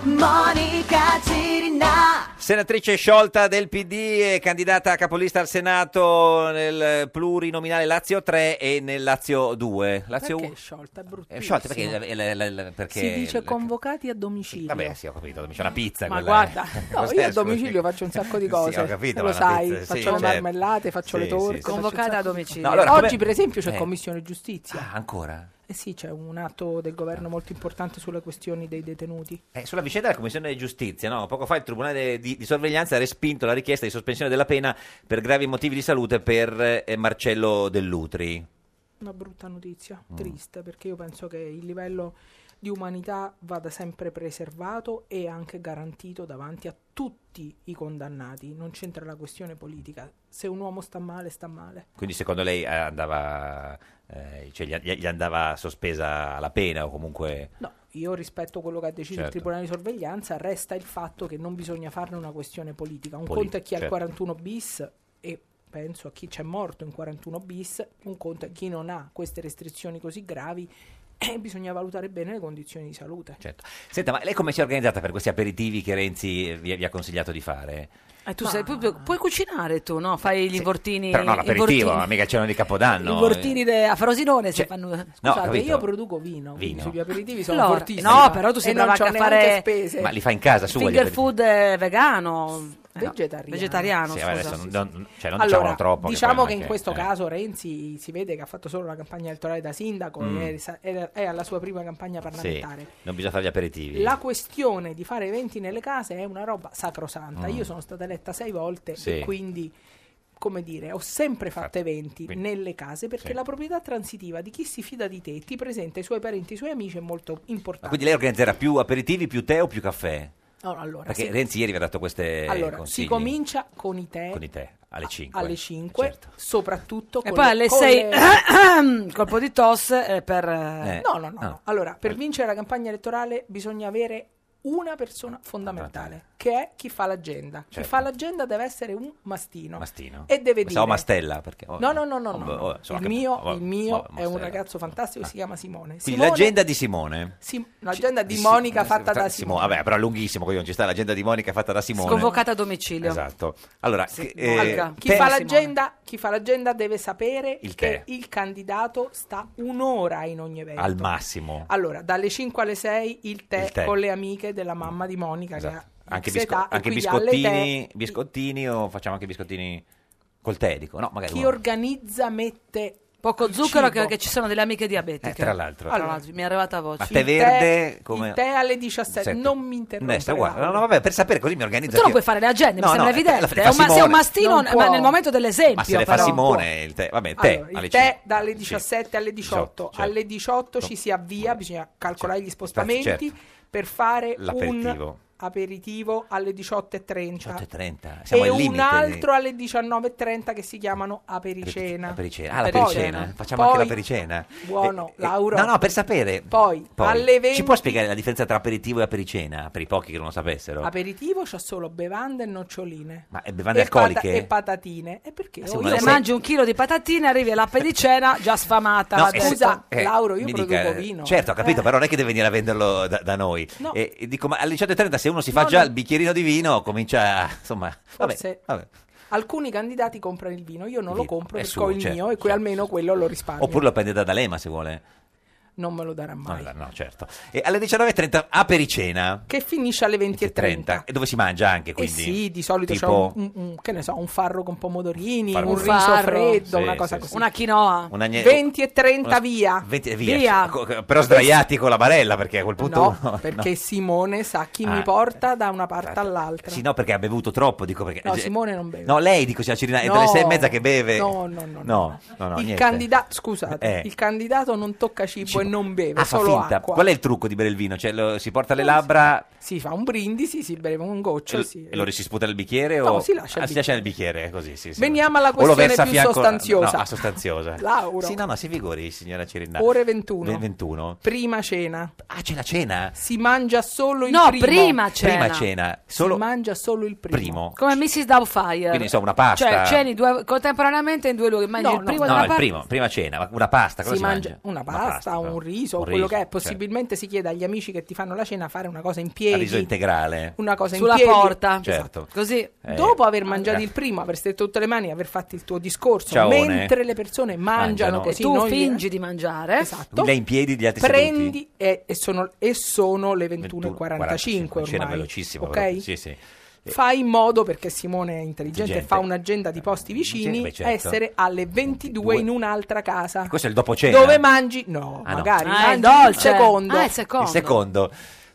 Speaker 9: Monica Cirinà,
Speaker 2: Senatrice sciolta del PD e candidata a capolista al Senato nel plurinominale Lazio 3 e nel Lazio 2. Lazio
Speaker 13: Perché è
Speaker 2: 1.
Speaker 13: sciolta? È
Speaker 2: È
Speaker 13: bruttissimo.
Speaker 2: sciolta perché, la- la- la- la- perché
Speaker 13: si dice
Speaker 2: la-
Speaker 13: convocati a domicilio.
Speaker 2: Vabbè, sì, ho capito, c'è una pizza
Speaker 13: Ma
Speaker 2: quella- eh.
Speaker 13: guarda, no,
Speaker 2: Cos'è,
Speaker 13: io a
Speaker 2: scusi?
Speaker 13: domicilio faccio un sacco di
Speaker 2: Sì,
Speaker 13: cose.
Speaker 2: ho capito,
Speaker 13: Tu
Speaker 2: ma
Speaker 13: lo
Speaker 2: la
Speaker 13: sai,
Speaker 2: pizza-
Speaker 13: faccio
Speaker 2: sì,
Speaker 13: le
Speaker 2: certo.
Speaker 13: marmellate, faccio
Speaker 2: Sì,
Speaker 13: le
Speaker 2: sì,
Speaker 13: torte.
Speaker 2: sì.
Speaker 13: faccio un
Speaker 1: Convocata
Speaker 13: sacco
Speaker 1: a
Speaker 13: di-
Speaker 1: domicilio. No,
Speaker 2: allora,
Speaker 13: Oggi,
Speaker 2: come-
Speaker 13: per esempio, c'è
Speaker 2: Eh.
Speaker 13: commissione giustizia.
Speaker 2: Ah, ancora? Ah.
Speaker 13: Eh sì, c'è un atto del governo molto importante sulle questioni dei detenuti.
Speaker 2: Eh, sulla vicenda della Commissione di Giustizia, no? poco fa il Tribunale di, di Sorveglianza ha respinto la richiesta di sospensione della pena per gravi motivi di salute per eh, Marcello Dell'Utri.
Speaker 13: Una brutta notizia,
Speaker 2: Mm.
Speaker 13: triste, perché io penso che il livello di umanità vada sempre preservato e anche garantito davanti a tutti i condannati. Non c'entra la questione politica. Se un uomo sta male, sta male.
Speaker 2: Quindi secondo lei eh, andava, eh, cioè, gli, gli andava sospesa la pena o comunque...
Speaker 13: No, io rispetto quello che ha deciso il
Speaker 2: Certo.
Speaker 13: Tribunale di sorveglianza, resta il fatto che non bisogna farne una questione politica. Un
Speaker 2: Poli-
Speaker 13: conto è chi ha il
Speaker 2: certo.
Speaker 13: 41 bis e penso a chi c'è morto in 41 bis, un conto è chi non ha queste restrizioni così gravi e bisogna valutare bene le condizioni di salute.
Speaker 2: Certo. Senta, ma lei come si è organizzata per questi aperitivi che Renzi vi, vi ha consigliato di fare?
Speaker 1: E Eh, tu sai proprio, puoi cucinare tu, no? Fai gli vortini.
Speaker 2: Però no,
Speaker 1: Eh, i vortini.
Speaker 2: l'aperitivo, ma mica c'erano di Capodanno.
Speaker 1: I
Speaker 2: eh.
Speaker 1: vortini de- a Frosinone si
Speaker 2: Cioè,
Speaker 1: fanno. eh.
Speaker 13: Scusate,
Speaker 2: capito.
Speaker 13: io produco vino, quindi
Speaker 2: Vino.
Speaker 13: sugli aperitivi sono
Speaker 1: Allora,
Speaker 13: fortissimo.
Speaker 1: no, però tu sei
Speaker 13: e non
Speaker 1: brava
Speaker 13: c'ho
Speaker 1: anche a
Speaker 13: neanche
Speaker 1: fare-
Speaker 13: spese.
Speaker 2: Ma li fa in casa sua? gli
Speaker 1: Finger
Speaker 2: aperitivi?
Speaker 1: food eh, vegano. Eh, no,
Speaker 13: Vegetariano.
Speaker 1: Vegetariano,
Speaker 2: Sì,
Speaker 1: scusa.
Speaker 2: ma adesso non, non- cioè, non
Speaker 13: Allora,
Speaker 2: diciamolo troppo.
Speaker 13: Diciamo
Speaker 2: poi
Speaker 13: che,
Speaker 2: non
Speaker 13: in
Speaker 2: è
Speaker 13: questo
Speaker 2: eh.
Speaker 13: caso Renzi si vede che ha fatto solo la campagna elettorale da sindaco
Speaker 2: Mm.
Speaker 13: e è sa- è, è alla sua prima campagna
Speaker 2: Sì,
Speaker 13: parlamentare.
Speaker 2: non bisogna fare gli aperitivi.
Speaker 13: La questione di fare eventi nelle case è una roba sacrosanta.
Speaker 2: Mm.
Speaker 13: Io sono stata eletta sei volte e
Speaker 2: Sì.
Speaker 13: quindi, come dire, ho sempre fatto eventi
Speaker 2: quindi-
Speaker 13: nelle case perché
Speaker 2: Sì.
Speaker 13: la proprietà transitiva di chi si fida di te, ti presenta i suoi parenti, i suoi amici è molto importante.
Speaker 2: Ma quindi lei organizzerà più aperitivi, più tè o più caffè?
Speaker 13: No, allora,
Speaker 2: Perché
Speaker 13: sì.
Speaker 2: Renzi ieri vi ha dato queste
Speaker 13: Allora,
Speaker 2: eh, consigli
Speaker 13: si comincia con i tè.
Speaker 2: con i tè alle 5.
Speaker 13: alle 5,
Speaker 2: Eh, certo.
Speaker 13: soprattutto
Speaker 1: E
Speaker 13: con
Speaker 1: poi
Speaker 13: le-
Speaker 1: alle
Speaker 13: con
Speaker 1: 6
Speaker 13: le-
Speaker 1: colpo di tosse eh, per... eh,
Speaker 13: No, no, no,
Speaker 1: ah.
Speaker 13: no. Allora, per vincere la campagna elettorale bisogna avere una persona fondamentale, che è chi fa l'agenda. Chi
Speaker 2: Certo.
Speaker 13: fa l'agenda deve essere un mastino.
Speaker 2: Mastino.
Speaker 13: E deve dire...
Speaker 2: Pensavo Mastella, perché-
Speaker 13: No, no, no, no.
Speaker 2: Oh,
Speaker 13: no.
Speaker 2: oh, so
Speaker 13: il,
Speaker 2: che-
Speaker 13: mio,
Speaker 2: oh,
Speaker 13: il mio
Speaker 2: oh,
Speaker 13: è un
Speaker 2: Mastella.
Speaker 13: ragazzo fantastico, si chiama Simone.
Speaker 2: Quindi
Speaker 13: Simone-
Speaker 2: l'agenda di Simone. Esatto.
Speaker 13: Sim- l'agenda di
Speaker 2: Sì,
Speaker 13: Monica
Speaker 2: sì,
Speaker 13: fatta da Simone.
Speaker 2: Vabbè, però è lunghissimo, quindi non ci sta l'agenda di Monica fatta da Simone.
Speaker 1: Sconvocata a domicilio.
Speaker 2: Esatto. Allora, che- eh,
Speaker 13: Allora, chi,
Speaker 2: te-
Speaker 13: fa l'agenda, chi fa l'agenda deve sapere
Speaker 2: Il
Speaker 13: che
Speaker 2: tè.
Speaker 13: il candidato sta un'ora in ogni evento.
Speaker 2: al massimo.
Speaker 13: Allora, dalle 5 alle 6 il tè,
Speaker 2: Il tè.
Speaker 13: con le amiche della mamma di Monica.
Speaker 2: Esatto.
Speaker 13: Che ha
Speaker 2: Anche,
Speaker 13: X
Speaker 2: bisco-
Speaker 13: età, e
Speaker 2: anche
Speaker 13: quindi alle
Speaker 2: biscottini,
Speaker 13: tè
Speaker 2: biscottini o facciamo anche biscottini col tè, dico. No, magari
Speaker 13: Chi
Speaker 2: uno.
Speaker 13: organizza mette
Speaker 1: Poco
Speaker 13: il
Speaker 1: zucchero
Speaker 13: cibo.
Speaker 1: che, che ci sono delle amiche diabetiche.
Speaker 2: Eh, tra l'altro.
Speaker 1: Tra l'altro, mi è arrivata voce.
Speaker 2: Ma tè verde come-
Speaker 13: Il tè alle 17,
Speaker 2: Sette.
Speaker 13: non mi
Speaker 2: Eh, sta
Speaker 13: interrompere.
Speaker 2: guarda, no, no, vabbè, per sapere così mi organizzo.
Speaker 1: Tu non
Speaker 2: anch'io.
Speaker 1: puoi fare le agende,
Speaker 2: No,
Speaker 1: mi sembra
Speaker 2: no, la-
Speaker 1: evidente.
Speaker 2: la
Speaker 1: È
Speaker 2: fa
Speaker 1: un, ma- sei un
Speaker 2: Simone.
Speaker 1: mastino
Speaker 13: Non
Speaker 1: n-
Speaker 13: può.
Speaker 1: ma nel momento dell'esempio.
Speaker 2: Ma se le fa
Speaker 1: però.
Speaker 2: Simone il tè, vabbè, tè
Speaker 13: Allora,
Speaker 2: Eh, alle
Speaker 13: il tè
Speaker 2: 5.
Speaker 13: dalle
Speaker 2: Sì.
Speaker 13: 17 alle 18,
Speaker 2: 18,
Speaker 13: alle
Speaker 2: certo.
Speaker 13: 18 ci si avvia, bisogna calcolare gli spostamenti
Speaker 2: certo.
Speaker 13: per fare un
Speaker 2: L'aperitivo.
Speaker 13: aperitivo alle 18.30
Speaker 2: 18.30. Siamo
Speaker 13: e
Speaker 2: al limite.
Speaker 13: un altro alle 19.30 che si chiamano apericena.
Speaker 2: La pericena. Ah, la
Speaker 13: Poi-
Speaker 2: pericena. Facciamo
Speaker 13: eh, poi-
Speaker 2: anche la pericena.
Speaker 13: Buono,
Speaker 2: Eh, eh,
Speaker 13: Lauro.
Speaker 2: No, no, per sapere.
Speaker 13: Poi, alle 20
Speaker 2: Ci può spiegare la differenza tra aperitivo e apericena? Per i pochi che non lo sapessero.
Speaker 13: Ah, Aperitivo c'ha solo bevande e noccioline.
Speaker 2: Ma eh, bevande
Speaker 13: e pata-
Speaker 2: alcoliche? Eh
Speaker 13: e patatine. E perché?
Speaker 2: sì,
Speaker 13: Oh,
Speaker 2: ma
Speaker 13: io
Speaker 1: Se mangi un chilo di patatine, arrivi all'apericena già sfamata.
Speaker 2: No,
Speaker 1: va
Speaker 2: eh,
Speaker 1: detto.
Speaker 13: Scusa,
Speaker 2: eh,
Speaker 13: Lauro, io
Speaker 2: mi
Speaker 13: produco
Speaker 2: dica, eh,
Speaker 13: vino.
Speaker 2: Certo, ho capito,
Speaker 13: Eh.
Speaker 2: però non è che deve venire a venderlo da, da noi.
Speaker 13: No.
Speaker 2: E, e dico, ma alle 18.30 se uno si fa
Speaker 13: No,
Speaker 2: già
Speaker 13: no.
Speaker 2: il bicchierino di vino, comincia, insomma... Vabbè,
Speaker 13: Forse-
Speaker 2: vabbè.
Speaker 13: Alcuni candidati comprano il vino, io non lo
Speaker 2: Vino,
Speaker 13: compro
Speaker 2: è
Speaker 13: perché
Speaker 2: suo,
Speaker 13: ho il
Speaker 2: certo,
Speaker 13: mio e que- almeno quello lo risparmio.
Speaker 2: Oppure lo prende da D'Alema se vuole.
Speaker 13: non me lo darà mai.
Speaker 2: No, no, certo. E alle 19.30 apericena.
Speaker 13: Che finisce alle 20.30.
Speaker 2: 30. E dove si mangia anche,
Speaker 13: Eh
Speaker 2: quindi.
Speaker 13: sì, di solito c'è
Speaker 2: tipo
Speaker 13: un, un- un- che ne so, un farro con pomodorini,
Speaker 2: Farro
Speaker 13: un
Speaker 2: con
Speaker 13: riso
Speaker 2: farro.
Speaker 13: freddo,
Speaker 2: Sì,
Speaker 13: una cosa
Speaker 2: sì, sì.
Speaker 13: così.
Speaker 2: Una
Speaker 1: quinoa.
Speaker 2: Una gne-
Speaker 13: 20 e 30
Speaker 2: una-
Speaker 13: via.
Speaker 2: 20 via. Co- co- Però sdraiati con la barella, perché a quel punto...
Speaker 13: No,
Speaker 2: uno- no.
Speaker 13: perché Simone sa chi
Speaker 2: Ah.
Speaker 13: mi porta da una parte all'altra.
Speaker 2: Sì, no, perché ha bevuto troppo, dico perché... eh,
Speaker 13: No, Simone non beve.
Speaker 2: No, lei, dico, c'è la Cirina, è dalle
Speaker 13: No.
Speaker 2: sei e mezza che beve.
Speaker 13: No, no, no,
Speaker 2: No, no, no,
Speaker 13: il
Speaker 2: niente.
Speaker 13: candidato, scusate,
Speaker 2: Eh.
Speaker 13: il candidato non tocca cibo, e non beve,
Speaker 2: Ah, fa
Speaker 13: solo
Speaker 2: finta.
Speaker 13: acqua.
Speaker 2: Qual è il trucco di bere il vino? Cioè, lo- si porta le labbra
Speaker 13: Si fa un brindisi, si beve un
Speaker 2: e,
Speaker 13: goccio,
Speaker 2: lo-
Speaker 13: Cioè, sì. eh.
Speaker 2: e Cioè, lo si sputa nel bicchiere
Speaker 13: No,
Speaker 2: o...
Speaker 13: si lascia il
Speaker 2: Ah, nel bicchiere, così, sì, sì.
Speaker 13: Veniamo alla
Speaker 2: O lo
Speaker 13: questione
Speaker 2: versa a
Speaker 13: più
Speaker 2: fianco-
Speaker 13: sostanziosa.
Speaker 2: No, a sostanziosa.
Speaker 13: Lauro.
Speaker 2: Sì, no, no, si figuri, signora Cirinna.
Speaker 13: Ore 21.
Speaker 2: Ve- 21.
Speaker 13: Prima cena.
Speaker 2: Ah, c'è la cena?
Speaker 13: Si mangia solo il
Speaker 1: No,
Speaker 13: primo.
Speaker 1: prima
Speaker 2: Prima cena, solo
Speaker 13: Si mangia solo il primo.
Speaker 2: primo.
Speaker 1: Come Mrs. Doubtfire.
Speaker 2: Quindi, insomma, una pasta.
Speaker 1: Cioè, ceni due- contemporaneamente in due luoghi. Mangi il primo
Speaker 2: No, eh.
Speaker 1: da una
Speaker 2: il
Speaker 1: parte.
Speaker 2: primo, prima cena, ma una pasta, cosa si,
Speaker 13: si mangia una pasta,
Speaker 2: però.
Speaker 13: un riso,
Speaker 2: Un
Speaker 13: quello
Speaker 2: riso,
Speaker 13: che è.
Speaker 2: certo.
Speaker 13: Possibilmente si chiede agli amici che ti fanno la cena fare una cosa in
Speaker 2: Il
Speaker 13: piedi.
Speaker 2: riso integrale.
Speaker 13: Una cosa in
Speaker 1: Sulla
Speaker 13: piedi. Esatto.
Speaker 1: porta.
Speaker 2: Certo.
Speaker 1: Così.
Speaker 2: Eh.
Speaker 13: Dopo aver mangiato
Speaker 2: Eh.
Speaker 13: il primo, aver stretto tutte le mani e aver fatto il tuo discorso,
Speaker 2: Ciaone.
Speaker 13: mentre le persone mangiano,
Speaker 2: Mangiano.
Speaker 13: così,
Speaker 1: Tu
Speaker 13: noi-
Speaker 1: fingi di mangiare.
Speaker 13: Esatto.
Speaker 2: Lei in piedi, gli altri seduti.
Speaker 13: Prendi e, e sono, e sono le 21.45
Speaker 2: 45, cena
Speaker 13: ormai.
Speaker 2: velocissima,
Speaker 13: ok?
Speaker 2: proprio. Sì, sì. Eh,
Speaker 13: Fai in modo, perché Simone è intelligente e
Speaker 2: Intelligente.
Speaker 13: fa un'agenda di posti vicini,
Speaker 2: Sì, beh, certo.
Speaker 13: essere alle 22 in un'altra casa.
Speaker 2: Questo è il dopo cena.
Speaker 13: Dove mangi? No,
Speaker 2: Ah, no.
Speaker 13: magari
Speaker 1: Ah,
Speaker 13: mangi
Speaker 1: il dolce.
Speaker 13: il secondo.
Speaker 1: Ah, il secondo.
Speaker 2: Il secondo. Ah,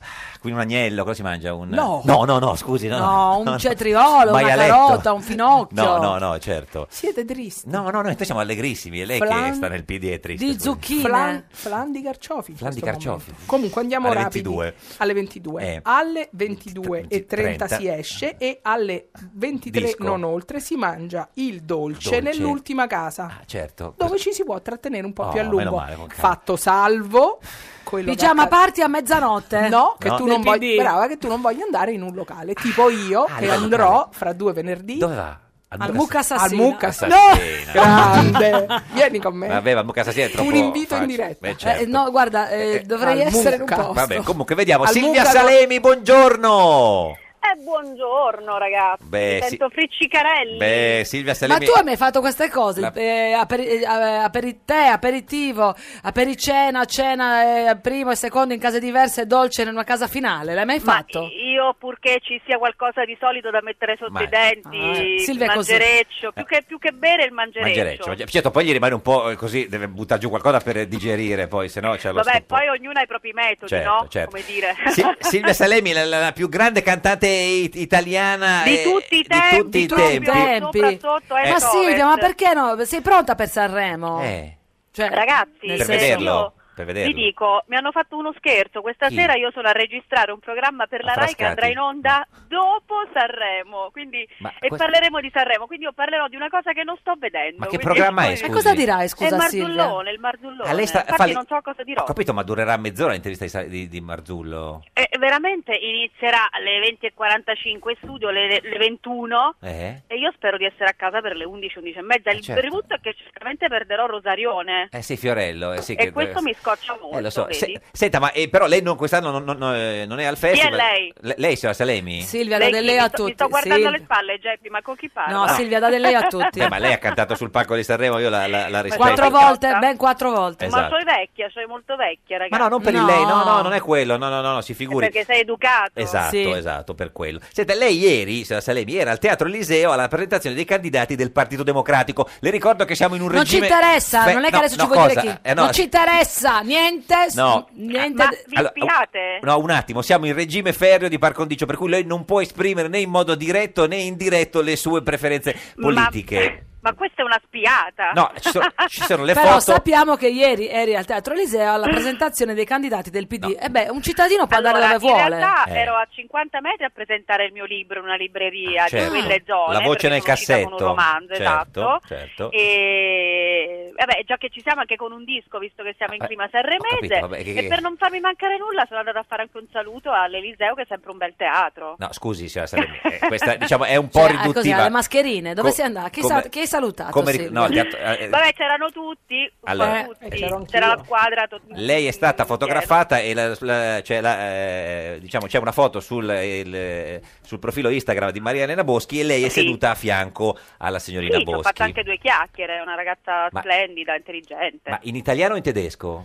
Speaker 2: Quindi un agnello, cosa si mangia? Un...
Speaker 1: No.
Speaker 2: no, no, no, scusi. No,
Speaker 1: No, un cetriolo, una
Speaker 2: Maialetto.
Speaker 1: carota, un finocchio.
Speaker 2: No, no, no, certo.
Speaker 13: Siete tristi.
Speaker 2: No, no, noi siamo allegrissimi. È lei
Speaker 13: Flan-
Speaker 2: che sta nel PD è triste. scusi.
Speaker 13: Flan, flan di carciofi. in
Speaker 2: Flan di
Speaker 13: questo
Speaker 2: carciofi.
Speaker 13: momento. Comunque andiamo
Speaker 2: Alle
Speaker 13: rapidi.
Speaker 2: 22.
Speaker 13: Alle 22.
Speaker 2: Eh.
Speaker 13: Alle 22 e 30, si esce e alle 23
Speaker 2: Disco.
Speaker 13: non oltre si mangia il dolce,
Speaker 2: Dolce.
Speaker 13: nell'ultima casa.
Speaker 2: Certo.
Speaker 13: Dove ci si può trattenere un po'
Speaker 2: Oh,
Speaker 13: più a
Speaker 2: meno
Speaker 13: lungo.
Speaker 2: male, con calma.
Speaker 13: Fatto salvo quello che
Speaker 1: Pigiama
Speaker 13: accade-
Speaker 1: party a mezzanotte.
Speaker 13: No, che, Tu non
Speaker 1: Nel
Speaker 13: vogli-
Speaker 1: PD.
Speaker 13: brava, che tu non voglia andare in un locale, tipo io,
Speaker 2: Ah,
Speaker 13: che
Speaker 2: lei va al
Speaker 13: andrò
Speaker 2: locale.
Speaker 13: fra due venerdì
Speaker 2: Dove va?
Speaker 13: al
Speaker 2: Mucca
Speaker 13: Mucca
Speaker 2: Assassina.
Speaker 13: Assassina. Al Mucca Assassina.
Speaker 2: Assassina.
Speaker 13: No! Grande! Vieni con me.
Speaker 2: Vabbè, ma Mucca Assassina è troppo
Speaker 13: Un invito in
Speaker 2: facile.
Speaker 13: diretta.
Speaker 2: Beh, certo.
Speaker 1: Eh, no, guarda, eh, dovrei
Speaker 13: al
Speaker 1: essere in un
Speaker 13: mucca.
Speaker 1: posto.
Speaker 2: Vabbè, comunque vediamo.
Speaker 13: Al
Speaker 2: Silvia
Speaker 13: Mucca-
Speaker 2: Salemi, buongiorno.
Speaker 14: Eh, buongiorno ragazzi.
Speaker 2: Beh,
Speaker 14: Mi
Speaker 2: sì.
Speaker 14: sento friccicarelli.
Speaker 2: Beh, Silvia
Speaker 1: Ma
Speaker 2: Salemi.
Speaker 1: tu hai mai fatto queste cose?
Speaker 2: La-
Speaker 1: Eh, aperi- eh, aperi- tè, aperitivo, apericena, cena, eh, primo e secondo in case diverse, dolce in una casa finale. L'hai mai fatto?
Speaker 14: Io purché ci sia qualcosa di solido da mettere sotto
Speaker 2: Ma-
Speaker 14: i denti,
Speaker 1: Ah, eh.
Speaker 14: il
Speaker 1: Silvia è così.
Speaker 14: mangereccio, più che, più che bere il
Speaker 2: Mangereccio. mangi- Certo, poi gli rimane un po' eh, così, deve buttare giù qualcosa per digerire, poi se no c'è cioè, lo
Speaker 14: Vabbè,
Speaker 2: stupore.
Speaker 14: poi ognuno ha i propri metodi,
Speaker 2: Certo,
Speaker 14: no?
Speaker 2: certo.
Speaker 14: Come dire.
Speaker 2: Si- Silvia Salemi, la, la- la più grande cantante it- italiana
Speaker 14: Di
Speaker 2: eh,
Speaker 14: tutti i
Speaker 2: di
Speaker 14: tempi,
Speaker 2: tutti i
Speaker 14: proprio
Speaker 2: tempi.
Speaker 1: Tempi.
Speaker 14: Sopra, sotto, eh,
Speaker 1: ma
Speaker 14: Torres.
Speaker 1: Silvia, ma perché no? Sei pronta per Sanremo?
Speaker 2: Eh,
Speaker 1: Cioè,
Speaker 14: Ragazzi,
Speaker 1: nel
Speaker 2: per
Speaker 1: senso-
Speaker 2: vederlo, per
Speaker 14: Vi
Speaker 2: vederlo.
Speaker 14: dico, mi hanno fatto uno scherzo. Questa
Speaker 2: Chi?
Speaker 14: sera io sono a registrare un programma per
Speaker 2: A
Speaker 14: la Rai che
Speaker 2: Frascati?
Speaker 14: andrà in onda dopo Sanremo. Quindi,
Speaker 2: Ma
Speaker 14: e
Speaker 2: questo-
Speaker 14: parleremo di Sanremo. Quindi, io parlerò di una cosa che non sto vedendo.
Speaker 2: Ma che
Speaker 14: quindi-
Speaker 2: programma è,
Speaker 1: E
Speaker 2: scusi?
Speaker 1: cosa dirai,
Speaker 14: È il
Speaker 1: scusa Silvia?
Speaker 14: Marzullone, il Marzullone.
Speaker 2: Ah, lei sta-
Speaker 14: Infatti,
Speaker 2: fa le-
Speaker 14: non so cosa dirò.
Speaker 2: Ho capito, ma durerà mezz'ora l'intervista di Sa- di, di Marzullo.
Speaker 14: Eh, veramente inizierà alle 20.45 in studio, alle alle 21.
Speaker 2: Eh?
Speaker 14: E io spero di essere a casa per le 11, 11 e mezza. Il
Speaker 2: certo.
Speaker 14: brutto è che certamente perderò Rosarione.
Speaker 2: Eh sì, Fiorello. eh sì
Speaker 14: e
Speaker 2: che-
Speaker 14: questo mi scoccia molto.
Speaker 2: Eh, lo so.
Speaker 14: vedi?
Speaker 2: Se- senta, ma eh, però lei non, quest'anno non, non- non, eh, non è al festival.
Speaker 14: lei?
Speaker 2: Le- lei, signora Salemi?
Speaker 1: Silvia,
Speaker 14: Lei
Speaker 1: da
Speaker 14: chi?
Speaker 1: lei
Speaker 14: mi
Speaker 1: a
Speaker 14: sto-
Speaker 1: tutti.
Speaker 14: Mi sto guardando alle
Speaker 1: Silvia.
Speaker 14: spalle, Geppi, ma con chi parlo?
Speaker 1: No, Silvia, da lei a tutti.
Speaker 2: Beh, Eh, ma lei ha cantato sul palco di Sanremo, io la, la, la rispetto.
Speaker 1: Quattro
Speaker 14: Aspetta.
Speaker 1: volte, ben quattro volte.
Speaker 2: Esatto.
Speaker 14: Ma sei vecchia, sei molto vecchia, ragazzi.
Speaker 2: Ma no, non per il
Speaker 1: No.
Speaker 2: lei, no, no, non è quello, no, no, no, no si
Speaker 14: Eh,
Speaker 2: figuri.
Speaker 14: Perché sei educato.
Speaker 2: Esatto,
Speaker 1: Sì.
Speaker 2: esatto, per quello. Senta, lei ieri, signora Salemi, era al Teatro Eliseo alla presentazione dei candidati del Partito Democratico. Le ricordo che siamo in un
Speaker 1: Non ci
Speaker 2: regime...
Speaker 1: interessa,
Speaker 2: Beh,
Speaker 1: non è che
Speaker 2: no,
Speaker 1: adesso
Speaker 2: no,
Speaker 1: ci vuoi
Speaker 2: cosa?
Speaker 1: dire chi.
Speaker 2: Eh, no,
Speaker 1: non ci interessa niente. s-
Speaker 2: No.
Speaker 1: niente
Speaker 14: Ma
Speaker 1: de-
Speaker 14: vi
Speaker 2: Allora, oh,
Speaker 14: spiate?
Speaker 2: No, un attimo, siamo in regime ferreo di par condicio, per cui lei non può esprimere né in modo diretto né indiretto le sue preferenze politiche.
Speaker 14: Ma, ma questa è una spiata.
Speaker 2: No, ci sono, ci sono le
Speaker 1: Però
Speaker 2: foto.
Speaker 1: sappiamo che ieri eri al Teatro Eliseo alla presentazione dei candidati del PD. E beh, un cittadino può
Speaker 14: Allora,
Speaker 1: andare dove vuole.
Speaker 14: In realtà
Speaker 2: Eh.
Speaker 14: ero a 50 metri a presentare il mio libro in una libreria
Speaker 2: Certo.
Speaker 14: di quelle zone.
Speaker 2: La
Speaker 14: perché
Speaker 2: voce nel
Speaker 14: sono uscita
Speaker 2: cassetto.
Speaker 14: Con un romanzo,
Speaker 2: Certo,
Speaker 14: esatto.
Speaker 2: certo.
Speaker 14: E vabbè, già che ci siamo anche con un disco, visto che siamo in
Speaker 2: Ah,
Speaker 14: clima
Speaker 2: ho
Speaker 14: sanremese.
Speaker 2: capito, vabbè, che-
Speaker 14: E per non farmi mancare nulla sono andata a fare anche un saluto all'Eliseo, che è sempre un bel teatro.
Speaker 2: No, scusi, signora Salemi, eh, questa diciamo, è un
Speaker 1: Cioè,
Speaker 2: po'
Speaker 1: ah, così,
Speaker 2: riduttiva.
Speaker 1: alle mascherine, dove
Speaker 2: Co-
Speaker 1: sei andata? Chi,
Speaker 2: come-
Speaker 1: sa- chi hai salutato?
Speaker 2: come ri-
Speaker 1: Silvia?
Speaker 2: no, teatro- eh,
Speaker 14: Vabbè, c'erano tutti, un po'
Speaker 2: Allora- Eh,
Speaker 14: tutti.
Speaker 13: eh, c'ero anch'io.
Speaker 14: c'era la squadra. to-
Speaker 2: Lei è stata fotografata e la- la- c'è, la, eh, diciamo, c'è una foto sul, il, eh, sul profilo Instagram di Maria Elena Boschi e lei è
Speaker 14: Sì.
Speaker 2: seduta a fianco alla signorina
Speaker 14: Sì, ci ho
Speaker 2: Boschi.
Speaker 14: fatto anche due chiacchiere, è una ragazza
Speaker 2: Ma-
Speaker 14: splendida, intelligente.
Speaker 2: Ma in italiano o in tedesco?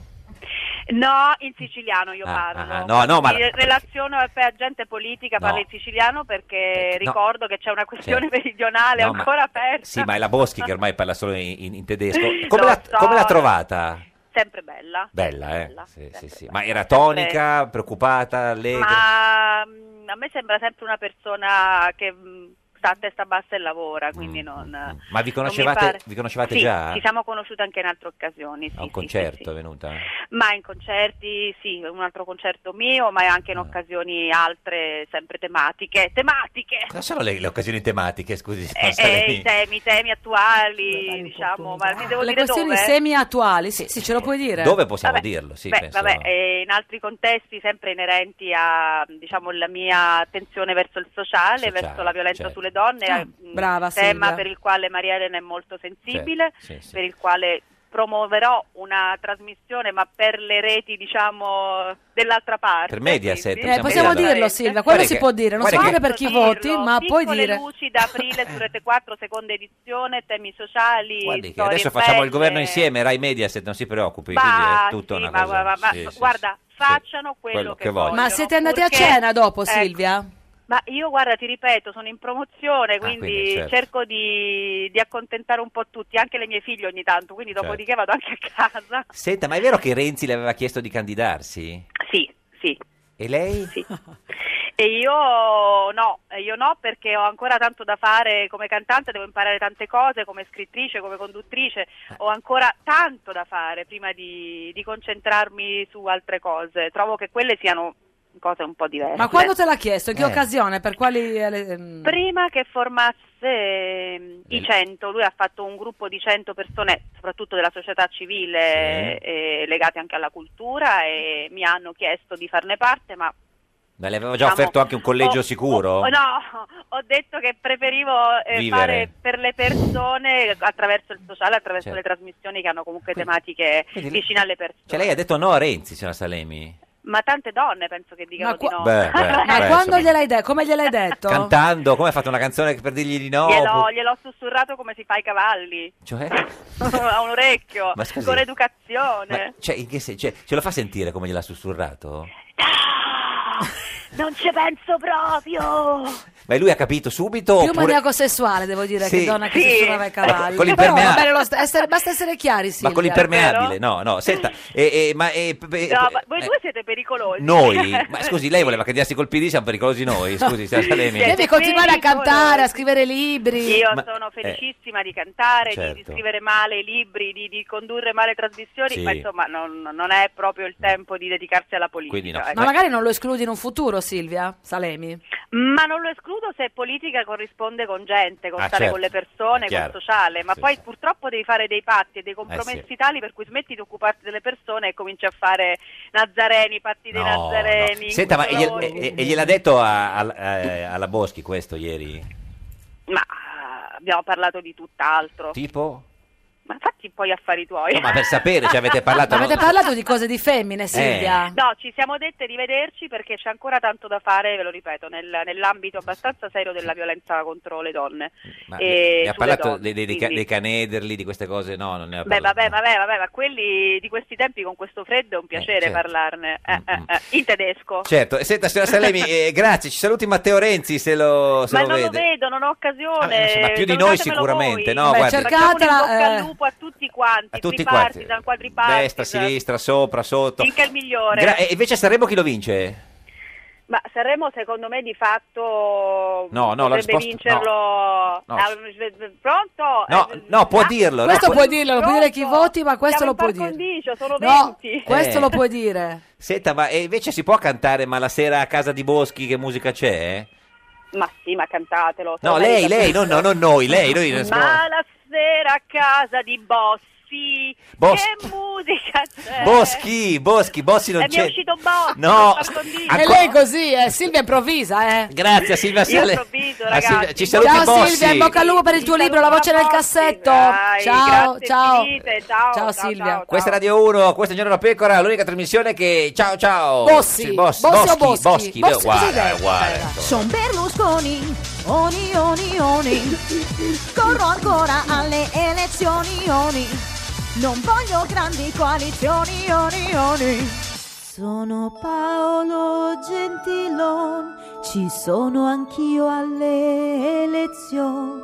Speaker 14: No, in siciliano io
Speaker 2: Ah,
Speaker 14: parlo.
Speaker 2: ah, ah, no, no, ma-
Speaker 14: Mi relaziono a a gente politica,
Speaker 2: No. Eh,
Speaker 14: parlo in siciliano perché
Speaker 2: no.
Speaker 14: ricordo che c'è una questione meridionale
Speaker 2: No, ma-
Speaker 14: ancora aperta.
Speaker 2: Sì, ma è la Boschi che ormai parla solo in, in- in tedesco. Come,
Speaker 14: Lo
Speaker 2: l'ha,
Speaker 14: so.
Speaker 2: come l'ha trovata?
Speaker 14: Sempre bella.
Speaker 2: Bella, eh?
Speaker 14: Bella,
Speaker 2: Sì, sì,
Speaker 14: sempre
Speaker 2: sì.
Speaker 14: bella.
Speaker 2: Ma era
Speaker 14: Sempre-
Speaker 2: tonica, preoccupata, allegra?
Speaker 14: Ma mm, a me sembra sempre una persona che mm, sta a testa bassa e lavora, quindi non...
Speaker 2: Mm, Ma vi
Speaker 14: non mi
Speaker 2: conoscevate-
Speaker 14: pare-
Speaker 2: vi conoscevate
Speaker 14: Sì,
Speaker 2: già?
Speaker 14: ci siamo conosciute anche in altre occasioni, sì,
Speaker 2: A un
Speaker 14: sì,
Speaker 2: concerto
Speaker 14: sì, sì.
Speaker 2: è venuta?
Speaker 14: Ma in concerti, sì, un altro concerto mio, ma anche in
Speaker 2: Ah.
Speaker 14: occasioni altre, sempre tematiche. Tematiche!
Speaker 2: Cosa sono le, le occasioni tematiche, scusi?
Speaker 14: Eh, eh,
Speaker 2: signora Salemi?
Speaker 14: i temi, i temi attuali, diciamo, ma mi devo
Speaker 1: Le
Speaker 14: dire
Speaker 1: questioni
Speaker 14: dove?
Speaker 1: semi-attuali, sì, sì, ce lo puoi dire.
Speaker 2: Dove possiamo
Speaker 14: Vabbè,
Speaker 2: dirlo? Sì,
Speaker 14: Beh,
Speaker 2: penso-
Speaker 14: vabbè, eh, in altri contesti sempre inerenti a diciamo la mia attenzione verso il sociale,
Speaker 2: Sociale,
Speaker 14: verso la violenza
Speaker 2: certo.
Speaker 14: sulle donne,
Speaker 1: Ah,
Speaker 14: eh, mh,
Speaker 1: brava,
Speaker 14: tema
Speaker 1: Silvia.
Speaker 14: per il quale Maria Elena è molto sensibile,
Speaker 2: Certo, sì, sì.
Speaker 14: per il quale promuoverò una trasmissione ma per le reti diciamo dell'altra parte
Speaker 2: Per Mediaset,
Speaker 14: quindi-
Speaker 1: Eh, possiamo dirlo, Silvia, quello
Speaker 2: Guarda
Speaker 1: si
Speaker 2: che-
Speaker 1: può dire, non
Speaker 2: guarda
Speaker 1: so
Speaker 2: che-
Speaker 1: pure per chi
Speaker 14: Dirlo,
Speaker 1: voti, ma puoi
Speaker 14: Piccole
Speaker 1: dire...
Speaker 14: luci d'aprile su Rete 4 seconda edizione temi sociali
Speaker 2: Guardi che
Speaker 14: storie
Speaker 2: adesso facciamo il
Speaker 14: belle.
Speaker 2: governo insieme, Rai Mediaset, non si preoccupi, quindi
Speaker 14: eh. Ma
Speaker 2: è tutta
Speaker 14: sì,
Speaker 2: una
Speaker 14: ma-
Speaker 2: cosa.
Speaker 14: ma- ma-
Speaker 2: sì, sì,
Speaker 14: guarda, facciano quello,
Speaker 2: quello
Speaker 14: che,
Speaker 2: che vogliono.
Speaker 1: Ma siete andati
Speaker 14: purché-
Speaker 1: a cena dopo,
Speaker 14: ecco,
Speaker 1: Silvia?
Speaker 14: Ma io guarda, ti ripeto, sono in promozione, quindi,
Speaker 2: quindi, certo.
Speaker 14: cerco di, di accontentare un po' tutti, anche le mie figlie ogni tanto, quindi
Speaker 2: Certo.
Speaker 14: dopodiché vado anche a casa.
Speaker 2: sì. Senta, ma è vero che Renzi le aveva chiesto di candidarsi?
Speaker 14: Sì, sì.
Speaker 2: E lei?
Speaker 14: E io no, e io no perché ho ancora tanto da fare come cantante, devo imparare tante cose come scrittrice, come conduttrice,
Speaker 2: Eh.
Speaker 14: ho ancora tanto da fare prima di, di concentrarmi su altre cose. Trovo che quelle siano cose un po' diverse.
Speaker 1: Ma quando te l'ha chiesto? In che
Speaker 14: Eh.
Speaker 1: occasione? Per quali... eh, le- ehm,
Speaker 14: Prima che formasse ehm, i 100, lui ha fatto un gruppo di 100 persone, soprattutto della società civile,
Speaker 2: Sì.
Speaker 14: eh, legate anche alla cultura e mi hanno chiesto di farne parte, ma
Speaker 2: Ma le aveva già
Speaker 14: Diciamo,
Speaker 2: offerto anche un collegio
Speaker 14: ho-
Speaker 2: sicuro?
Speaker 14: ho- oh, no, ho detto che preferivo eh,
Speaker 2: Vivere.
Speaker 14: fare per le persone attraverso il sociale, attraverso
Speaker 2: Certo.
Speaker 14: le trasmissioni che hanno comunque tematiche
Speaker 2: quindi lei-
Speaker 14: vicine alle persone.
Speaker 2: Cioè lei ha detto no a Renzi, signora Salemi?
Speaker 14: Ma tante donne penso che dicano
Speaker 1: Ma qua- Certo.
Speaker 14: di no.
Speaker 1: Eh,
Speaker 2: Beh, beh,
Speaker 1: Ma
Speaker 2: beh,
Speaker 1: quando
Speaker 2: insomma,
Speaker 1: gliel'hai detto? Come
Speaker 14: Eh,
Speaker 1: gliel'hai detto?
Speaker 2: Cantando, come ha fatto una canzone per dirgli di no?
Speaker 14: Gliel'ho,
Speaker 2: oppure-
Speaker 14: gliel'ho sussurrato come si fa ai cavalli,
Speaker 2: Cioè?
Speaker 14: a un orecchio,
Speaker 2: Ma scusi.
Speaker 14: con educazione.
Speaker 2: Ma, cioè, in che se- cioè, ce lo fa sentire come gliel'ha sussurrato?
Speaker 14: Non ci penso proprio!
Speaker 2: Ma lui ha capito subito?
Speaker 1: Più
Speaker 2: oppure...
Speaker 1: maniaco sessuale, devo dire,
Speaker 2: Sì.
Speaker 1: che donna che
Speaker 2: Sì.
Speaker 1: sussurrava ai cavalli.
Speaker 2: Ecco, con
Speaker 1: Però va
Speaker 2: l'impermea-
Speaker 1: bene lo st- essere- basta essere chiari, Silvia.
Speaker 2: Ma con l'impermeabile, no, no, senta, eh, eh, ma, eh, p- p-
Speaker 14: No,
Speaker 2: eh,
Speaker 14: ma voi due siete pericolosi.
Speaker 2: noi, ma scusi, lei voleva candidarsi col PD, siamo pericolosi noi, scusi, signora Salemi.
Speaker 1: Devi continuare a cantare, a scrivere libri.
Speaker 14: Io
Speaker 2: Ma-
Speaker 14: sono
Speaker 2: eh,
Speaker 14: felicissima di cantare, di- di,
Speaker 2: certo.
Speaker 14: scrivere male i libri, di, di condurre male trasmissioni,
Speaker 2: Sì. Mm.
Speaker 14: ma insomma non, non è proprio il tempo di dedicarsi alla politica.
Speaker 2: Quindi no.
Speaker 14: ecco.
Speaker 1: Ma magari non lo escludi in un futuro, Silvia Salemi.
Speaker 14: Ma non lo escludo se politica corrisponde con gente, con
Speaker 1: Ah,
Speaker 14: stare
Speaker 1: certo,
Speaker 14: con le
Speaker 1: è
Speaker 14: persone,
Speaker 1: chiaro.
Speaker 14: con sociale, ma
Speaker 1: Sì,
Speaker 14: poi
Speaker 1: sì.
Speaker 14: purtroppo devi fare dei patti e dei compromessi
Speaker 2: Eh, sì.
Speaker 14: tali per cui smetti di occuparti delle persone e cominci a fare Nazareni, patti dei
Speaker 2: No,
Speaker 14: Nazareni.
Speaker 2: no. Senta, ma e, gliel-
Speaker 14: colori.
Speaker 2: e- e gliel'ha detto a- al- eh, alla Boschi questo ieri?
Speaker 14: Ma ah, abbiamo parlato di tutt'altro.
Speaker 2: Tipo?
Speaker 14: Ma fatti poi affari tuoi.
Speaker 2: No, ma per sapere, cioè, ci avete parlato...
Speaker 1: Ma avete
Speaker 2: no? Eh,
Speaker 1: parlato di cose di femmine, Silvia?
Speaker 14: No, ci siamo dette di vederci perché c'è ancora tanto da fare, ve lo ripeto, nel- nell'ambito abbastanza serio della violenza contro le donne.
Speaker 2: Ma
Speaker 14: E
Speaker 2: ne- ne ha
Speaker 14: Eh, sulle
Speaker 2: parlato
Speaker 14: donne,
Speaker 2: dei, dei- dei ca-
Speaker 14: quindi-
Speaker 2: dei canederli, di queste cose? No, non ne ha
Speaker 14: Beh,
Speaker 2: parlato.
Speaker 14: vabbè, vabbè, vabbè, ma quelli di questi tempi con questo freddo è un piacere
Speaker 2: certo.
Speaker 14: parlarne. Eh, eh, eh, in tedesco.
Speaker 2: Certo, e senta, signora Salemi, eh, grazie, ci saluti Matteo Renzi se lo, se
Speaker 14: ma
Speaker 2: lo
Speaker 14: non
Speaker 2: vede.
Speaker 14: lo vedo, non ho
Speaker 2: Vabbè,
Speaker 14: occasione.
Speaker 2: insomma, più di noi
Speaker 14: Salutatelo voi.
Speaker 2: sicuramente, no, guardi.
Speaker 14: Facciamo un in bocca
Speaker 1: eh,
Speaker 14: al lupo a tutti quanti,
Speaker 2: a tutti
Speaker 14: tripartisan,
Speaker 2: quanti.
Speaker 14: quadripartisan.
Speaker 2: Destra, sinistra, sopra, sotto.
Speaker 14: Finché il migliore.
Speaker 2: Gra- e invece a Sanremo chi lo vince?
Speaker 14: Ma Sanremo secondo me di fatto
Speaker 2: No, no,
Speaker 14: potrebbe
Speaker 2: la risposta-
Speaker 14: vincerlo.
Speaker 2: no.
Speaker 14: Ah, Pronto? Eh,
Speaker 2: No, no,
Speaker 14: ah,
Speaker 2: può dirlo.
Speaker 1: Questo
Speaker 2: no, può-
Speaker 1: puoi dirlo, lo puoi dire chi voti, ma questo lo puoi dire.
Speaker 14: sono
Speaker 1: no,
Speaker 14: 20.
Speaker 1: questo
Speaker 2: Eh.
Speaker 1: lo puoi dire.
Speaker 2: Senta, ma e invece si può cantare Ma la sera a casa di Boschi che musica c'è? eh?
Speaker 14: Ma sì, ma cantatelo.
Speaker 2: No,
Speaker 14: Sono
Speaker 2: lei,
Speaker 14: Marisa
Speaker 2: lei, no,
Speaker 14: Pizzo.
Speaker 2: no, non noi, lei, noi non siamo-
Speaker 14: Ma la sera a casa di Bossi.
Speaker 2: Bos-
Speaker 14: Che musica
Speaker 1: eh.
Speaker 14: c'è?
Speaker 2: Boschi, Boschi, Bossi non
Speaker 14: Eh, mi
Speaker 2: c'è.
Speaker 14: è uscito Bossi.
Speaker 2: No,
Speaker 14: per condividere.
Speaker 2: Anco-
Speaker 1: E lei così, eh, Silvia improvvisa, eh.
Speaker 2: Grazie a Silvia
Speaker 1: Io
Speaker 2: Sale.
Speaker 14: improvviso,
Speaker 2: a Silvia-
Speaker 14: ragazzi.
Speaker 2: Ci saluti
Speaker 1: ciao
Speaker 2: Bossi.
Speaker 1: Silvia, in bocca al lupo per il tuo libro, La voce nel cassetto.
Speaker 14: Dai,
Speaker 1: ciao,
Speaker 14: grazie
Speaker 1: ciao.
Speaker 14: infinite, ciao, ciao,
Speaker 1: Silvia.
Speaker 2: Questa è Radio 1, questo è Giorno della Pecora, l'unica trasmissione che... Ciao, ciao.
Speaker 1: Bossi,
Speaker 2: Sì, Bossi,
Speaker 1: Bossi o
Speaker 2: Boschi,
Speaker 1: Boschi?
Speaker 2: Boschi,
Speaker 1: Bossi,
Speaker 2: guarda,
Speaker 1: cos'è?
Speaker 2: guarda.
Speaker 9: Son Berlusconi, oni, oni, oni. Corro ancora alle elezioni, oni. Non voglio grandi coalizioni, oni, oni.
Speaker 8: Sono Paolo Gentilon, ci sono anch'io alle elezioni.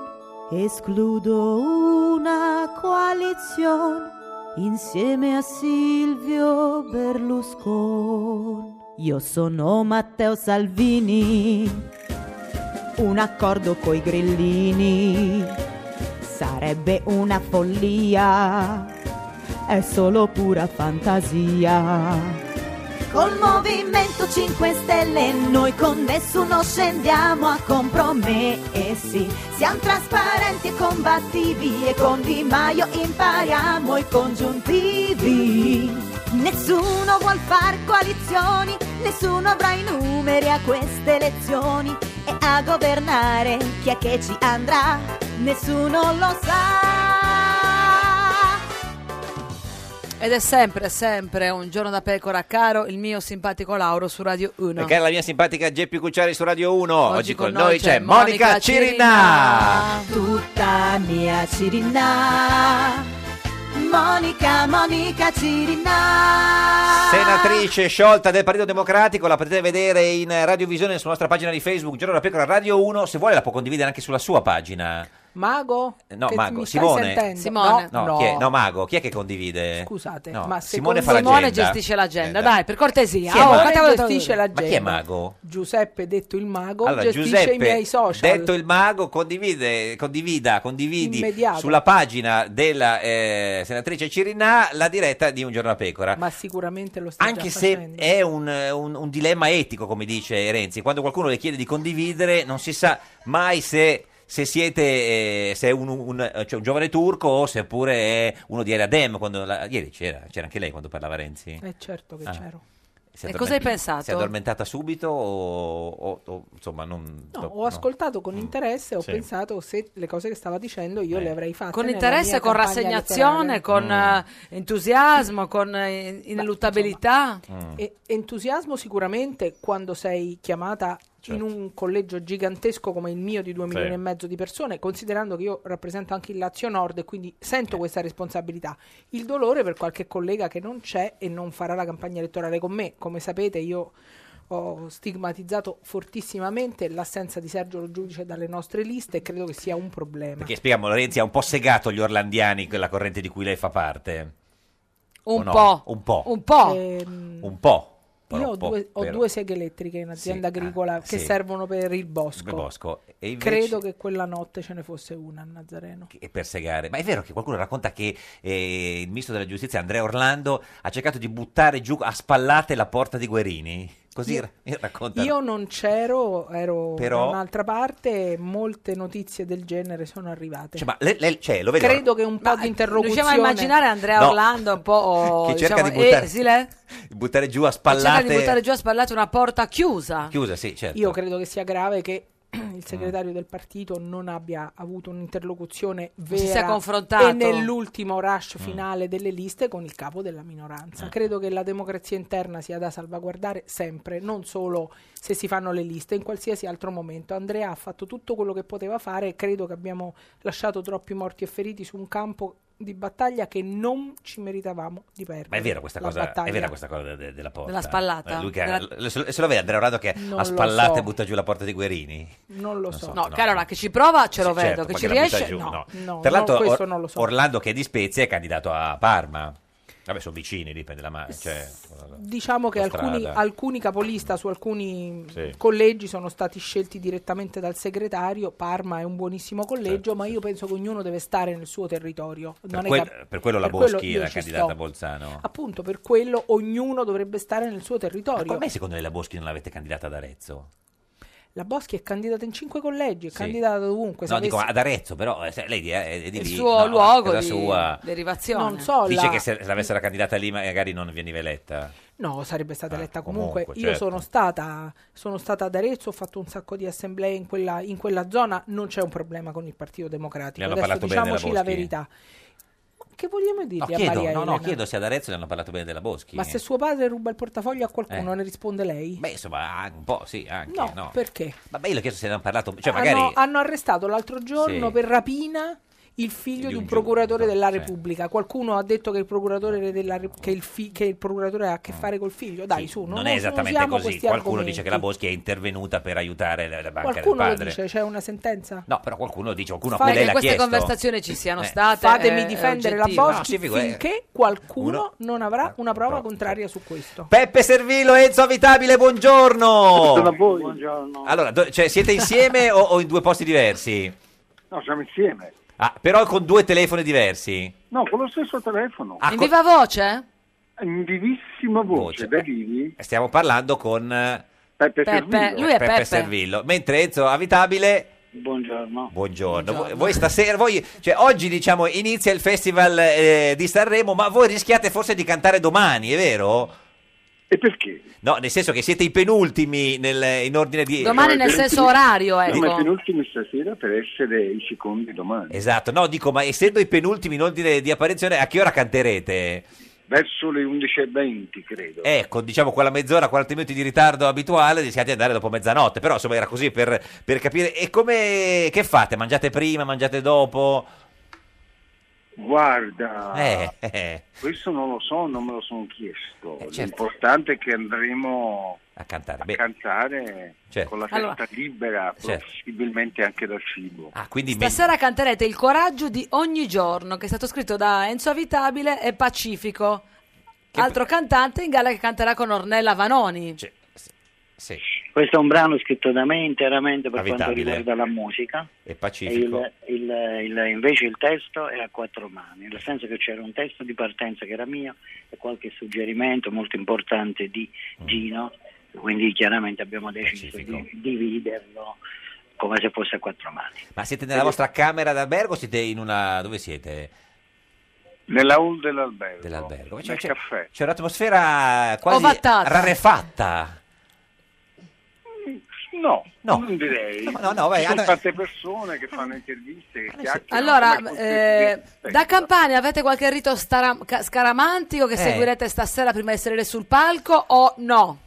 Speaker 8: Escludo una coalizione insieme a Silvio Berlusconi. Io sono Matteo Salvini, un accordo coi grillini sarebbe una follia, è solo pura fantasia.
Speaker 9: Col Movimento 5 Stelle noi con nessuno scendiamo a compromessi. Siamo trasparenti e combattivi e con Di Maio impariamo i congiuntivi. Nessuno vuol far coalizioni, nessuno avrà i numeri a queste elezioni e a governare chi è che ci andrà, nessuno lo sa.
Speaker 1: Ed è sempre, sempre un giorno da pecora, caro il mio simpatico Lauro su Radio 1.
Speaker 2: E cara la mia simpatica Geppi Cucciari su Radio 1. Oggi, con
Speaker 1: noi
Speaker 2: noi
Speaker 1: c'è
Speaker 2: c'è Monica
Speaker 1: Monica
Speaker 2: Cirinà.
Speaker 9: Tutta mia Cirinà, Monica, Monica Cirinà.
Speaker 2: Senatrice sciolta del Partito Democratico, la potete vedere in radiovisione sulla nostra pagina di Facebook, Giorno da Pecora Radio 1. Se vuole la può condividere anche sulla sua pagina.
Speaker 13: Mago?
Speaker 2: Eh, No,
Speaker 13: Che
Speaker 2: Mago,
Speaker 13: mi stai
Speaker 2: Simone.
Speaker 13: sentendo?
Speaker 2: No,
Speaker 13: No, no.
Speaker 2: Chi è? no, Mago, chi è che condivide?
Speaker 13: Scusate,
Speaker 2: No,
Speaker 13: ma
Speaker 2: Simone
Speaker 13: secondo-
Speaker 2: fa l'agenda.
Speaker 1: Simone gestisce
Speaker 13: Eh.
Speaker 1: l'agenda, dai, per cortesia.
Speaker 2: Chi è Mago?
Speaker 1: Oh, cavolo,
Speaker 13: Ah, gestisce
Speaker 2: Ma
Speaker 13: l'agenda.
Speaker 2: chi è Mago?
Speaker 13: Giuseppe, detto il mago,
Speaker 2: Allora,
Speaker 13: gestisce
Speaker 2: Giuseppe,
Speaker 13: i miei social.
Speaker 2: detto il mago, condivide, condivida, condividi
Speaker 13: Immediato.
Speaker 2: sulla pagina della eh, senatrice Cirinà la diretta di Un giorno a pecora.
Speaker 13: Ma sicuramente lo sta
Speaker 2: Anche
Speaker 13: già
Speaker 2: se
Speaker 13: facendo.
Speaker 2: è un, eh, un- un dilemma etico, come dice Renzi, quando qualcuno le chiede di condividere, non si sa mai se, se siete eh, se è un, un- eh, cioè un giovane turco o se pure è uno di Eradem. Quando la- ieri c'era, c'era anche lei quando parlava Renzi.
Speaker 13: Eh, certo che
Speaker 2: Ah.
Speaker 13: c'ero.
Speaker 2: Si è
Speaker 1: E
Speaker 2: addormen-
Speaker 1: cosa hai pensato?
Speaker 2: Si è addormentata subito o, o- o, insomma non...
Speaker 13: No,
Speaker 2: to-
Speaker 13: ho ascoltato con interesse e ho
Speaker 2: Mm. Sì. Eh.
Speaker 13: pensato se le cose che stava dicendo io le avrei fatte.
Speaker 1: Con
Speaker 13: nella
Speaker 1: interesse,
Speaker 13: mia
Speaker 1: con
Speaker 13: campagna
Speaker 1: rassegnazione,
Speaker 13: elettorale.
Speaker 2: Mm.
Speaker 1: con eh, entusiasmo, con eh, ineluttabilità.
Speaker 2: Mm.
Speaker 13: E- entusiasmo sicuramente quando sei chiamata in
Speaker 2: Certo.
Speaker 13: un collegio gigantesco come il mio di 2
Speaker 15: Sì.
Speaker 13: milioni e mezzo di persone, considerando che io rappresento anche il Lazio Nord e quindi sento questa responsabilità. Il dolore per qualche collega che non c'è e non farà la campagna elettorale con me, come sapete io ho stigmatizzato fortissimamente l'assenza di Sergio Lo Giudice dalle nostre liste e credo che sia un problema.
Speaker 2: Perché spieghiamo, Renzi ha un po' segato gli orlandiani, quella corrente di cui lei fa parte.
Speaker 13: Un
Speaker 2: O no?
Speaker 13: po'.
Speaker 2: Un po'.
Speaker 1: Un po'.
Speaker 13: Ehm,
Speaker 2: Un po'. Però
Speaker 13: Io ho
Speaker 2: un po'
Speaker 13: due, ho
Speaker 2: per-
Speaker 13: due seghe elettriche in azienda agricola che
Speaker 2: sì.
Speaker 13: servono per il bosco.
Speaker 2: per Bosco. E invece-
Speaker 13: Credo che quella notte ce ne fosse una a Nazareno.
Speaker 2: e per segare. Ma è vero che qualcuno racconta che eh, il ministro della giustizia Andrea Orlando ha cercato di buttare giù a spallate la porta di Guerini. Così
Speaker 13: Io-
Speaker 2: ra- racconta.
Speaker 13: Io non c'ero, ero
Speaker 2: Però-
Speaker 13: da un'altra parte e molte notizie del genere sono arrivate.
Speaker 2: Cioè, ma lei, lei- cioè, lo vede
Speaker 13: Credo che un po' di interrogazione.
Speaker 1: Riusciamo a immaginare Andrea
Speaker 2: No.
Speaker 1: Orlando un po' o,
Speaker 2: Che cerca
Speaker 1: diciamo,
Speaker 2: di buttare-
Speaker 1: eh, sì, lei?
Speaker 2: buttare giù a
Speaker 1: Che cerca
Speaker 2: spallate.
Speaker 1: di buttare giù a spallate una porta chiusa.
Speaker 2: Chiusa, sì, certo.
Speaker 13: Io credo che sia grave che il segretario del partito non abbia avuto un'interlocuzione vera
Speaker 1: si sia confrontato.
Speaker 13: e nell'ultimo
Speaker 2: Mm.
Speaker 13: rush finale delle liste con il capo della
Speaker 2: Eh.
Speaker 13: minoranza. Credo che la democrazia interna sia da salvaguardare sempre, non solo se si fanno le liste, in qualsiasi altro momento. Andrea ha fatto tutto quello che poteva fare e credo che abbiamo lasciato troppi morti e feriti su un campo di battaglia che non ci meritavamo di perdere.
Speaker 2: Ma è vera questa
Speaker 13: La
Speaker 2: cosa, è
Speaker 13: battaglia.
Speaker 2: vera questa cosa de- de- della porta.
Speaker 13: Della spallata?
Speaker 2: Eh, lui che-
Speaker 13: Della-
Speaker 2: le- se, se lo vede Andrea Orlando che
Speaker 13: Non
Speaker 2: a
Speaker 13: lo
Speaker 2: spallate
Speaker 13: so.
Speaker 2: butta giù la porta di Guerini.
Speaker 13: Non lo so.
Speaker 1: No, Carola, che ci prova ce lo
Speaker 2: Sì,
Speaker 1: vedo,
Speaker 2: certo,
Speaker 1: che
Speaker 2: ma
Speaker 1: ci
Speaker 2: la butta
Speaker 1: riesce
Speaker 2: giù,
Speaker 1: no.
Speaker 2: no.
Speaker 13: no,
Speaker 2: Tra
Speaker 13: no,
Speaker 2: l'altro,
Speaker 13: questo
Speaker 2: Or-
Speaker 13: non lo so.
Speaker 2: Orlando che è di Spezia è candidato a Parma. Vabbè, sono vicini, lì prende la mano. Cioè,
Speaker 13: Diciamo che
Speaker 2: la
Speaker 13: alcuni,
Speaker 2: strada.
Speaker 13: alcuni capolista su alcuni
Speaker 2: Sì.
Speaker 13: collegi sono stati scelti direttamente dal segretario. Parma è un buonissimo collegio, ma io penso che ognuno deve stare nel suo territorio.
Speaker 2: Certo, per,
Speaker 13: Non è
Speaker 2: quel-
Speaker 13: cap-
Speaker 2: per quello la
Speaker 13: per
Speaker 2: Boschi
Speaker 13: io
Speaker 2: era
Speaker 13: ci
Speaker 2: candidata
Speaker 13: sto.
Speaker 2: a Bolzano.
Speaker 13: Appunto, per quello ognuno dovrebbe stare nel suo territorio.
Speaker 2: Come secondo lei la Boschi non l'avete candidata ad Arezzo?
Speaker 13: La Boschi è candidata in cinque collegi, è
Speaker 2: Sì.
Speaker 13: candidata dovunque.
Speaker 2: No,
Speaker 13: sapessi-
Speaker 2: dico ad Arezzo, però eh, se- lei è, è di
Speaker 1: Il
Speaker 2: lì,
Speaker 1: suo
Speaker 2: no,
Speaker 1: luogo
Speaker 2: casa
Speaker 1: di
Speaker 2: sua.
Speaker 1: derivazione.
Speaker 13: Non so,
Speaker 2: Dice
Speaker 13: la-
Speaker 2: che se se l'avessero candidata lì magari non veniva eletta.
Speaker 13: No, sarebbe stata eletta
Speaker 2: Ah, comunque,
Speaker 13: comunque. Io
Speaker 2: certo.
Speaker 13: sono stata, sono stata ad Arezzo, ho fatto un sacco di assemblee in quella, in quella zona, non c'è un problema con il Partito Democratico.
Speaker 2: Ne hanno
Speaker 13: Adesso
Speaker 2: parlato bene della
Speaker 13: diciamoci la
Speaker 2: Boschi?
Speaker 13: verità. Ma che vogliamo
Speaker 2: No,
Speaker 13: dirgli a
Speaker 2: chiedo,
Speaker 13: Maria
Speaker 2: no, no,
Speaker 13: Elena?
Speaker 2: chiedo se ad Arezzo le hanno parlato bene della Boschi.
Speaker 13: Ma se suo padre ruba il portafoglio a qualcuno,
Speaker 2: Eh.
Speaker 13: ne risponde lei?
Speaker 2: Beh, insomma, an- un po', sì, anche. No,
Speaker 13: No, Ah, perché?
Speaker 2: Ma beh, io le ho chiesto se ne hanno parlato. Cioè,
Speaker 13: hanno,
Speaker 2: magari.
Speaker 13: hanno arrestato l'altro giorno
Speaker 2: Sì.
Speaker 13: per rapina il figlio
Speaker 2: Di
Speaker 13: di
Speaker 2: un
Speaker 13: un procuratore
Speaker 2: giudice,
Speaker 13: della
Speaker 2: sì.
Speaker 13: Repubblica. Qualcuno ha detto che il procuratore, della Re- che il fi- che il procuratore ha a che fare col figlio. Dai, su, non,
Speaker 2: Non è esattamente
Speaker 13: usiamo
Speaker 2: così.
Speaker 13: questi
Speaker 2: Qualcuno
Speaker 13: argomenti.
Speaker 2: dice che la Boschi è intervenuta per aiutare la, la banca
Speaker 13: Qualcuno
Speaker 2: del
Speaker 13: lo
Speaker 2: padre.
Speaker 13: dice, c'è una sentenza?
Speaker 2: No, però qualcuno dice, qualcuno a
Speaker 1: Fare
Speaker 2: cui lei
Speaker 1: che
Speaker 2: l'ha
Speaker 1: queste
Speaker 2: chiesto.
Speaker 1: conversazioni ci siano
Speaker 2: Eh.
Speaker 1: state.
Speaker 13: Fatemi
Speaker 1: è- è
Speaker 13: difendere la
Speaker 1: oggettivo.
Speaker 13: Boschi
Speaker 2: No, sì, eh. figurati.
Speaker 13: finché qualcuno non
Speaker 2: Ah,
Speaker 13: avrà una prova contraria su questo.
Speaker 2: Peppe Servillo, Enzo Avitabile, buongiorno. Buongiorno
Speaker 15: a voi. Buongiorno.
Speaker 2: Allora, do- cioè, siete insieme o, o in due posti diversi?
Speaker 15: No, siamo insieme.
Speaker 2: Ah, però con due telefoni diversi.
Speaker 15: No, con lo stesso telefono.
Speaker 2: Ah,
Speaker 1: In
Speaker 2: co-
Speaker 1: viva voce?
Speaker 15: In vivissima voce, da lì.
Speaker 2: Eh, Stiamo parlando con eh,
Speaker 15: Peppe,
Speaker 1: Peppe,
Speaker 15: Servillo.
Speaker 1: lui è Peppe.
Speaker 2: Servillo, mentre Enzo Avitabile...
Speaker 15: Buongiorno.
Speaker 2: Buongiorno. Voi- Voi stasera, voi, cioè, oggi diciamo inizia il festival eh, di Sanremo, ma voi rischiate forse di cantare domani, è vero?
Speaker 15: E perché?
Speaker 2: No, nel senso che siete i penultimi nel- in ordine di...
Speaker 1: Domani nel senso orario,
Speaker 15: Come
Speaker 1: ecco.
Speaker 15: penultimi stasera per essere i secondi domani.
Speaker 2: Esatto, no, dico, ma essendo i penultimi in ordine di apparizione, a che ora canterete?
Speaker 15: Verso le 11.20, credo.
Speaker 2: Ecco, diciamo quella mezz'ora, 40 minuti di ritardo abituale, rischiate di andare dopo mezzanotte, però insomma era così per, per capire. E come, che fate? Mangiate prima, mangiate dopo?
Speaker 15: Guarda,
Speaker 2: Eh, eh,
Speaker 15: questo non lo so, non me lo sono chiesto.
Speaker 2: certo.
Speaker 15: L'importante è che andremo
Speaker 2: a cantare.
Speaker 15: a cantare
Speaker 2: Certo.
Speaker 15: con la testa
Speaker 1: Allora-
Speaker 15: libera,
Speaker 2: Certo.
Speaker 15: possibilmente anche dal cibo.
Speaker 2: Ah, quindi me-
Speaker 1: Stasera canterete Il coraggio di ogni giorno, che è stato scritto da Enzo Avitabile e Pacifico, altro cantante in galla che canterà con Ornella Vanoni.
Speaker 2: sì,
Speaker 16: Questo è un brano scritto da me interamente per quanto
Speaker 2: Avitabile.
Speaker 16: riguarda la musica.
Speaker 2: è
Speaker 16: E
Speaker 2: pacifico.
Speaker 16: il, il- il- invece il testo è a quattro mani, nel senso che c'era un testo di partenza che era mio e qualche suggerimento molto importante di
Speaker 2: Mm.
Speaker 16: Gino, quindi chiaramente abbiamo deciso di dividerlo come se fosse a quattro mani.
Speaker 2: Ma siete nella vostra camera d'albergo o siete in una... dove siete?
Speaker 15: Nella hall dell'albergo.
Speaker 2: Dell'albergo.
Speaker 15: Nel caffè.
Speaker 2: C'è un'atmosfera quasi
Speaker 15: Ovattata.
Speaker 2: rarefatta.
Speaker 15: No,
Speaker 2: No.
Speaker 15: non direi.
Speaker 2: No, no, no, vai,
Speaker 15: Ci sono
Speaker 2: allora- Eh,
Speaker 15: tante persone che fanno interviste, che chiacchierano.
Speaker 1: Allora,
Speaker 15: come
Speaker 1: eh,
Speaker 15: consiglieri.
Speaker 1: da Campania avete qualche rito stara- ca- scaramantico che
Speaker 16: Eh.
Speaker 1: seguirete stasera prima di salire sul palco o no?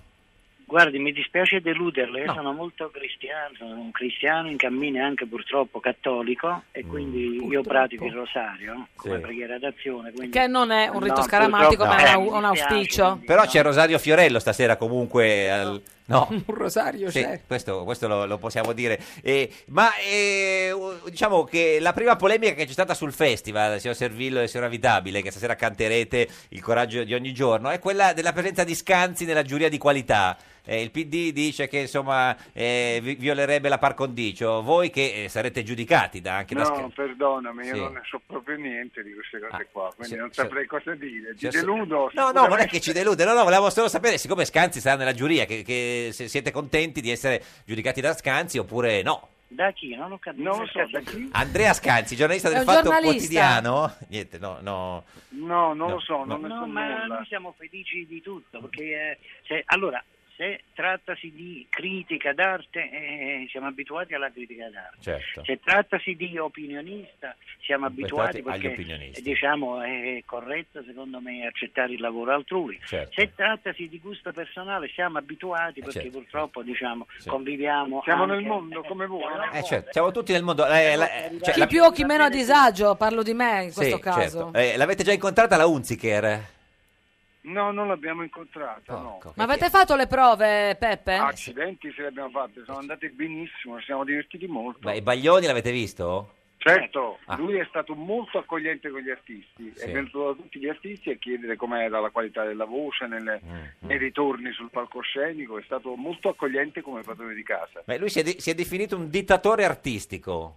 Speaker 16: Guardi, mi dispiace deluderle, io sono molto cristiano, sono un cristiano in cammino e anche purtroppo cattolico e quindi io pratico il rosario come
Speaker 2: Mm, Sì.
Speaker 16: preghiera d'azione. quindi-
Speaker 1: Che non è un rito
Speaker 16: No,
Speaker 1: scaramantico,
Speaker 16: purtroppo
Speaker 1: ma è
Speaker 2: Eh,
Speaker 16: no.
Speaker 1: un, un
Speaker 16: Mi dispiace.
Speaker 1: auspicio.
Speaker 2: Però c'è Rosario Fiorello stasera comunque. al- No.
Speaker 13: Un rosario certo.
Speaker 2: Sì,
Speaker 13: c'è.
Speaker 2: questo, questo lo, lo possiamo dire. Eh, ma eh, u- diciamo che la prima polemica che c'è stata sul festival, signor Servillo e signor Avitabile, che stasera canterete Il coraggio di ogni giorno, è quella della presenza di Scanzi nella giuria di qualità. Eh, il PD dice che insomma eh, vi- violerebbe la par condicio. Voi che eh, sarete giudicati da, anche da
Speaker 15: No,
Speaker 2: Scanzi.
Speaker 15: perdonami, io
Speaker 2: Sì. Ah,
Speaker 15: non ne so proprio niente di queste cose qua, quindi
Speaker 2: sì,
Speaker 15: non
Speaker 2: sì.
Speaker 15: saprei cosa dire. Ti
Speaker 2: Signor Ser-
Speaker 15: deludo.
Speaker 2: cioè, No, no, non è che ci delude, no, no, volevamo solo sapere, siccome Scanzi sarà nella giuria, che, che se siete contenti di essere giudicati da Scanzi oppure no.
Speaker 16: Da chi? Non ho capito. Non lo so, da chi?
Speaker 2: Andrea Scanzi, giornalista
Speaker 16: È
Speaker 2: del
Speaker 16: un
Speaker 2: Fatto
Speaker 16: giornalista.
Speaker 2: Quotidiano. Niente, no, no.
Speaker 15: No, non
Speaker 2: No,
Speaker 15: lo so, non
Speaker 2: no.
Speaker 15: ne so
Speaker 16: No, ma
Speaker 15: nulla.
Speaker 16: noi siamo felici di tutto, perché eh, se, allora, se trattasi di critica d'arte, eh, siamo abituati alla critica d'arte.
Speaker 2: Certo.
Speaker 16: Se trattasi di opinionista, siamo abituati
Speaker 2: Abituati agli
Speaker 16: perché
Speaker 2: opinionisti.
Speaker 16: eh, diciamo, è corretto secondo me accettare il lavoro altrui.
Speaker 2: Certo.
Speaker 16: Se trattasi di gusto personale, siamo abituati perché
Speaker 2: certo.
Speaker 16: purtroppo diciamo,
Speaker 2: Sì.
Speaker 16: conviviamo.
Speaker 15: Siamo
Speaker 16: anche-
Speaker 15: nel mondo come voi.
Speaker 2: Eh, certo, siamo tutti nel mondo. eh, la- cioè,
Speaker 1: chi
Speaker 2: la-
Speaker 1: più o chi meno a disagio, parlo di me in
Speaker 2: sì,
Speaker 1: questo caso.
Speaker 2: certo. Eh, l'avete già incontrata la Unziker?
Speaker 15: No, non l'abbiamo incontrata, no.
Speaker 1: Ma avete fatto le prove, Peppe?
Speaker 2: Ah,
Speaker 15: Accidenti se le abbiamo fatte, sono andate benissimo, ci siamo divertiti molto.
Speaker 2: Ma i Baglioni l'avete visto?
Speaker 15: Certo,
Speaker 2: Ah.
Speaker 15: lui è stato molto accogliente con gli artisti,
Speaker 2: Sì.
Speaker 15: è venuto da tutti gli artisti a chiedere com'era la qualità della voce nelle-
Speaker 2: Mm,
Speaker 15: nei ritorni sul palcoscenico, è stato molto accogliente come padrone di casa.
Speaker 2: Beh, lui si è, de- si è definito un dittatore artistico.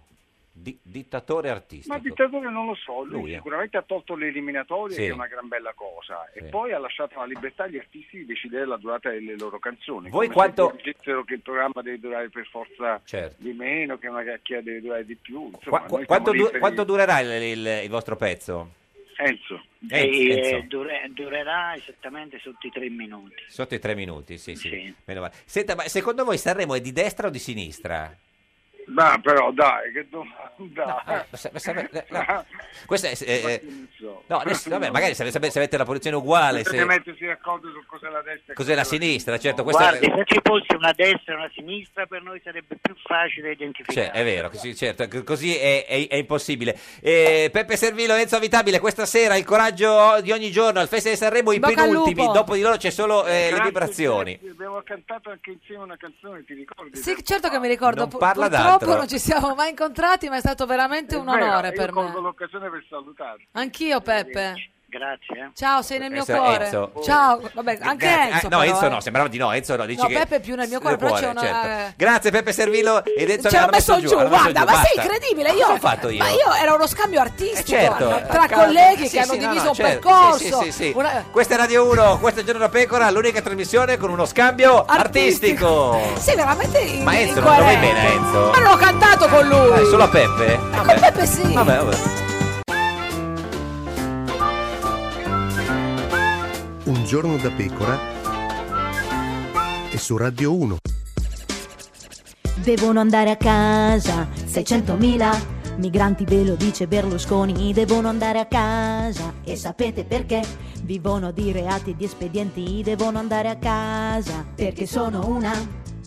Speaker 2: Di- dittatore artistico.
Speaker 15: Ma dittatore non lo so, lui,
Speaker 2: Lui, eh.
Speaker 15: sicuramente ha tolto le eliminatorie,
Speaker 2: Sì.
Speaker 15: che è una gran bella cosa,
Speaker 2: Sì.
Speaker 15: e poi ha lasciato la libertà agli artisti di decidere la durata delle loro canzoni.
Speaker 2: Voi
Speaker 15: come
Speaker 2: quanto-
Speaker 15: se dicessero che il programma deve durare per forza
Speaker 2: Certo.
Speaker 15: di meno, che una chiacchiera deve durare di più. Insomma,
Speaker 2: Qua- qua-
Speaker 15: noi
Speaker 2: quanto,
Speaker 15: siamo
Speaker 2: du-
Speaker 15: liberi.
Speaker 2: quanto durerà il, il- il vostro pezzo?
Speaker 15: Enzo.
Speaker 2: Enzo,
Speaker 16: E,
Speaker 2: Enzo.
Speaker 16: eh, dure- durerà esattamente sotto i tre minuti.
Speaker 2: Sotto i tre minuti, sì, sì. Meno male. Senta, ma secondo voi Sanremo è di destra o di sinistra?
Speaker 15: Ma però dai, che domanda.
Speaker 2: eh, sa- ma sa- no. Questa è... eh, eh, no, adesso, vabbè, magari se, se- se avete la posizione uguale,
Speaker 15: Potete
Speaker 2: se,
Speaker 15: mettersi d'accordo su cos'è la destra. e
Speaker 2: cos'è la sinistra, certo, questa
Speaker 17: Guardi, se ci fosse una destra e una sinistra, per noi sarebbe più facile identificare.
Speaker 2: Cioè, è vero, sì, certo, c- così è, è- è impossibile. Eh, Peppe Servilo, Enzo Avitabile, questa sera il coraggio di ogni giorno al Festival di Sanremo, i
Speaker 15: In bocca al
Speaker 2: penultimi,
Speaker 15: lupo.
Speaker 2: dopo di loro c'è solo eh, le
Speaker 15: Grazie,
Speaker 2: vibrazioni.
Speaker 15: grazie. Abbiamo cantato anche insieme una canzone, ti ricordi?
Speaker 1: Sì, certo che mi ricordo,
Speaker 2: Non
Speaker 1: pu-
Speaker 2: parla
Speaker 1: purtroppo
Speaker 2: d'altro.
Speaker 1: non ci siamo mai incontrati, ma è stato veramente un onore
Speaker 15: Io
Speaker 1: per
Speaker 15: colgo
Speaker 1: me.
Speaker 15: l'occasione per salutarti.
Speaker 1: Anch'io Peppe.
Speaker 17: Grazie.
Speaker 1: Ciao, sei nel mio
Speaker 2: eh. Questo è
Speaker 1: cuore.
Speaker 2: Enzo.
Speaker 1: Ciao, vabbè, anche
Speaker 2: Gra-
Speaker 1: Enzo.
Speaker 2: ah, no,
Speaker 1: però,
Speaker 2: Enzo
Speaker 1: eh.
Speaker 2: no, sembrava di no, Enzo no, dici
Speaker 1: No,
Speaker 2: che- certo.
Speaker 1: Pepe è più nel mio cuore, però c'è una- eh.
Speaker 2: Grazie Peppe Servillo ed Enzo
Speaker 1: Ci hanno messo giù,
Speaker 2: hanno messo
Speaker 1: guarda, ma
Speaker 2: basta.
Speaker 1: sei incredibile.
Speaker 2: Ma
Speaker 1: Io,
Speaker 2: cosa ho fatto io?
Speaker 1: Ma io era uno scambio artistico
Speaker 2: certo.
Speaker 1: guarda, tra
Speaker 2: Accanto.
Speaker 1: colleghi
Speaker 2: Sì,
Speaker 1: che hanno
Speaker 2: sì, no,
Speaker 1: diviso
Speaker 2: no,
Speaker 1: un
Speaker 2: certo.
Speaker 1: percorso.
Speaker 2: Sì, sì, sì, sì.
Speaker 1: una-
Speaker 2: Questa è Radio 1, questa è Giorno da Pecora, l'unica trasmissione con uno scambio artistico.
Speaker 1: Sei veramente in-
Speaker 2: Ma Enzo, non lo vai
Speaker 1: incoerente.
Speaker 2: bene eh. a Enzo?
Speaker 1: Ma non ho cantato con lui.
Speaker 2: Ah, solo a Peppe?
Speaker 1: Ma
Speaker 2: Vabbè.
Speaker 1: con Peppe sì.
Speaker 2: Vabbè, vabbè.
Speaker 10: Un giorno da pecora e su Radio 1.
Speaker 9: Devono andare a casa 600.000 migranti, ve lo dice Berlusconi. Devono andare a casa e sapete perché? Vivono di reati e di espedienti. Devono andare a casa perché sono una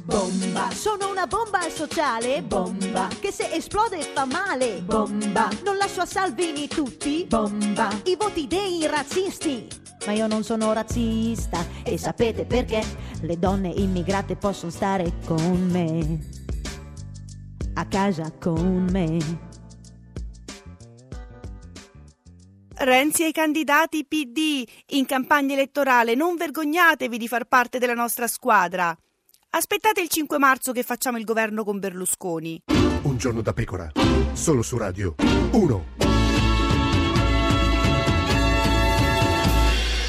Speaker 9: bomba. Sono una bomba sociale, bomba. Che se esplode fa male, bomba. Non lascio a Salvini tutti, bomba. I voti dei razzisti. Ma io non sono razzista e sapete perché? Le donne immigrate possono stare con me a casa con me.
Speaker 11: Renzi ai candidati PD in campagna elettorale, non vergognatevi di far parte della nostra squadra. Aspettate il 5 marzo che facciamo il governo con Berlusconi.
Speaker 10: Un giorno da pecora, solo su Radio 1.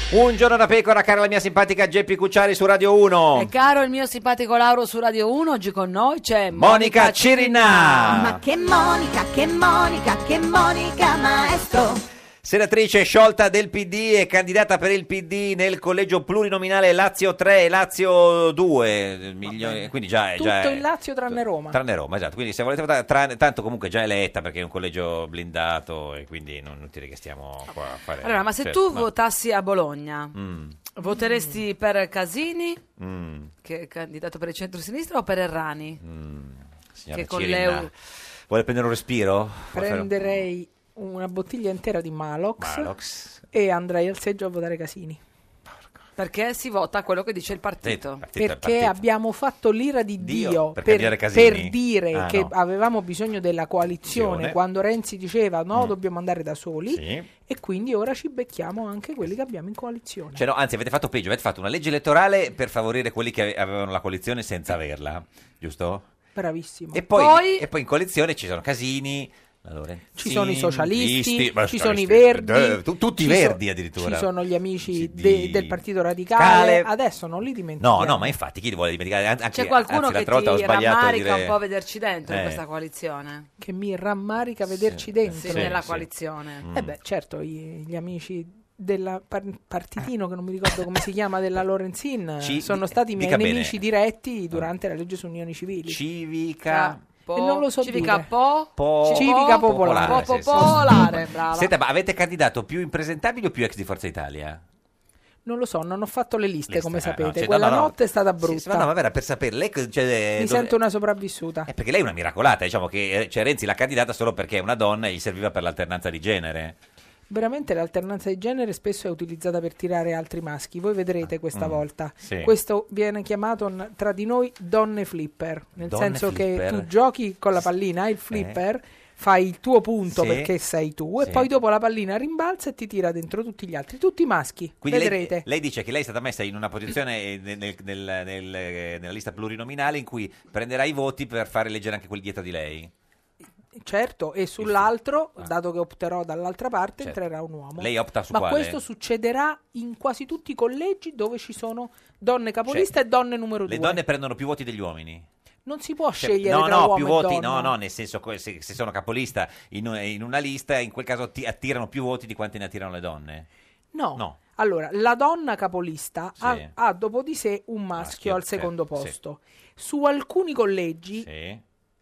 Speaker 2: Un giorno da pecora, cara la mia simpatica Geppi Cucciari su Radio 1.
Speaker 1: E caro il mio simpatico Lauro su Radio 1, oggi con noi c'è
Speaker 2: Monica Cirinà.
Speaker 1: Ma
Speaker 9: che Monica, che Monica, che Monica maestro.
Speaker 2: Senatrice sciolta del PD e candidata per il PD nel collegio plurinominale Lazio 3 e Lazio 2, milioni- quindi già, è-
Speaker 13: Tutto
Speaker 2: già è-
Speaker 13: il Lazio tranne Roma.
Speaker 2: tranne Roma, esatto. Quindi se volete votare, tranne- tanto comunque già è eletta perché è un collegio blindato e quindi non è inutile che stiamo qua a fare.
Speaker 1: Allora, ma se
Speaker 2: Cioè,
Speaker 1: tu
Speaker 2: ma-
Speaker 1: votassi a Bologna,
Speaker 2: Mm,
Speaker 1: voteresti per Casini,
Speaker 2: mm,
Speaker 1: che è candidato per il centro-sinistra, o per Errani?
Speaker 2: signora
Speaker 1: Che con
Speaker 2: Cirinna,
Speaker 1: l'Eu-
Speaker 2: Vuole prendere un respiro? Vuole fare un-
Speaker 13: Prenderei una bottiglia intera di Malox,
Speaker 2: Malox.
Speaker 13: e andrei al seggio a votare Casini.
Speaker 1: Perché si vota quello che dice il partito.
Speaker 13: Perché abbiamo fatto l'ira di
Speaker 1: Dio,
Speaker 13: Dio,
Speaker 1: per
Speaker 13: per,
Speaker 1: cambiare Casini?
Speaker 13: per dire
Speaker 1: Ah,
Speaker 13: che
Speaker 1: no.
Speaker 13: avevamo bisogno della coalizione
Speaker 1: Coalizione.
Speaker 13: quando Renzi diceva no,
Speaker 2: Mm.
Speaker 13: dobbiamo andare da soli
Speaker 2: Sì.
Speaker 13: e quindi ora ci becchiamo anche quelli che abbiamo in coalizione.
Speaker 2: Cioè, no, anzi, avete fatto peggio, avete fatto una legge elettorale per favorire quelli che ave- avevano la coalizione senza averla, giusto?
Speaker 13: Bravissimo.
Speaker 2: E poi,
Speaker 13: Poi-
Speaker 2: e poi in coalizione ci sono Casini, la Lorenzin,
Speaker 13: Ci sono i socialisti,
Speaker 2: Listi, ma
Speaker 13: ci sono i
Speaker 2: socialisti,
Speaker 13: verdi,
Speaker 2: eh, tu- tutti i
Speaker 13: ci so-
Speaker 2: verdi addirittura.
Speaker 13: Ci sono gli amici de- del Partito Radicale.
Speaker 2: Cale.
Speaker 13: Adesso non li dimentichiamo.
Speaker 2: No, no, ma infatti chi li vuole dimenticare? An- anche-
Speaker 1: C'è qualcuno
Speaker 2: anzi,
Speaker 1: che ti
Speaker 2: l'altra volta ho sbagliato a
Speaker 1: rammarica
Speaker 2: dire-
Speaker 1: un po' vederci dentro
Speaker 2: Eh.
Speaker 1: in questa coalizione.
Speaker 13: Che mi rammarica vederci dentro.
Speaker 1: Sì, nella coalizione.
Speaker 2: Mm.
Speaker 13: Eh beh, certo, gli, gli amici del partitino che non mi ricordo come si chiama della Lorenzin
Speaker 2: Ci-
Speaker 13: sono stati i miei
Speaker 2: dica bene. Mm.
Speaker 13: nemici diretti durante la legge su unioni civili.
Speaker 2: Civica.
Speaker 13: E non lo so
Speaker 1: Civica
Speaker 13: dire.
Speaker 1: po,
Speaker 2: Po-
Speaker 13: Civica popolare.
Speaker 2: popolare, sì, sì.
Speaker 1: popolare, brava.
Speaker 2: Senta, ma avete candidato più impresentabili o più ex di Forza Italia?
Speaker 13: Non lo so, non ho fatto le liste, come
Speaker 2: Ah, no,
Speaker 13: sapete.
Speaker 2: cioè, no,
Speaker 13: Quella
Speaker 2: no, no.
Speaker 13: notte è stata
Speaker 2: Sì,
Speaker 13: brutta.
Speaker 2: sì, ma no, ma era per sapere lei co- cioè,
Speaker 13: mi
Speaker 2: dove-
Speaker 13: sento una sopravvissuta.
Speaker 2: Eh, perché lei è una miracolata, diciamo che eh, cioè, Renzi l'ha candidata solo perché è una donna e gli serviva per l'alternanza di genere.
Speaker 13: Veramente l'alternanza di genere spesso è utilizzata per tirare altri maschi. Voi vedrete questa
Speaker 2: Mm,
Speaker 13: volta.
Speaker 2: sì.
Speaker 13: Questo viene chiamato n- tra di noi donne flipper, nel
Speaker 2: Donne
Speaker 13: senso che
Speaker 2: flipper. eh.
Speaker 13: tu giochi con la pallina, hai il flipper, fai il tuo punto
Speaker 2: Sì.
Speaker 13: perché sei tu
Speaker 2: Sì.
Speaker 13: e poi dopo la pallina rimbalza e ti tira dentro tutti gli altri, tutti maschi.
Speaker 2: Quindi lei-
Speaker 13: vedrete.
Speaker 2: Lei, dice che lei è stata messa in una posizione eh, nel- nel- nel- nel- eh, nella lista plurinominale in cui prenderà i voti per fare leggere anche quelli dietro di lei.
Speaker 13: Certo, e sull'altro, dato che opterò dall'altra parte,
Speaker 2: Ah. Certo.
Speaker 13: entrerà un uomo.
Speaker 2: Lei opta su
Speaker 13: Ma
Speaker 2: quale?
Speaker 13: questo succederà in quasi tutti i collegi dove ci sono donne capolista
Speaker 2: Cioè,
Speaker 13: e donne numero due.
Speaker 2: Le donne prendono più voti degli uomini.
Speaker 13: Non si può
Speaker 2: Cioè,
Speaker 13: scegliere
Speaker 2: no,
Speaker 13: tra
Speaker 2: no,
Speaker 13: uomo
Speaker 2: più
Speaker 13: e
Speaker 2: voti,
Speaker 13: donna.
Speaker 2: no, no, nel senso que- se, se sono capolista in, un- in una lista, in quel caso ti attirano più voti di quanti ne attirano le donne.
Speaker 13: No.
Speaker 2: No.
Speaker 13: Allora, la donna capolista
Speaker 2: Sì.
Speaker 13: ha, ha dopo di sé un maschio,
Speaker 2: Maschio,
Speaker 13: al
Speaker 2: sì,
Speaker 13: secondo
Speaker 2: sì.
Speaker 13: posto. Su alcuni collegi
Speaker 2: Sì.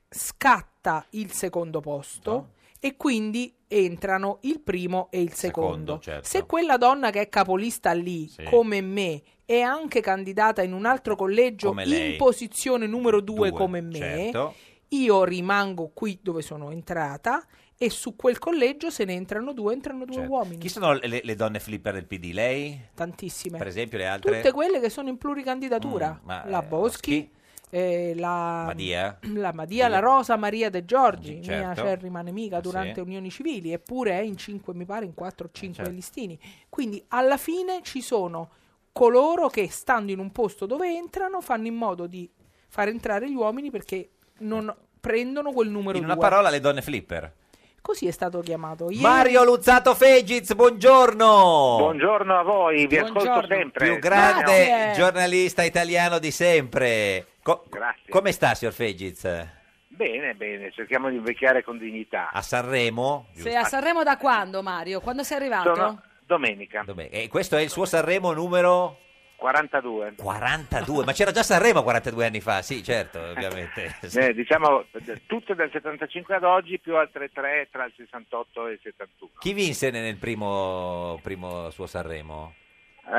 Speaker 13: scatta il secondo posto e quindi entrano il primo e il secondo.
Speaker 18: Secondo, certo.
Speaker 13: Se quella donna che è capolista lì,
Speaker 18: Sì.
Speaker 13: come me, è anche candidata in un altro collegio
Speaker 18: Come lei.
Speaker 13: in posizione numero due,
Speaker 18: Due,
Speaker 13: come me,
Speaker 18: certo.
Speaker 13: io rimango qui dove sono entrata e su quel collegio se ne entrano due, entrano
Speaker 2: Certo.
Speaker 13: due uomini.
Speaker 2: Chi sono le, le donne flipper del PD? Lei?
Speaker 13: Tantissime.
Speaker 2: Per esempio le altre?
Speaker 13: Tutte quelle che sono in pluricandidatura.
Speaker 2: Mm, ma,
Speaker 13: la
Speaker 2: eh,
Speaker 13: Boschi, eh, la
Speaker 2: Madia?
Speaker 13: la Madia, la Rosa Maria De Giorgi, mia
Speaker 2: Certo.
Speaker 13: cerrima nemica durante
Speaker 2: Sì. Eh, certo.
Speaker 13: unioni civili, eppure è in 5, mi pare, in 4 o 5 listini. Quindi alla fine ci sono coloro che stando in un posto dove entrano fanno in modo di far entrare gli uomini perché non prendono quel numero
Speaker 2: Eh. In
Speaker 13: due.
Speaker 2: una parola le donne flipper.
Speaker 13: Così è stato chiamato. Ieri-
Speaker 2: Mario Luzzato Fegiz, buongiorno!
Speaker 17: Buongiorno a voi, vi ascolto sempre.
Speaker 2: Più grande
Speaker 17: Ciao.
Speaker 2: giornalista italiano di sempre. Co- Come sta, signor Fegiz?
Speaker 17: Ah.
Speaker 2: A
Speaker 17: Bene, bene, cerchiamo di invecchiare con dignità.
Speaker 2: Sanremo?
Speaker 1: Sei a Sanremo da quando, Mario? Quando sei arrivato?
Speaker 17: Sono domenica.
Speaker 2: E questo è il suo Sanremo numero
Speaker 17: 42.
Speaker 2: 42, ma c'era già Sanremo 42 anni fa, sì, certo, ovviamente.
Speaker 17: Eh, diciamo eh, tutte dal 75 ad oggi più altre tre tra il 68 e il 71.
Speaker 2: Chi vinse nel primo, primo suo Sanremo?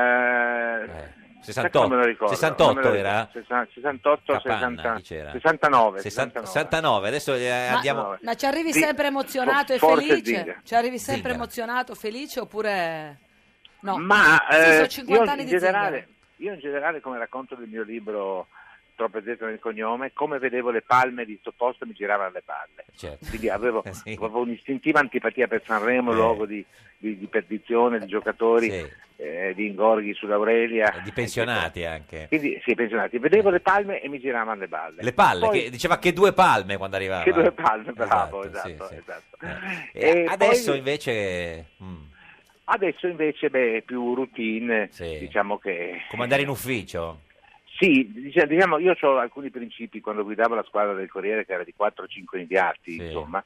Speaker 17: Eh,
Speaker 2: 68.
Speaker 17: non me lo ricordo,
Speaker 2: 68
Speaker 17: non me lo ricordo.
Speaker 2: era?
Speaker 17: Sessa- 68,
Speaker 2: Capanna,
Speaker 17: 60
Speaker 2: chi c'era?
Speaker 17: 69,
Speaker 2: 60 69, adesso eh,
Speaker 1: Ma,
Speaker 2: andiamo...
Speaker 1: ma ci arrivi
Speaker 2: Di-
Speaker 1: sempre emozionato e
Speaker 2: forse
Speaker 1: felice?
Speaker 2: Zinga.
Speaker 1: Ci arrivi sempre
Speaker 2: Zinga.
Speaker 1: emozionato, felice oppure no?
Speaker 17: Ma
Speaker 1: Sì,
Speaker 17: eh,
Speaker 1: sono 50
Speaker 17: io,
Speaker 1: anni
Speaker 17: in
Speaker 1: di
Speaker 17: generale, io in generale, come racconto del mio libro Troppe zette nel cognome, come vedevo le palme di sto posto mi giravano le palle. Quindi avevo, avevo un'istintiva antipatia per Sanremo,
Speaker 2: Eh.
Speaker 17: luogo di, di- di perdizione, di giocatori, eh, di ingorghi sull'Aurelia.
Speaker 2: Eh, Di pensionati anche.
Speaker 17: Quindi, sì, pensionati. Vedevo le palme e mi giravano le palle.
Speaker 2: Le palle,
Speaker 17: Poi-
Speaker 2: che, diceva che due palme quando arrivava.
Speaker 17: Che due palme, bravo,
Speaker 2: Esatto, sì,
Speaker 17: esatto,
Speaker 2: sì.
Speaker 17: esatto.
Speaker 2: E
Speaker 17: E
Speaker 2: eh, adesso
Speaker 17: poi-
Speaker 2: invece... mm,
Speaker 17: Adesso invece beh, è più routine, diciamo che...
Speaker 2: come andare in ufficio?
Speaker 17: Sì, dic- diciamo, io ho alcuni principi quando guidavo la squadra del Corriere che era di 4-5 inviati, insomma.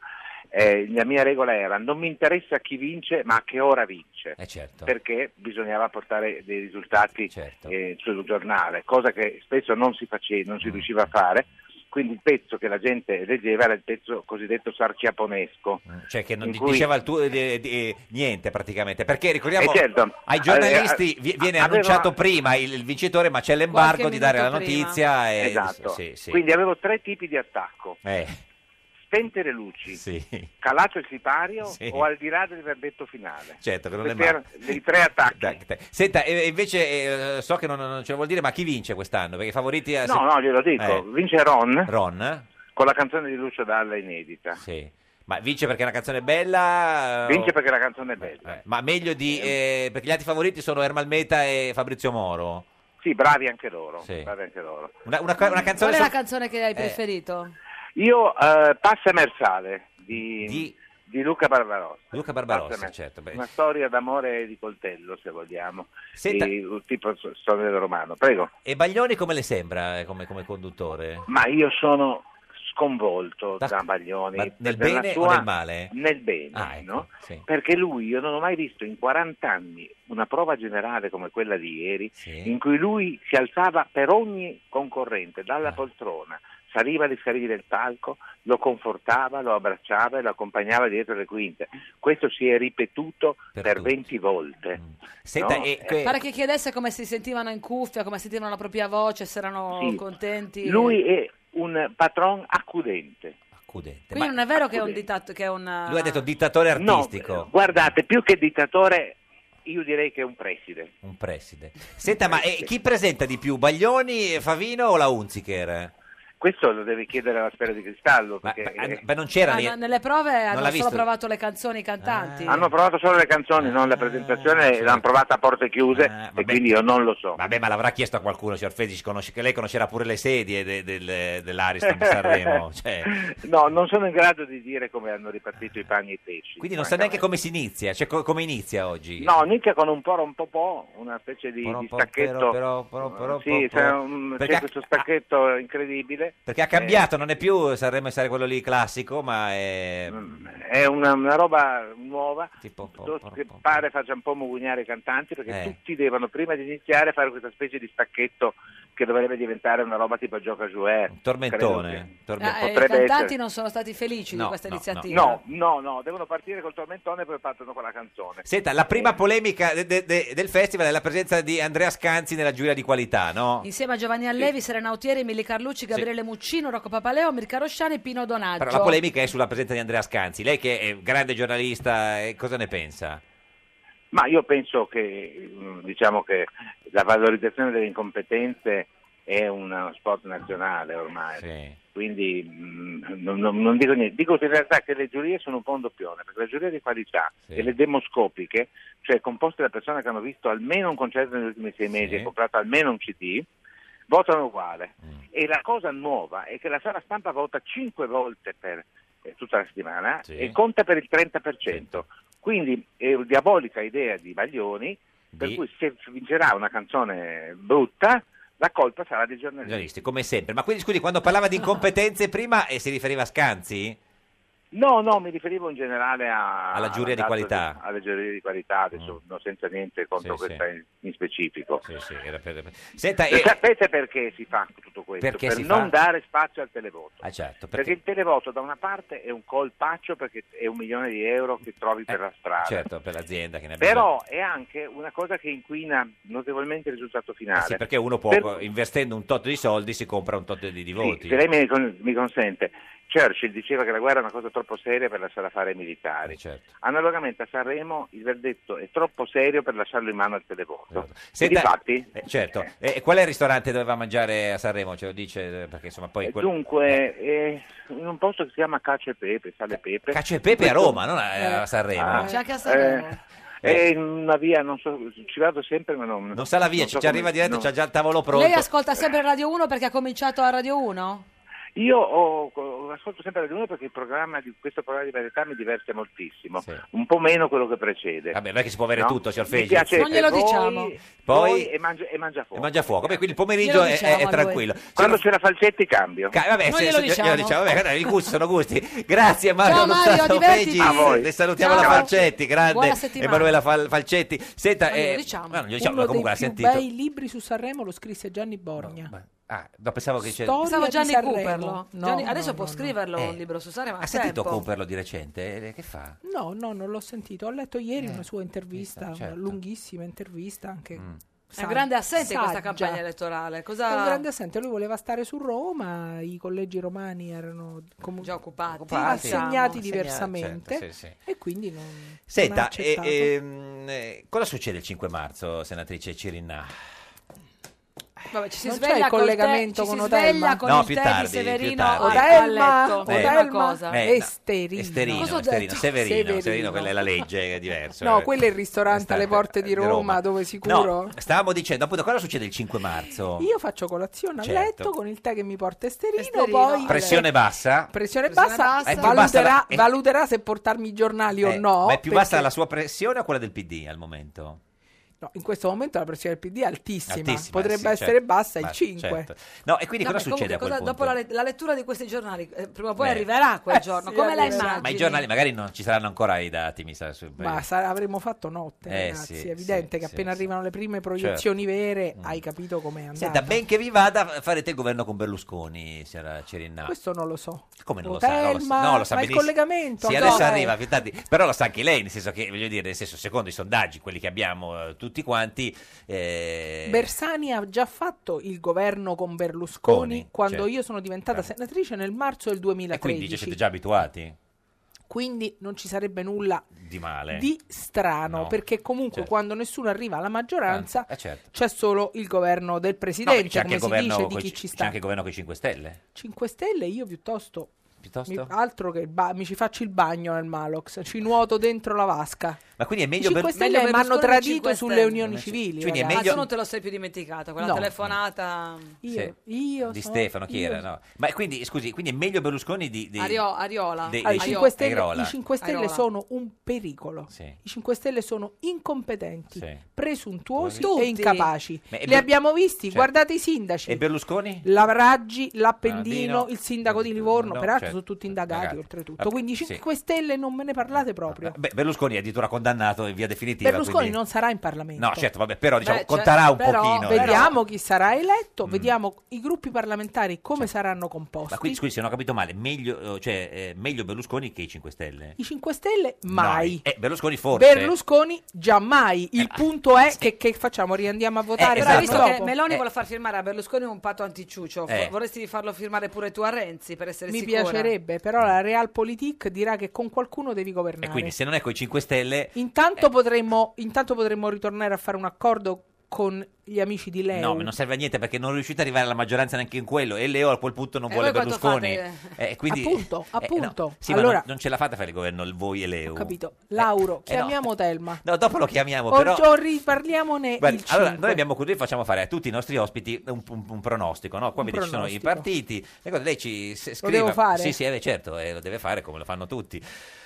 Speaker 17: eh, la mia regola era non mi interessa chi vince ma a che ora vince
Speaker 2: eh, Certo.
Speaker 17: perché bisognava portare dei risultati eh, sul giornale cosa che spesso non si faceva non si riusciva a fare quindi il pezzo che la gente leggeva era il pezzo cosiddetto sarciaponesco
Speaker 2: Cioè che non
Speaker 17: In
Speaker 2: di-
Speaker 17: cui-
Speaker 2: diceva il tuo, eh, di- niente praticamente, perché ricordiamo
Speaker 17: Eh, certo.
Speaker 2: ai giornalisti
Speaker 17: Eh, eh,
Speaker 2: vi- viene
Speaker 17: aveva-
Speaker 2: annunciato prima il, il vincitore ma c'è l'embargo di dare la notizia. E,
Speaker 17: Esatto.
Speaker 2: sì, sì.
Speaker 17: Quindi avevo tre tipi di attacco:
Speaker 2: Eh,
Speaker 17: spente le luci,
Speaker 2: sì.
Speaker 17: calato il sipario
Speaker 2: Sì.
Speaker 17: o al di là del verdetto finale.
Speaker 2: Certo, che non è
Speaker 17: Questi erano dei tre attacchi.
Speaker 2: Senta, e- e invece eh, so che non, non ce lo vuol dire, ma chi vince quest'anno? Perché i favoriti... eh,
Speaker 17: No, no, glielo dico. Vince Ron.
Speaker 2: Ron?
Speaker 17: Con la canzone di Lucio Dalla inedita.
Speaker 2: Sì. Ma vince perché è una canzone bella? eh,
Speaker 17: Vince
Speaker 2: o-
Speaker 17: perché la canzone è bella.
Speaker 2: Ma meglio di... eh, perché gli altri favoriti sono Ermal Meta e Fabrizio Moro.
Speaker 17: Sì, bravi anche loro.
Speaker 2: Sì.
Speaker 17: bravi anche loro.
Speaker 2: Una, una ca- una
Speaker 1: Qual
Speaker 2: canzone...
Speaker 1: è
Speaker 2: so-
Speaker 1: la canzone che hai preferito?
Speaker 17: Io eh, Passa Mersale di, di Luca Barbarossa.
Speaker 2: Luca Barbarossa,
Speaker 17: Passa Mer-
Speaker 2: certo, beh.
Speaker 17: Una storia d'amore di coltello, se vogliamo.
Speaker 2: Senta-
Speaker 17: Di un tipo so- storia del romano. Prego.
Speaker 2: E Baglioni come le sembra eh, come, come conduttore?
Speaker 17: Ma io sono sconvolto da, Baglioni.
Speaker 2: Ma nel
Speaker 17: per la
Speaker 2: bene o
Speaker 17: sua-
Speaker 2: nel male? Ah, ecco,
Speaker 17: Nel bene, no? perché lui, io non ho mai visto in 40 anni una prova generale come quella di ieri,
Speaker 2: Eh.
Speaker 17: in cui lui si alzava per ogni concorrente dalla poltrona, saliva di salire il palco, lo confortava, lo abbracciava e lo accompagnava dietro le quinte. Questo si è ripetuto per, 20 volte.
Speaker 2: Mm. Senta,
Speaker 17: no? Eh,
Speaker 2: e que-
Speaker 1: Pare che chiedesse come si sentivano in cuffia, come sentivano la propria voce, se erano
Speaker 17: Sì.
Speaker 1: contenti.
Speaker 17: Lui è un patron accudente.
Speaker 1: Quindi non è vero che è un dittato, che è un...
Speaker 2: Lui ha detto dittatore artistico,
Speaker 17: eh, Guardate, più che dittatore, io direi che è un preside.
Speaker 2: un preside. Senta, ma eh, chi presenta di più, Baglioni, Favino o la Unziker?
Speaker 17: Questo lo deve chiedere alla sfera di cristallo. perché-
Speaker 2: Ma, ma non c'era
Speaker 1: Ah,
Speaker 2: lì-
Speaker 1: no, nelle prove
Speaker 17: l'ha
Speaker 1: hanno solo
Speaker 17: visto. Ah.
Speaker 1: provato le canzoni i cantanti.
Speaker 17: Hanno provato solo le canzoni, non la presentazione, l'hanno provata a porte chiuse e quindi io non lo so.
Speaker 2: Ah, Eh, Vabbè, Eh, ma l'avrà chiesto a qualcuno, signor Fesic, conosce- che lei conoscerà pure le sedie de- del- dell'Ariston di Sanremo. cioè,
Speaker 17: No, non sono in grado di dire come hanno ripartito i panni e i pesci.
Speaker 2: quindi non sa neanche come si inizia, cioè co- come inizia oggi.
Speaker 17: No, inizia con un poro un po' po', una specie di, di
Speaker 2: po',
Speaker 17: stacchetto.
Speaker 2: però, però, però,
Speaker 17: sì,
Speaker 2: però,
Speaker 17: c'è,
Speaker 2: però.
Speaker 17: un- c'è
Speaker 2: Perché- ah.
Speaker 17: questo stacchetto incredibile perché...
Speaker 2: Perché ha
Speaker 17: eh.
Speaker 2: cambiato, non è più Sanremo essere quello lì classico, ma è...
Speaker 17: È una, una roba nuova
Speaker 2: Tipo,
Speaker 17: che pare faccia un po' mugugnare i cantanti perché
Speaker 2: Eh.
Speaker 17: tutti devono prima di iniziare fare questa specie di stacchetto che dovrebbe diventare una roba tipo gioca jouet.
Speaker 2: Tormentone,
Speaker 17: Credo che-
Speaker 2: tormentone.
Speaker 1: Eh, I
Speaker 17: Potrebbe
Speaker 1: cantanti
Speaker 17: essere.
Speaker 1: non sono stati felici
Speaker 2: No,
Speaker 1: di questa
Speaker 2: no, no.
Speaker 1: iniziativa.
Speaker 17: No, no, no, devono partire col tormentone e poi partono con la canzone.
Speaker 2: Senta, la prima polemica de- de- de- del festival è la presenza di Andrea Scanzi nella giuria di qualità, no?
Speaker 1: Insieme a Giovanni Allevi, Serenautieri, Emily Carlucci, Gabriele Muccino, Rocco Papaleo, Mirka Rosciani e Pino Donaggio.
Speaker 2: Però la polemica è sulla presenza di Andrea Scanzi. Lei che è grande giornalista, eh, cosa ne pensa?
Speaker 17: Ma io penso che mh, diciamo che la valorizzazione delle incompetenze è uno sport nazionale ormai. Quindi mh, non, non- non dico niente, dico in realtà che le giurie sono un po' un doppione, perché la giuria di qualità e le demoscopiche, cioè composte da persone che hanno visto almeno un concerto negli ultimi sei mesi e comprato almeno un CD, votano uguale. E la cosa nuova è che la sala stampa vota 5 volte per eh, tutta la settimana
Speaker 2: Sì.
Speaker 17: e conta per il 30%. Quindi è una diabolica idea di Baglioni, per
Speaker 2: Di-
Speaker 17: cui se vincerà una canzone brutta, la colpa sarà dei giornalisti.
Speaker 2: Giornalisti, come sempre. Ma quindi, scusi, quando parlava di incompetenze prima eh, si riferiva a Scanzi?
Speaker 17: No, no, mi riferivo in generale a-
Speaker 2: Alla giuria di
Speaker 17: al-
Speaker 2: qualità. Mm.
Speaker 17: Alla giuria di qualità, adesso no, senza niente contro
Speaker 2: Sì, sì.
Speaker 17: questa in- in specifico.
Speaker 2: Senta,
Speaker 17: E
Speaker 2: eh,
Speaker 17: sapete perché si fa tutto questo?
Speaker 2: Perché
Speaker 17: per
Speaker 2: si
Speaker 17: non
Speaker 2: fa?
Speaker 17: dare spazio al televoto.
Speaker 2: ah, certo,
Speaker 17: Perché...
Speaker 2: perché,
Speaker 17: il televoto da una parte è un colpaccio perché è un milione di euro che trovi per la strada.
Speaker 2: certo, per l'azienda che ne ha bisogno.
Speaker 17: Però è anche una cosa che inquina notevolmente il risultato
Speaker 2: Eh
Speaker 17: finale.
Speaker 2: sì, perché uno può, investendo un tot di soldi, si compra un tot di, di voti.
Speaker 17: Se lei mi, con- mi consente, Churchill diceva che la guerra è una cosa troppo seria per lasciarla fare ai
Speaker 2: Eh,
Speaker 17: militari.
Speaker 2: certo.
Speaker 17: Analogamente a Sanremo il verdetto è troppo serio per lasciarlo in mano al televoto.
Speaker 2: Eh, Senta-
Speaker 17: e difatti,
Speaker 2: Eh, certo. E qual è il ristorante dove va a mangiare a Sanremo? Ce lo dice? eh, Perché insomma poi... quel-
Speaker 17: dunque, eh, in un posto che si chiama Cacio e Pepe, Sale Pepe.
Speaker 2: Cacio e Pepe a
Speaker 17: Questo-
Speaker 2: Roma, non
Speaker 1: Eh,
Speaker 2: a, eh, a Sanremo.
Speaker 17: Ah,
Speaker 1: C'è anche a Sanremo.
Speaker 17: eh, è in una via, non so, ci vado sempre ma non...
Speaker 2: Non sa la via,
Speaker 17: non so
Speaker 2: ci arriva
Speaker 17: come-
Speaker 2: diretto,
Speaker 17: no.
Speaker 2: c'ha già il tavolo pronto.
Speaker 1: Lei ascolta sempre Radio 1 perché ha cominciato a Radio 1?
Speaker 17: Io ho- ho- ascolto sempre Radio 1 perché il programma di, questo programma di varietà mi diverte moltissimo, un po' meno quello che precede.
Speaker 2: Vabbè, non è che si può avere
Speaker 17: No?
Speaker 2: tutto, signor
Speaker 17: Mi
Speaker 2: Feggi.
Speaker 17: piace
Speaker 1: Non glielo
Speaker 17: voi,
Speaker 1: diciamo.
Speaker 2: Poi-
Speaker 17: voi e, mangia, e mangia
Speaker 2: E
Speaker 17: fuoco.
Speaker 2: mangia fuoco. Beh, quindi il pomeriggio
Speaker 17: Glielo
Speaker 2: è-
Speaker 17: diciamo
Speaker 2: è,
Speaker 17: a
Speaker 2: tranquillo.
Speaker 17: Quando c'è la Falcetti cambio.
Speaker 2: Ca- vabbè,
Speaker 17: Noi
Speaker 2: se-
Speaker 17: glielo
Speaker 2: se-
Speaker 17: diciamo.
Speaker 2: diciamo, vabbè, guarda, i gusti sono gusti. Grazie Mario
Speaker 17: Ciao, Mario,
Speaker 2: Luzzano
Speaker 17: divertiti.
Speaker 2: Feggi.
Speaker 17: A voi.
Speaker 2: Le salutiamo
Speaker 17: Ciao.
Speaker 2: la Falcetti, grande.
Speaker 13: Buona settimana.
Speaker 2: Emanuela Fal- Falcetti. Senta,
Speaker 13: Ma glielo
Speaker 2: eh,
Speaker 13: diciamo.
Speaker 2: ma non glielo diciamo,
Speaker 13: Uno
Speaker 2: ma comunque l'ha
Speaker 13: dei più
Speaker 2: sentito.
Speaker 13: bei libri su Sanremo lo scrisse Gianni Borgna.
Speaker 2: Ah, no, pensavo che c'era-
Speaker 13: Storia
Speaker 1: Pensavo
Speaker 13: di
Speaker 1: Gianni
Speaker 13: Sanremo.
Speaker 1: Cooperlo.
Speaker 13: No,
Speaker 1: Gianni-
Speaker 13: no,
Speaker 1: adesso
Speaker 13: no,
Speaker 1: può
Speaker 13: no.
Speaker 1: scriverlo
Speaker 2: Eh.
Speaker 1: un libro su Sanremo.
Speaker 2: Ha sentito
Speaker 1: tempo.
Speaker 2: Cooperlo di recente? Eh, Che fa?
Speaker 13: No, no, non l'ho sentito. Ho letto ieri una sua intervista,
Speaker 2: Eh, certo. Mm.
Speaker 13: una lunghissima intervista anche.
Speaker 1: È un grande assente in questa
Speaker 13: saggia.
Speaker 1: campagna elettorale. Cosa...
Speaker 13: È un grande assente, lui voleva stare su Roma, i collegi romani erano comunque
Speaker 1: Già occupati,
Speaker 13: assegnati
Speaker 1: diciamo.
Speaker 13: diversamente
Speaker 2: Assegnati, certo, sì,
Speaker 13: e quindi non, non ha
Speaker 2: Senta, e-
Speaker 13: accettato.
Speaker 2: ehm, eh, cosa succede il 5 marzo, senatrice Cirinà?
Speaker 1: Vabbè, ci si
Speaker 13: Non c'è
Speaker 1: sveglia
Speaker 13: il
Speaker 1: col tè-
Speaker 13: collegamento
Speaker 1: ci si
Speaker 13: con
Speaker 1: sveglia
Speaker 13: Otelma?
Speaker 1: con
Speaker 2: No,
Speaker 1: il
Speaker 2: più
Speaker 1: tè
Speaker 2: tardi,
Speaker 1: di
Speaker 2: più
Speaker 1: Severino
Speaker 2: tardi.
Speaker 1: a
Speaker 13: Otelma,
Speaker 1: letto.
Speaker 2: Eh,
Speaker 13: Otelma,
Speaker 1: cosa?
Speaker 2: Eh, no.
Speaker 13: Esterino.
Speaker 2: Esterino,
Speaker 13: Cosa ho
Speaker 2: Esterino,
Speaker 13: detto?
Speaker 2: Severino,
Speaker 13: Severino.
Speaker 2: Severino, quella è la legge, è diverso.
Speaker 13: No,
Speaker 2: Eh.
Speaker 13: quello è il ristorante alle porte di
Speaker 2: Roma,
Speaker 13: Roma, dove sicuro.
Speaker 2: No, stavamo dicendo, appunto, cosa succede il 5 marzo?
Speaker 13: Io faccio colazione a
Speaker 2: Certo.
Speaker 13: letto con il tè che mi porta Esterino, poi
Speaker 2: Pressione bassa?
Speaker 13: pressione
Speaker 1: Pressione
Speaker 13: bassa,
Speaker 1: bassa.
Speaker 2: È più
Speaker 13: valuterà,
Speaker 2: bassa la- è-
Speaker 13: valuterà se portarmi i giornali o
Speaker 2: Eh,
Speaker 13: no.
Speaker 2: Ma è più bassa
Speaker 13: Oh, perché-
Speaker 2: la sua pressione o quella del PD al momento?
Speaker 13: no, in questo momento la pressione del PD è altissima,
Speaker 2: Altissima,
Speaker 13: potrebbe
Speaker 2: sì,
Speaker 13: essere
Speaker 2: certo.
Speaker 13: bassa il
Speaker 2: Ma-
Speaker 13: 5.
Speaker 2: certo. No, e quindi
Speaker 1: No, beh,
Speaker 2: cosa
Speaker 1: comunque,
Speaker 2: succede a quel
Speaker 1: cosa-
Speaker 2: punto?
Speaker 1: Dopo la, let- la lettura di questi giornali, eh, prima o poi
Speaker 2: Beh.
Speaker 1: arriverà quel
Speaker 13: Eh,
Speaker 1: giorno.
Speaker 13: sì,
Speaker 1: Come la
Speaker 13: arriverà.
Speaker 1: immagini?
Speaker 2: Ma i giornali magari non ci saranno ancora i dati, mi sa. su-
Speaker 13: Ah, Ma sa- avremmo fatto notte,
Speaker 2: Eh,
Speaker 13: ragazzi.
Speaker 2: sì,
Speaker 13: è evidente
Speaker 2: sì,
Speaker 13: che
Speaker 2: sì,
Speaker 13: appena
Speaker 2: sì. Certo. Mm.
Speaker 13: arrivano le prime proiezioni vere, hai capito com'è andata.
Speaker 2: Senta, ben che vi vada, farete il governo con Berlusconi, signora Cerinna.
Speaker 13: Questo non lo so.
Speaker 2: Come non lo sa?
Speaker 13: Otelma,
Speaker 2: No, lo sa,
Speaker 13: ma il
Speaker 2: benissimo.
Speaker 13: collegamento,
Speaker 2: Sì,
Speaker 13: ancora.
Speaker 2: adesso arriva più tardi. Però lo sa anche lei, nel senso che, voglio dire, nel senso, secondo i sondaggi, quelli che abbiamo eh, tutti quanti... eh,
Speaker 13: Bersani ha già fatto il governo con Berlusconi
Speaker 2: Coni,
Speaker 13: quando
Speaker 2: certo.
Speaker 13: io sono diventata
Speaker 2: Bravo.
Speaker 13: senatrice nel marzo del
Speaker 2: e quindi ci
Speaker 13: 2013.
Speaker 2: siete già abituati
Speaker 13: Quindi non ci sarebbe nulla
Speaker 2: di male.
Speaker 13: di strano,
Speaker 2: No.
Speaker 13: perché comunque
Speaker 2: Certo.
Speaker 13: quando nessuno arriva alla maggioranza
Speaker 2: Eh, certo.
Speaker 13: c'è solo il governo del
Speaker 2: No,
Speaker 13: presidente,
Speaker 2: perché c'è anche
Speaker 13: come
Speaker 2: il
Speaker 13: si dice,
Speaker 2: governo
Speaker 13: di
Speaker 2: coi-
Speaker 13: chi ci
Speaker 2: C'è
Speaker 13: sta.
Speaker 2: anche il governo con i 5 Stelle.
Speaker 13: 5 Stelle io piuttosto...
Speaker 2: Piuttosto?
Speaker 13: mi- altro che il ba- mi ci faccio il bagno nel Malox, ci nuoto dentro la vasca.
Speaker 2: Ma quindi è meglio
Speaker 13: Cinque
Speaker 2: Berlusconi?
Speaker 13: Stelle mi hanno
Speaker 1: Berlusconi,
Speaker 13: tradito
Speaker 1: Cinque
Speaker 13: sulle
Speaker 1: Stelle.
Speaker 13: unioni civili.
Speaker 2: Quindi
Speaker 13: ragazzi.
Speaker 2: è
Speaker 1: Ma
Speaker 2: meglio-
Speaker 1: tu non te lo sei più dimenticata, quella
Speaker 13: No.
Speaker 1: telefonata.
Speaker 2: Sì.
Speaker 13: io
Speaker 2: di
Speaker 13: so-
Speaker 2: Stefano, chi
Speaker 13: io
Speaker 2: era? No. Ma quindi, scusi, quindi è meglio Berlusconi di... Eh, di-
Speaker 1: Ario- Ariola.
Speaker 2: dei-
Speaker 13: Allora,
Speaker 2: dei-
Speaker 13: i 5
Speaker 2: dei
Speaker 13: Stelle,
Speaker 2: Rola.
Speaker 13: i 5 Stelle
Speaker 1: Airola.
Speaker 13: sono un pericolo.
Speaker 2: Sì.
Speaker 13: I 5 Stelle sono incompetenti,
Speaker 2: Sì.
Speaker 13: presuntuosi
Speaker 1: Tutti.
Speaker 13: e incapaci.
Speaker 2: Ma è
Speaker 13: Li
Speaker 2: Ber-
Speaker 13: abbiamo visti,
Speaker 2: Certo.
Speaker 13: guardate i sindaci.
Speaker 2: E Berlusconi?
Speaker 13: La Raggi, l'Appendino,
Speaker 2: Bernardino,
Speaker 13: il sindaco di Livorno,
Speaker 2: no,
Speaker 13: peraltro
Speaker 2: certo.
Speaker 13: sono tutti indagati
Speaker 2: Indagati.
Speaker 13: oltretutto.
Speaker 2: Vabbè,
Speaker 13: Quindi i
Speaker 2: sì.
Speaker 13: 5 Stelle non me ne parlate proprio.
Speaker 2: Beh, Berlusconi è addirittura condannato in via definitiva.
Speaker 13: Berlusconi
Speaker 2: quindi-
Speaker 13: non sarà in Parlamento.
Speaker 2: No, certo, vabbè, però diciamo,
Speaker 13: Beh, cioè,
Speaker 2: contarà un
Speaker 13: però
Speaker 2: pochino. eh. Mm.
Speaker 13: Vediamo chi sarà eletto, vediamo i gruppi parlamentari come saranno composti.
Speaker 2: Ma quindi, scusi, se non ho capito male, meglio, eh, cioè, eh, meglio Berlusconi che i 5 Stelle?
Speaker 13: I 5 Stelle mai.
Speaker 2: No, eh, Berlusconi forse. Eh,
Speaker 13: Berlusconi giammai. Il punto è che, che facciamo? Riandiamo a votare?
Speaker 1: però
Speaker 2: esatto.
Speaker 1: hai
Speaker 13: subito
Speaker 1: visto che
Speaker 13: dopo?
Speaker 2: eh.
Speaker 1: Meloni vuole far firmare a Berlusconi un patto anticiuccio.
Speaker 13: Eh.
Speaker 1: Fo- Vorresti farlo firmare pure tu a Renzi per essere
Speaker 13: Mi
Speaker 1: sicura?
Speaker 13: piacerebbe, però la Realpolitik dirà che con qualcuno devi governare.
Speaker 2: E quindi, Eh. se non è con i 5 Stelle...
Speaker 13: Intanto, potremmo, intanto potremmo ritornare a fare un accordo con gli amici di lei.
Speaker 2: No, ma non serve a niente perché non riuscite ad arrivare alla maggioranza neanche in quello. E Leo a quel punto non
Speaker 13: E
Speaker 2: vuole
Speaker 13: voi quanto
Speaker 2: Berlusconi.
Speaker 13: fate?
Speaker 2: Eh, quindi...
Speaker 13: Appunto,
Speaker 2: eh, no.
Speaker 13: appunto.
Speaker 2: Sì, ma
Speaker 13: allora,
Speaker 2: non, non ce la fate a fare il governo, il voi e Leo.
Speaker 13: ho capito. Lauro,
Speaker 2: eh, no.
Speaker 13: chiamiamo Telma.
Speaker 2: No, dopo lo chiamiamo,
Speaker 13: O-
Speaker 2: però...
Speaker 13: o riparliamone
Speaker 2: Guardi,
Speaker 13: il
Speaker 2: allora,
Speaker 13: cinque.
Speaker 2: noi abbiamo così, facciamo fare a tutti i nostri ospiti un, un- un pronostico, no? Qua
Speaker 13: Un
Speaker 2: vede, ci sono i
Speaker 13: pronostico.
Speaker 2: partiti, le cose, lei ci s-
Speaker 13: Lo
Speaker 2: scrive.
Speaker 13: devo fare?
Speaker 2: Sì, sì, eh, certo, eh, lo deve fare come lo fanno tutti.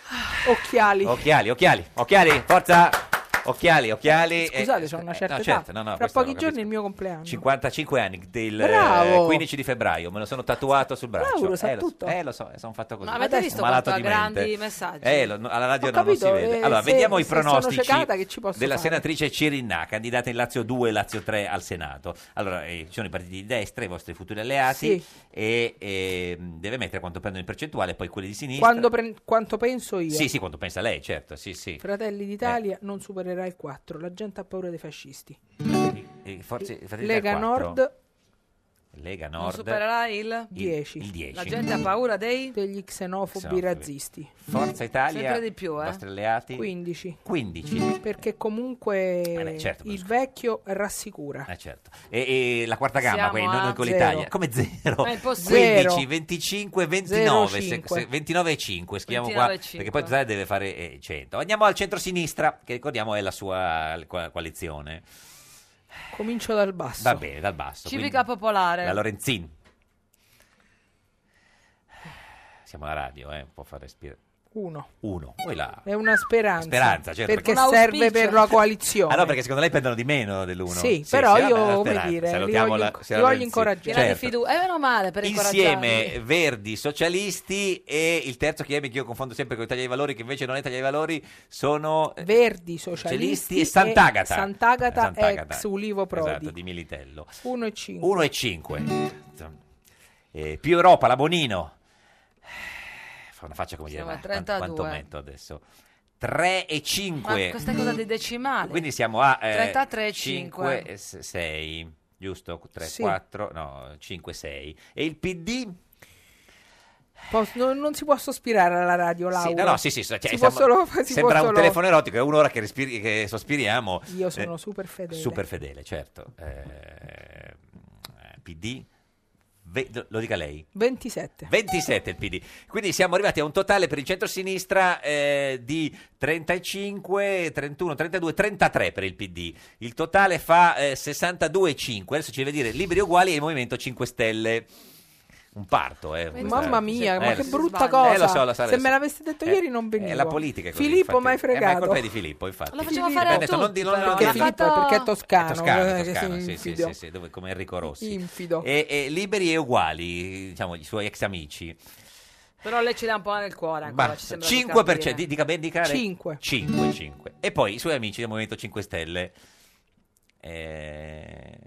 Speaker 13: Ah, Occhiali.
Speaker 2: Occhiali, occhiali, occhiali, forza! Occhiali, occhiali. eh,
Speaker 13: Scusate, c'ho una certa
Speaker 2: no,
Speaker 13: età.
Speaker 2: certo, no, no,
Speaker 13: Fra
Speaker 2: questo
Speaker 13: pochi
Speaker 2: lo
Speaker 13: giorni è il mio compleanno.
Speaker 2: 55 anni del eh,
Speaker 13: Bravo.
Speaker 2: 15 di febbraio, me lo sono tatuato sul braccio.
Speaker 13: Lauro sa
Speaker 2: eh, lo,
Speaker 13: tutto.
Speaker 2: eh, lo so, eh, sono fatto così.
Speaker 1: Ma avete
Speaker 2: Un
Speaker 1: visto
Speaker 2: malato
Speaker 1: quanto ha
Speaker 2: di mente.
Speaker 1: grandi messaggi?
Speaker 2: Eh, lo- no, alla radio
Speaker 1: Ah, Ho
Speaker 2: non, non
Speaker 1: capito,
Speaker 2: si vede.
Speaker 1: eh,
Speaker 2: Allora,
Speaker 1: se-
Speaker 2: vediamo i
Speaker 1: se sono
Speaker 2: pronostici
Speaker 1: ciecata, che ci posso
Speaker 2: della
Speaker 1: fare?
Speaker 2: senatrice Cirinà, candidata in Lazio 2 e Lazio 3 al Senato. Allora, eh, ci sono i partiti di destra, i vostri futuri alleati,
Speaker 13: Sì.
Speaker 2: e, e, mh, deve mettere quanto prendono in percentuale, poi quelli di sinistra.
Speaker 13: Quando pre- quanto penso io?
Speaker 2: Sì, Eh. sì, quanto pensa lei, certo, sì, sì.
Speaker 13: Fratelli d'Italia non supererà il 4. La gente ha paura dei fascisti.
Speaker 2: Eh, forse- Fratelli
Speaker 13: Lega
Speaker 2: d'Italia quattro.
Speaker 13: Nord
Speaker 2: Lega
Speaker 1: Non
Speaker 2: Nord.
Speaker 1: supererà il...
Speaker 13: 10.
Speaker 2: il 10.
Speaker 1: La gente ha paura dei...
Speaker 13: degli xenofobi,
Speaker 2: Xenofobi.
Speaker 13: razzisti.
Speaker 2: Forza Italia.
Speaker 13: Sempre di più,
Speaker 2: i
Speaker 13: eh.
Speaker 2: Vostri alleati.
Speaker 13: 15.
Speaker 2: 15.
Speaker 13: Mm. Perché comunque
Speaker 2: beh, certo,
Speaker 13: il vecchio rassicura.
Speaker 2: Eh, certo. E, e la quarta gamma,
Speaker 13: Ah. Siamo
Speaker 2: quindi
Speaker 13: a
Speaker 2: noi con
Speaker 13: zero.
Speaker 2: l'Italia. Come zero?
Speaker 13: Ma è impossibile.
Speaker 2: 15, 25,
Speaker 13: Zero,
Speaker 2: 29. se-
Speaker 13: cinque.
Speaker 2: se- 29 e 5. Scriviamo
Speaker 13: 29 e
Speaker 2: qua. Perché
Speaker 13: cinque.
Speaker 2: poi Zara deve fare eh, 100. Andiamo al centro-sinistra, che ricordiamo è la sua qua- coalizione.
Speaker 13: Comincio dal basso.
Speaker 2: Va bene, dal basso.
Speaker 1: Civica
Speaker 2: quindi, la
Speaker 1: popolare.
Speaker 2: Lorenzin. Siamo alla radio, eh, può fare respirare.
Speaker 13: Uno.
Speaker 2: Uno. Poi la
Speaker 13: È una speranza.
Speaker 2: Speranza, certo,
Speaker 13: Perché
Speaker 2: perché- Un
Speaker 13: serve
Speaker 2: auspicio.
Speaker 13: per la coalizione.
Speaker 2: Ah no, perché secondo lei prendono di meno dell'uno.
Speaker 13: Sì, però
Speaker 2: vabbè,
Speaker 13: io,
Speaker 2: la
Speaker 13: come
Speaker 2: speranza.
Speaker 13: dire, li
Speaker 2: certo, Salutiamo
Speaker 13: voglio
Speaker 2: la-
Speaker 13: inco-
Speaker 2: signora
Speaker 13: li voglio
Speaker 2: Renzi.
Speaker 13: incoraggiare.
Speaker 1: Piena di
Speaker 2: Certo.
Speaker 1: fiducia. Eh, meno male per incoraggiarli.
Speaker 2: Insieme Verdi, Socialisti e il terzo che è che io confondo sempre con Italia dei Valori, che invece non è Italia dei Valori, sono eh,
Speaker 13: Verdi, socialisti
Speaker 2: Socialisti e Sant'Agata.
Speaker 13: Sant'Agata,
Speaker 2: Sant'Agata.
Speaker 13: ex Ulivo Prodi.
Speaker 2: Esatto, di Militello.
Speaker 13: 1 e 5.
Speaker 2: 1 e 5. Eh, più Europa, la Bonino. Eh, Fa una faccia come dire,
Speaker 1: Siamo
Speaker 2: ma
Speaker 1: a
Speaker 2: quanto,
Speaker 1: 32.
Speaker 2: quanto metto adesso? 3 e 5.
Speaker 1: Ma questa è cosa dei
Speaker 13: Ah,
Speaker 1: decimali.
Speaker 2: Quindi siamo a
Speaker 1: 33,
Speaker 2: 5 e 6, giusto? 3,
Speaker 13: Sì.
Speaker 2: 4, no, 5, 6. E il PD?
Speaker 13: Pos- non, non si può sospirare alla radio, Laura.
Speaker 2: Sì, no, no, sì, sì, cioè,
Speaker 13: si
Speaker 2: siamo-
Speaker 13: può solo, si può
Speaker 2: sembra un
Speaker 13: solo-
Speaker 2: telefono erotico, è un'ora che, respiri- che sospiriamo.
Speaker 13: Io sono
Speaker 2: Eh,
Speaker 13: super fedele.
Speaker 2: Super fedele, certo. Eh, PD, ve- lo dica lei.
Speaker 13: 27.
Speaker 2: 27 il PD. Quindi siamo arrivati a un totale per il centro-sinistra eh, di 35, 31, 32, 33 per il PD. Il totale fa eh, 62,5. Adesso ci deve dire Liberi Uguali e il Movimento 5 Stelle. Un parto, eh. questa-
Speaker 13: Mamma mia,
Speaker 2: Eh,
Speaker 13: ma
Speaker 2: lo
Speaker 13: che
Speaker 2: so.
Speaker 13: brutta
Speaker 2: Eh,
Speaker 13: cosa.
Speaker 2: lo so, lo so,
Speaker 13: Se
Speaker 2: lo
Speaker 13: me
Speaker 2: so.
Speaker 13: l'aveste detto
Speaker 2: Eh,
Speaker 13: ieri non venivo.
Speaker 2: È la politica è così,
Speaker 13: Filippo
Speaker 2: infatti.
Speaker 13: m'hai
Speaker 2: Eh, ma è
Speaker 13: fregato.
Speaker 2: colpa di Filippo, infatti.
Speaker 1: Lo facciamo fare
Speaker 2: Abbiamo
Speaker 1: a
Speaker 2: detto, non di-
Speaker 1: tutti,
Speaker 2: non-
Speaker 1: però,
Speaker 2: non
Speaker 1: l'ha
Speaker 13: Che
Speaker 2: di-
Speaker 13: Filippo è
Speaker 1: fatto-
Speaker 13: perché è toscano.
Speaker 2: È toscano,
Speaker 13: eh,
Speaker 2: toscano,
Speaker 13: sì,
Speaker 2: sì, sì,
Speaker 13: infido.
Speaker 2: sì, sì, dove- come Enrico Rossi.
Speaker 13: Infido.
Speaker 2: E, e liberi e uguali, diciamo, i suoi ex amici.
Speaker 1: Però lei ci dà un po' nel cuore ancora,
Speaker 2: Basta,
Speaker 1: Ecco, ci sembra di
Speaker 2: 5%,
Speaker 1: capire.
Speaker 2: di- dica ben dica lei.
Speaker 1: Cinque.
Speaker 2: 5, 5. E poi i suoi amici del Movimento 5 Stelle. Eh,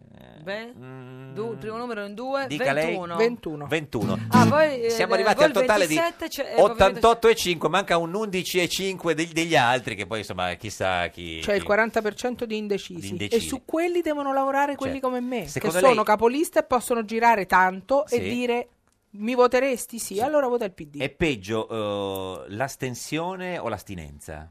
Speaker 2: mm,
Speaker 1: Beh, du- primo numero in 2,
Speaker 2: dica
Speaker 1: 21.
Speaker 2: lei 21.
Speaker 1: Eh, Ah, voi, eh,
Speaker 2: Siamo
Speaker 1: le-
Speaker 2: arrivati
Speaker 1: voi
Speaker 2: al
Speaker 1: il
Speaker 2: totale di
Speaker 1: 27 c'è- eh, ovviamente-
Speaker 2: 88,5, manca un 11,5 degli, degli altri che poi insomma chissà chi...
Speaker 13: Cioè il
Speaker 2: chi-
Speaker 13: 40% di indecisi.
Speaker 2: Di indecisi.
Speaker 13: E su quelli devono lavorare quelli
Speaker 2: Certo.
Speaker 13: come me,
Speaker 2: Secondo
Speaker 13: che sono
Speaker 2: lei-
Speaker 13: capolista e possono girare tanto
Speaker 2: Sì.
Speaker 13: e dire mi voteresti? Sì, allora vota il PD.
Speaker 2: È peggio eh, l'astensione o l'astinenza?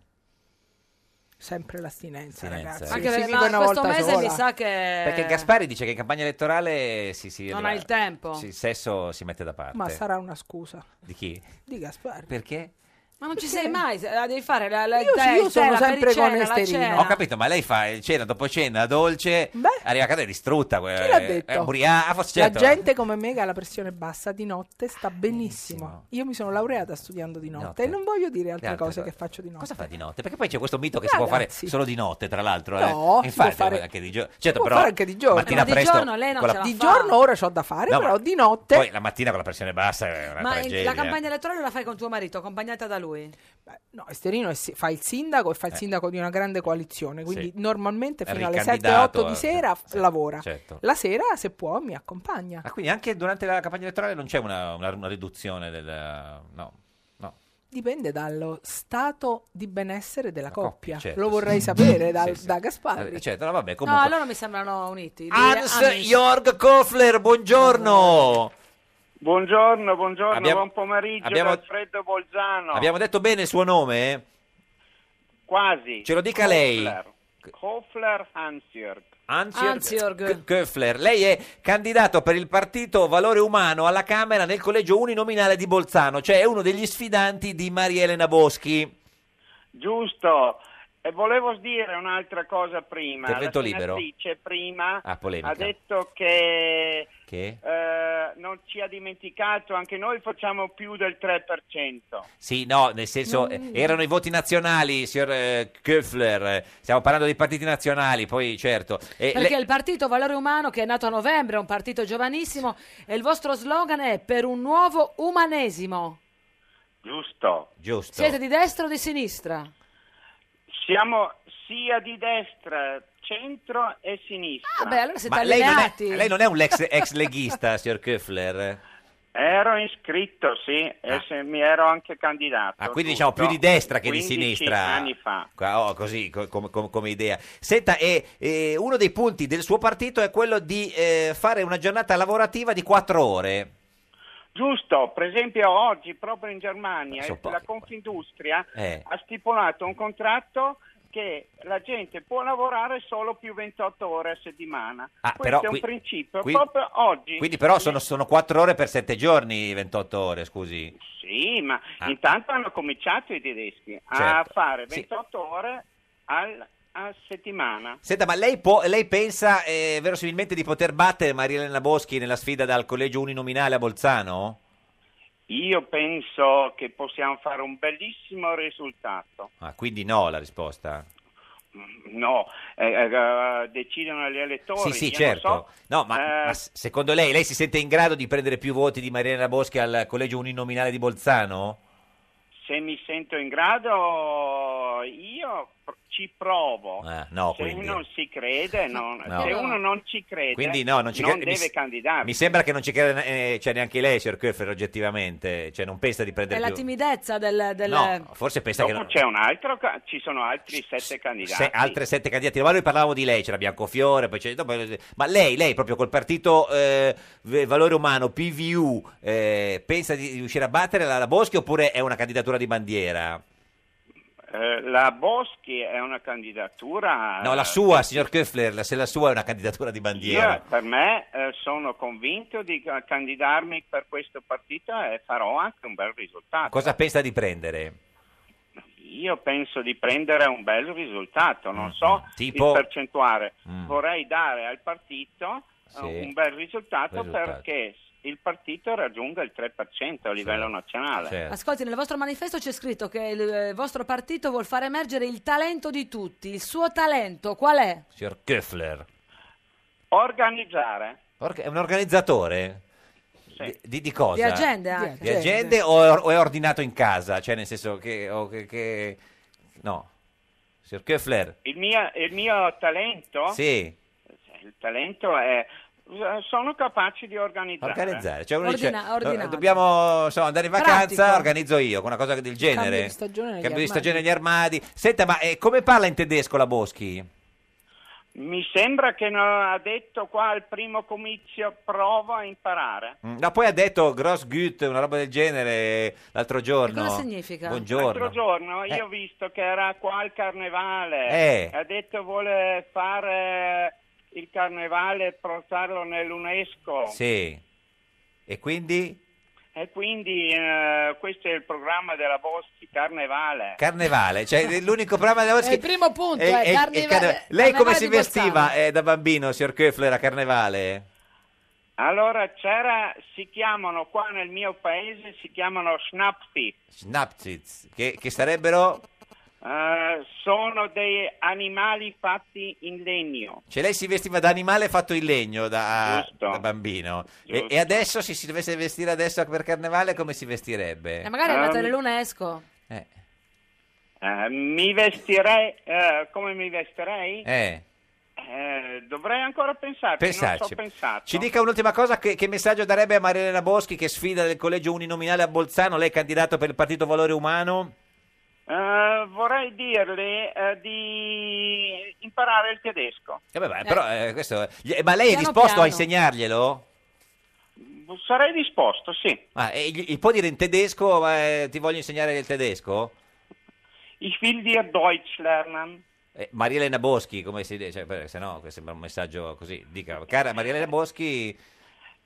Speaker 13: Sempre l'astinenza,
Speaker 2: Astinenza.
Speaker 13: ragazzi.
Speaker 1: Anche
Speaker 13: Si
Speaker 1: perché-
Speaker 13: vive
Speaker 1: ma
Speaker 13: una
Speaker 1: questo
Speaker 13: volta
Speaker 1: mese
Speaker 13: sola.
Speaker 1: mi sa che...
Speaker 2: Perché Gaspari dice che in campagna elettorale si, si-
Speaker 1: Non ha il tempo.
Speaker 2: sì, il sesso si mette da parte.
Speaker 13: Ma sarà una scusa
Speaker 2: Di chi?
Speaker 13: di Gaspari.
Speaker 2: Perché?
Speaker 1: Ma non ci
Speaker 2: Eh.
Speaker 1: sei mai, se- la devi fare la, la,
Speaker 13: Io-
Speaker 1: la-
Speaker 13: io sono
Speaker 1: la
Speaker 13: sempre con
Speaker 1: pericena, la
Speaker 13: Esterina.
Speaker 1: cena.
Speaker 2: Ho capito, ma lei fa il cena dopo cena dolce, arriva a casa e distrutta. Chi
Speaker 13: l'ha detto?
Speaker 2: È ubriaca, forse
Speaker 13: La
Speaker 2: certo.
Speaker 13: gente come me che ha la pressione bassa di notte sta benissimo. Io mi sono laureata studiando di notte,
Speaker 2: Notte.
Speaker 13: e non voglio dire altre,
Speaker 2: Le altre
Speaker 13: cose
Speaker 2: cose.
Speaker 13: che faccio di notte.
Speaker 2: Cosa fa di notte? Perché poi c'è questo mito che si può
Speaker 13: Ragazzi.
Speaker 2: fare solo di notte, tra l'altro.
Speaker 13: No,
Speaker 2: eh.
Speaker 13: si può
Speaker 2: Infatti,
Speaker 13: fare-
Speaker 2: anche di giorno. Certo,
Speaker 13: può
Speaker 2: però,
Speaker 13: fare anche di giorno.
Speaker 2: Mattina
Speaker 13: Eh, ma di
Speaker 2: presto,
Speaker 13: giorno lei non
Speaker 2: con
Speaker 13: ce
Speaker 2: la-
Speaker 13: la Di giorno ora c'ho da fare,
Speaker 2: No,
Speaker 13: però
Speaker 2: ma-
Speaker 13: di notte
Speaker 2: Poi la mattina con la pressione bassa è una
Speaker 1: Ma in-
Speaker 2: tragedia.
Speaker 1: la campagna elettorale la fai con tuo marito, accompagnata da lui.
Speaker 13: No, Esterino è si- fa il sindaco e fa il
Speaker 1: Eh.
Speaker 13: sindaco di una grande coalizione, quindi
Speaker 2: Sì.
Speaker 13: normalmente
Speaker 2: È
Speaker 13: fino alle
Speaker 2: ricandidato,
Speaker 13: 7-8
Speaker 2: eh,
Speaker 13: di sera f- lavora.
Speaker 2: certo.
Speaker 13: La sera, se può, mi accompagna.
Speaker 2: Ah, quindi anche durante la campagna elettorale non c'è una, una- una riduzione del... No, no.
Speaker 13: Dipende dallo stato di benessere della coppia.
Speaker 2: certo,
Speaker 13: Lo
Speaker 2: sì.
Speaker 13: vorrei sapere dal-
Speaker 2: Sì, sì.
Speaker 13: da Gasparri.
Speaker 2: Eh, Certo, no, vabbè, comunque...
Speaker 1: Ah, No, allora mi sembrano uniti.
Speaker 2: Hans
Speaker 1: Amici.
Speaker 2: Jörg Kofler, buongiorno!
Speaker 18: Buongiorno, buongiorno,
Speaker 2: Abbiamo-
Speaker 18: buon pomeriggio
Speaker 2: abbiamo-
Speaker 18: da Alfredo Bolzano.
Speaker 2: Abbiamo detto bene il suo nome? eh?
Speaker 18: Quasi.
Speaker 2: Ce lo dica lei.
Speaker 18: Kofler. Kofler Hansjörg.
Speaker 2: K- Köfler, lei è candidato per il partito Valore Umano alla Camera nel collegio uninominale di Bolzano, cioè è uno degli sfidanti di Maria Elena Boschi.
Speaker 18: Giusto. E volevo dire un'altra cosa prima.
Speaker 2: Intervento
Speaker 18: La
Speaker 2: libero.
Speaker 18: senatrice prima
Speaker 2: Ah, polemica.
Speaker 18: ha detto che
Speaker 2: Che?
Speaker 18: eh, non ci ha dimenticato, anche noi facciamo più del 3%.
Speaker 2: Sì, no, nel senso, eh, erano i voti nazionali, signor eh, Köfler, eh, stiamo parlando dei partiti nazionali, poi certo. E
Speaker 1: Perché
Speaker 2: le-
Speaker 1: il partito Valore Umano, che è nato a novembre, è un partito giovanissimo, e il vostro slogan è per un nuovo umanesimo.
Speaker 18: Giusto.
Speaker 2: Giusto.
Speaker 1: Siete di destra o di sinistra?
Speaker 2: Eh.
Speaker 18: Siamo sia di destra, centro e sinistra.
Speaker 1: Vabbè, Ah, allora siete
Speaker 2: Ma lei non, è,
Speaker 1: allineati.
Speaker 2: lei non è un ex, ex leghista, signor Köfler?
Speaker 18: Ero iscritto, sì, e se mi ero anche candidato.
Speaker 2: Ah, quindi
Speaker 18: tutto.
Speaker 2: diciamo più di destra che di
Speaker 18: 15
Speaker 2: sinistra.
Speaker 18: anni fa.
Speaker 2: Qua- oh, così co- com- com- come idea. Senta, e, e uno dei punti del suo partito è quello di eh, fare una giornata lavorativa di quattro ore.
Speaker 18: Giusto, per esempio oggi proprio in Germania eh,
Speaker 2: Sono
Speaker 18: la Confindustria
Speaker 2: Eh.
Speaker 18: ha stipulato un contratto che la gente può lavorare solo più 28 ore a settimana.
Speaker 2: Ah,
Speaker 18: Questo
Speaker 2: però
Speaker 18: è un
Speaker 2: qui-
Speaker 18: principio
Speaker 2: qui-
Speaker 18: proprio oggi.
Speaker 2: Quindi però sono, sono quattro ore per sette giorni, 28 ore, scusi.
Speaker 18: Sì, ma intanto hanno cominciato i tedeschi a
Speaker 2: Ah. Certo.
Speaker 18: fare
Speaker 2: Sì.
Speaker 18: 28 ore al- a settimana.
Speaker 2: Senta, ma lei, può- lei pensa eh, verosimilmente di poter battere Maria Elena Boschi nella sfida dal collegio uninominale a Bolzano?
Speaker 18: Io penso che possiamo fare un bellissimo risultato.
Speaker 2: Ah, quindi no la risposta.
Speaker 18: No, eh, eh, decidono gli elettori.
Speaker 2: Sì, sì,
Speaker 18: io non
Speaker 2: certo.
Speaker 18: so.
Speaker 2: No, ma,
Speaker 18: Eh,
Speaker 2: ma s- secondo lei, lei si sente in grado di prendere più voti di Maria Elena Boschi al collegio uninominale di Bolzano?
Speaker 18: se mi sento in grado, io pr- ci provo.
Speaker 2: Ah, no,
Speaker 18: se
Speaker 2: quindi.
Speaker 18: uno si crede, non-
Speaker 2: No.
Speaker 18: se uno non ci crede,
Speaker 2: Quindi no, non ci crede. Mi
Speaker 18: deve
Speaker 2: s-
Speaker 18: candidarsi.
Speaker 2: Mi sembra che non ci creda eh, cioè, neanche lei, signor Köfer, oggettivamente. Cioè, non pensa di
Speaker 1: È
Speaker 2: prendere
Speaker 1: la
Speaker 2: più...
Speaker 1: timidezza del... del-
Speaker 2: No, forse pensa che...
Speaker 18: Dopo
Speaker 2: non-
Speaker 18: c'è un altro, ca- ci sono altri sette candidati.
Speaker 2: se- altre sette candidati, ma noi parlavamo di lei, c'era Biancofiore, poi c'è- dopo- eh, ma lei, lei proprio col partito eh, v- Valore Umano, PVU, eh, pensa di riuscire a battere la, la Boschi oppure è una candidatura di bandiera?
Speaker 18: Eh, la Boschi è una candidatura.
Speaker 2: No, la sua, signor Köfler, la- se la sua è una candidatura di bandiera.
Speaker 18: Io, per me eh, sono convinto di ca- candidarmi per questo partito e farò anche un bel risultato.
Speaker 2: Cosa pensa di prendere?
Speaker 18: Io penso di prendere un bel risultato, non so
Speaker 2: Mm, tipo?
Speaker 18: il percentuale.
Speaker 2: Mm.
Speaker 18: Vorrei dare al partito eh,
Speaker 2: Sì.
Speaker 18: un bel risultato,
Speaker 2: Risultato.
Speaker 18: perché il partito raggiunga il 3% a livello nazionale.
Speaker 2: Certo.
Speaker 1: Ascolti, nel vostro manifesto c'è scritto che il eh, vostro partito vuol far emergere il talento di tutti. Il suo talento qual è?
Speaker 2: Signor Köfler,
Speaker 18: Organizzare.
Speaker 2: Orga- è un organizzatore? Di- Di, di cosa?
Speaker 1: Di agende anche.
Speaker 2: Di agende o, o è ordinato in casa? Cioè, nel senso che... o che- che- No. Signor Köfler,
Speaker 18: Il mio, il mio talento,
Speaker 2: sì,
Speaker 18: il talento è... eh, Sono capace di organizzare.
Speaker 2: organizzare. Cioè, uno dice,
Speaker 18: Ordina- ordinare.
Speaker 2: "Eh, dobbiamo insomma, andare in vacanza,
Speaker 18: Pratico.
Speaker 2: organizzo io, con una cosa del genere.
Speaker 18: Cambio di stagione negli
Speaker 2: Cambio di
Speaker 18: armadi.
Speaker 2: stagione negli armadi. Senta, ma eh, come parla in tedesco la Boschi?
Speaker 18: Mi sembra che no- ha detto qua al primo comizio prova a imparare.
Speaker 2: Mm, No, poi ha detto Gross Gut, una roba del genere, l'altro giorno.
Speaker 18: cosa significa? L'altro
Speaker 2: Buongiorno.
Speaker 18: giorno io
Speaker 2: Eh.
Speaker 18: ho visto che era qua al carnevale
Speaker 2: Eh.
Speaker 18: ha detto vuole fare il carnevale e portarlo nell'UNESCO.
Speaker 2: Sì. E quindi?
Speaker 18: E quindi eh, questo è il programma della Boschi Carnevale.
Speaker 2: Carnevale, cioè l'unico programma della
Speaker 18: Eh,
Speaker 2: Boschi.
Speaker 1: il primo punto è,
Speaker 2: è- è- è
Speaker 1: carnevale-
Speaker 2: carnevale. Lei come
Speaker 1: carnevale
Speaker 2: si
Speaker 1: di Bolzano.
Speaker 2: vestiva eh, da bambino, signor Köffler, a carnevale?
Speaker 18: Allora c'era, si chiamano qua nel mio paese, si chiamano schnappi.
Speaker 2: Schnappzitz, che, che sarebbero...
Speaker 18: Eh, sono dei animali fatti in legno.
Speaker 2: Cioè lei si vestiva da animale fatto in legno da, da bambino. E,
Speaker 18: Giusto.
Speaker 2: e adesso, se si dovesse vestire adesso per carnevale, come si vestirebbe?
Speaker 1: E magari è andato
Speaker 18: Ehm,
Speaker 1: nell'UNESCO.
Speaker 18: Eh, mi vestirei, eh, come mi vestirei?
Speaker 2: Eh,
Speaker 18: Eh, dovrei ancora pensarci, non
Speaker 2: pensarci.
Speaker 18: ci ho pensato.
Speaker 2: Ci dica un'ultima cosa, che, che messaggio darebbe a Marilena Boschi che sfida del collegio uninominale a Bolzano, lei è candidato per il Partito Valore Umano?
Speaker 18: Eh, vorrei dirle eh, di imparare il tedesco.
Speaker 2: Eh, beh, beh, però, eh, questo- gli- eh, ma lei è
Speaker 18: Piano
Speaker 2: disposto
Speaker 18: piano.
Speaker 2: a insegnarglielo?
Speaker 18: Sarei disposto, sì.
Speaker 2: Ah, e gli, gli può dire in tedesco, ma, eh, ti voglio insegnare il tedesco?
Speaker 18: Ich will dir Deutsch lernen.
Speaker 2: Eh, Marielena Boschi, come si dice, Beh, se no che sembra un messaggio così, dica, cara Marielena Boschi,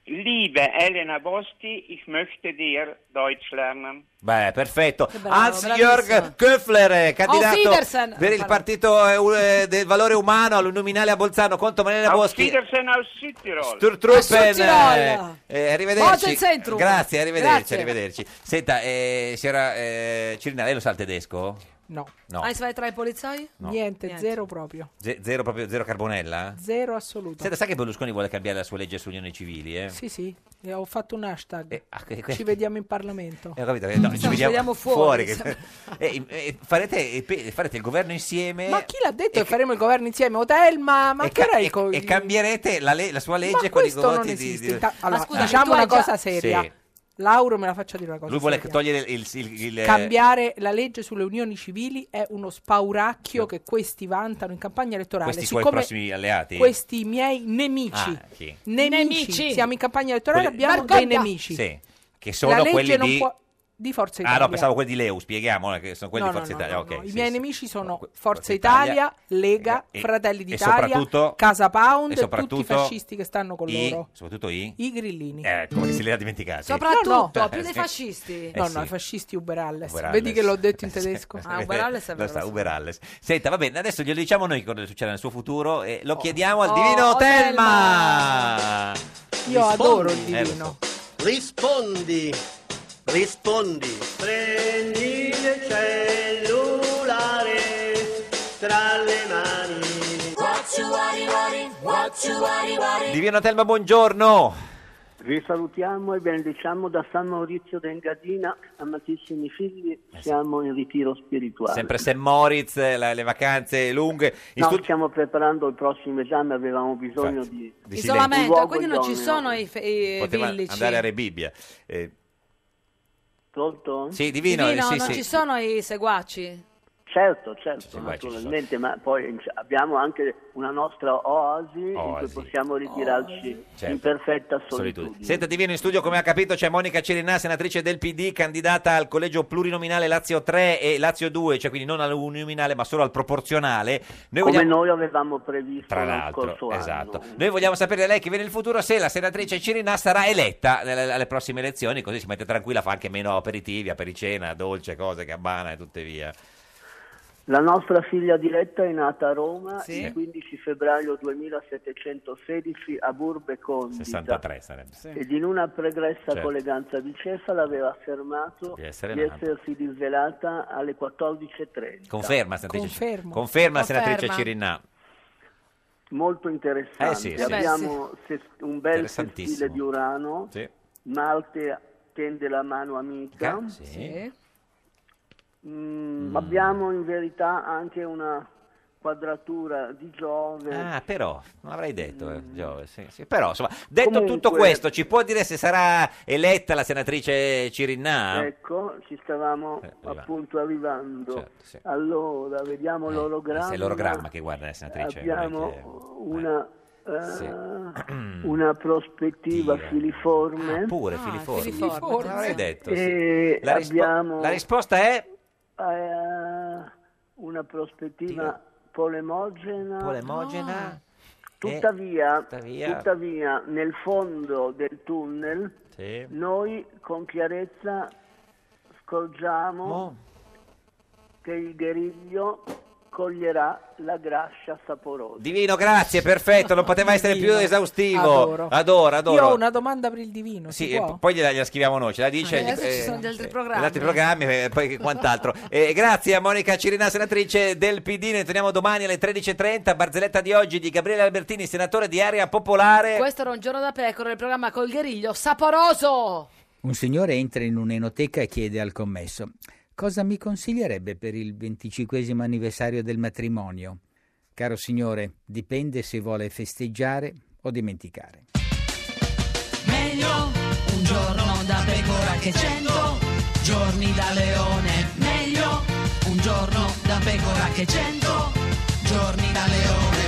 Speaker 18: Liebe Elena Boschi, ich möchte dir Deutsch lernen.
Speaker 2: beh, perfetto.
Speaker 18: Che bravo,
Speaker 2: Hans-Jörg Köffler, eh,
Speaker 18: Auf Wiedersehen.
Speaker 2: candidato per il
Speaker 18: Pardon.
Speaker 2: partito eh, u- eh, del valore umano all'uninominale a Bolzano contro Marielena
Speaker 18: Auf
Speaker 2: Boschi.
Speaker 18: Wiedersehen aus Südtirol.
Speaker 2: Sturtruppen,
Speaker 18: Tirol.
Speaker 2: eh, eh,
Speaker 18: Oggi
Speaker 2: arrivederci.
Speaker 18: il centro.
Speaker 2: Grazie, arrivederci,
Speaker 1: Grazie.
Speaker 2: arrivederci. Senta, eh, signora eh, Cirina, lei lo sa il tedesco?
Speaker 13: No.
Speaker 2: No,
Speaker 1: Hai vai tra i poliziotti?
Speaker 2: No.
Speaker 13: Niente, zero proprio.
Speaker 2: Ze- zero proprio, zero carbonella?
Speaker 13: Zero assoluto.
Speaker 2: Senta, sa che Berlusconi vuole cambiare la sua legge sulle unioni civili, eh?
Speaker 13: Sì, sì, e ho fatto un hashtag.
Speaker 2: ah, que- que-
Speaker 13: Ci vediamo in Parlamento.
Speaker 2: Eh, ho capito, eh, no, ci
Speaker 13: ci
Speaker 2: vediamo,
Speaker 13: vediamo fuori,
Speaker 2: fuori. che-
Speaker 13: insomma.
Speaker 2: Eh, eh, farete, eh, pe- farete il governo insieme
Speaker 13: Ma chi l'ha detto che faremo il governo insieme? Hotel, ma, ma
Speaker 2: Eh, e,
Speaker 13: che
Speaker 2: ca-
Speaker 13: ora è
Speaker 2: e-
Speaker 13: co-
Speaker 2: e cambierete la, le- la sua legge
Speaker 13: Ma
Speaker 2: con i
Speaker 13: questo non
Speaker 2: voti di...
Speaker 13: esiste.
Speaker 2: di-
Speaker 13: Inta- allora,
Speaker 1: scusami, tu
Speaker 13: diciamo
Speaker 1: hai
Speaker 13: una
Speaker 1: già-
Speaker 13: cosa seria.
Speaker 2: Sì.
Speaker 13: Lauro me la faccia dire una cosa
Speaker 2: Lui vuole
Speaker 13: seria.
Speaker 2: togliere il... il- eh, il-
Speaker 13: Cambiare la legge sulle unioni civili è uno spauracchio che questi vantano in campagna elettorale.
Speaker 2: Questi suoi
Speaker 13: Siccome
Speaker 2: prossimi alleati?
Speaker 13: Questi miei nemici.
Speaker 2: Ah, chi?
Speaker 13: Nemici.
Speaker 1: Nemici.
Speaker 13: Siamo in campagna elettorale,
Speaker 2: Quelli-
Speaker 13: abbiamo dei
Speaker 1: Margotta.
Speaker 13: nemici.
Speaker 2: Sì, che
Speaker 13: La
Speaker 2: sono
Speaker 13: legge
Speaker 2: quelli
Speaker 13: non
Speaker 2: di...
Speaker 13: può- di Forza
Speaker 2: Ah
Speaker 13: Italia.
Speaker 2: no, pensavo quelli di Leu, spieghiamo, eh, che sono quelli
Speaker 13: No,
Speaker 2: di
Speaker 13: no,
Speaker 2: Forza
Speaker 13: no,
Speaker 2: Italia.
Speaker 13: no,
Speaker 2: ok,
Speaker 13: no. I
Speaker 2: sì,
Speaker 13: miei
Speaker 2: sì.
Speaker 13: nemici sono Forza,
Speaker 2: Italia, eh,
Speaker 13: Italia, Lega,
Speaker 2: e-
Speaker 13: Fratelli
Speaker 2: e
Speaker 13: d'Italia,
Speaker 2: soprattutto-
Speaker 13: Casa Pound, tutti
Speaker 2: e
Speaker 13: i
Speaker 2: soprattutto
Speaker 13: fascisti che stanno con
Speaker 2: I-
Speaker 13: loro.
Speaker 2: Soprattutto i...
Speaker 13: I grillini.
Speaker 2: Eh, come che se li ha dimenticati.
Speaker 13: Soprattutto,
Speaker 2: No, no.
Speaker 1: più dei fascisti.
Speaker 2: Eh,
Speaker 13: no,
Speaker 2: sì.
Speaker 13: no, i fascisti uberalles.
Speaker 2: Uberalles.
Speaker 13: Vedi che l'ho detto in tedesco.
Speaker 1: Ah, Uberalles è
Speaker 2: Lo
Speaker 1: vero,
Speaker 2: sta,
Speaker 1: lo so.
Speaker 2: Uberalles. Senta, va bene, adesso glielo diciamo noi cosa succederà nel suo futuro e lo chiediamo al
Speaker 1: Oh,
Speaker 2: divino
Speaker 1: oh,
Speaker 2: Telma.
Speaker 13: Io adoro il
Speaker 2: Eh, lo so.
Speaker 13: divino.
Speaker 19: Rispondi, rispondi. Prendi il cellulare tra le mani.
Speaker 2: Divino Telma, buongiorno.
Speaker 19: Vi salutiamo e benediciamo da San Maurizio d'Engadina, amatissimi figli, siamo in ritiro spirituale.
Speaker 2: Eh Sempre St. Moritz, eh, la- le vacanze lunghe. In
Speaker 19: No,
Speaker 2: stu-
Speaker 19: stiamo preparando il prossimo esame, avevamo bisogno di,
Speaker 2: Di
Speaker 19: un
Speaker 1: Isolamento,
Speaker 19: luogo
Speaker 1: quindi non ci
Speaker 19: idoneo.
Speaker 1: sono i, fe- i
Speaker 2: Poteva
Speaker 1: villici.
Speaker 2: andare a Rebibbia. Eh,
Speaker 19: Pronto?
Speaker 2: sì, divino, eh,
Speaker 1: Divino,
Speaker 2: sì,
Speaker 1: non
Speaker 2: sì.
Speaker 1: ci sono i seguaci.
Speaker 19: Certo, certo,
Speaker 2: qua ci
Speaker 19: naturalmente, ma poi abbiamo anche una nostra oasi, in cui
Speaker 2: Oasi.
Speaker 19: possiamo ritirarci
Speaker 2: Certo.
Speaker 19: in perfetta
Speaker 2: Solitudine.
Speaker 19: solitudine.
Speaker 2: Senta, divino in studio, come ha capito, c'è Monica Cirinà, senatrice del PD, candidata al collegio plurinominale Lazio 3 e Lazio 2, cioè quindi non all'uninominale ma solo al proporzionale. Noi
Speaker 19: Come
Speaker 2: vogliamo-
Speaker 19: noi avevamo previsto
Speaker 2: Tra
Speaker 19: lo
Speaker 2: l'altro,
Speaker 19: scorso
Speaker 2: esatto.
Speaker 19: anno.
Speaker 2: Noi vogliamo sapere da lei che viene il futuro se la senatrice Cirinà sarà eletta nelle- alle prossime elezioni, così si mette tranquilla, fa anche meno aperitivi, apericena, dolce, cose, gabbana e tutte via.
Speaker 19: La nostra figlia diretta è nata a Roma
Speaker 2: Sì.
Speaker 19: il 15 febbraio 2716 a Burbe Condita
Speaker 2: 63 sarebbe.
Speaker 19: ed in una pregressa
Speaker 2: Certo.
Speaker 19: colleganza di Cefala aveva affermato
Speaker 2: Di essere
Speaker 19: di
Speaker 2: nata.
Speaker 19: essersi disvelata alle 14.30.
Speaker 2: Conferma, senatrice.
Speaker 19: Confermo.
Speaker 2: Conferma, senatrice
Speaker 19: Conferma.
Speaker 2: Cirinà.
Speaker 19: Molto interessante.
Speaker 2: Eh sì, sì.
Speaker 19: Abbiamo se- un bel
Speaker 2: Interessantissimo.
Speaker 19: sestile di Urano,
Speaker 2: Sì.
Speaker 19: Marte tende la mano amica.
Speaker 2: Ca- sì. Sì.
Speaker 19: Mm, Abbiamo in verità anche una quadratura di Giove.
Speaker 2: Ah, però, non avrei detto, eh, Giove, sì, sì. però, insomma, detto
Speaker 19: Comunque-
Speaker 2: tutto questo, ci può dire se sarà eletta la senatrice Cirinà?
Speaker 19: Ecco, ci stavamo
Speaker 2: Eh, arriva.
Speaker 19: appunto arrivando.
Speaker 2: Certo, sì.
Speaker 19: Allora, vediamo l'orogramma.
Speaker 2: Se è l'orogramma che guarda la senatrice. non è che-
Speaker 19: Abbiamo una, eh,
Speaker 2: Sì.
Speaker 19: una prospettiva filiforme.
Speaker 2: Ah, Pure filiforme.
Speaker 19: filiforme.
Speaker 2: Filiforme, L'avrei detto. sì.
Speaker 19: E
Speaker 2: La, rispo-
Speaker 19: abbiamo-
Speaker 2: la risposta è
Speaker 19: Eh, una prospettiva polemogena.
Speaker 2: polemogena. Eh,
Speaker 19: Tuttavia,
Speaker 2: tuttavia-
Speaker 19: tuttavia, nel fondo del tunnel
Speaker 2: Sì.
Speaker 19: noi con chiarezza scorgiamo
Speaker 2: Oh.
Speaker 19: che il guerriglio coglierà la grascia saporosa.
Speaker 2: Divino, grazie, perfetto, non poteva essere più
Speaker 19: Divino.
Speaker 2: esaustivo.
Speaker 19: Adoro.
Speaker 2: Adoro, adoro.
Speaker 13: Io ho una domanda per il divino,
Speaker 2: Sì,
Speaker 13: si
Speaker 2: e
Speaker 13: può?
Speaker 2: p- poi gliela, gliela scriviamo noi, ce la dice.
Speaker 20: adesso
Speaker 2: eh,
Speaker 20: ci sono gli altri programmi.
Speaker 2: gli altri programmi, eh, poi che- quant'altro. Eh, grazie a Monica Cirina, senatrice del PD. Noi torniamo domani alle 13.30. Barzelletta di oggi di Gabriele Albertini, senatore di Area Popolare.
Speaker 20: Questo era un giorno da pecora, il programma col guerriglio saporoso.
Speaker 5: Un signore entra in un'enoteca e chiede al commesso: Cosa mi consiglierebbe per il 25 anniversario del matrimonio? Caro signore, dipende se vuole festeggiare o dimenticare.
Speaker 1: Meglio un giorno da pecora che cento giorni da leone. Meglio un giorno da pecora che cento giorni da leone.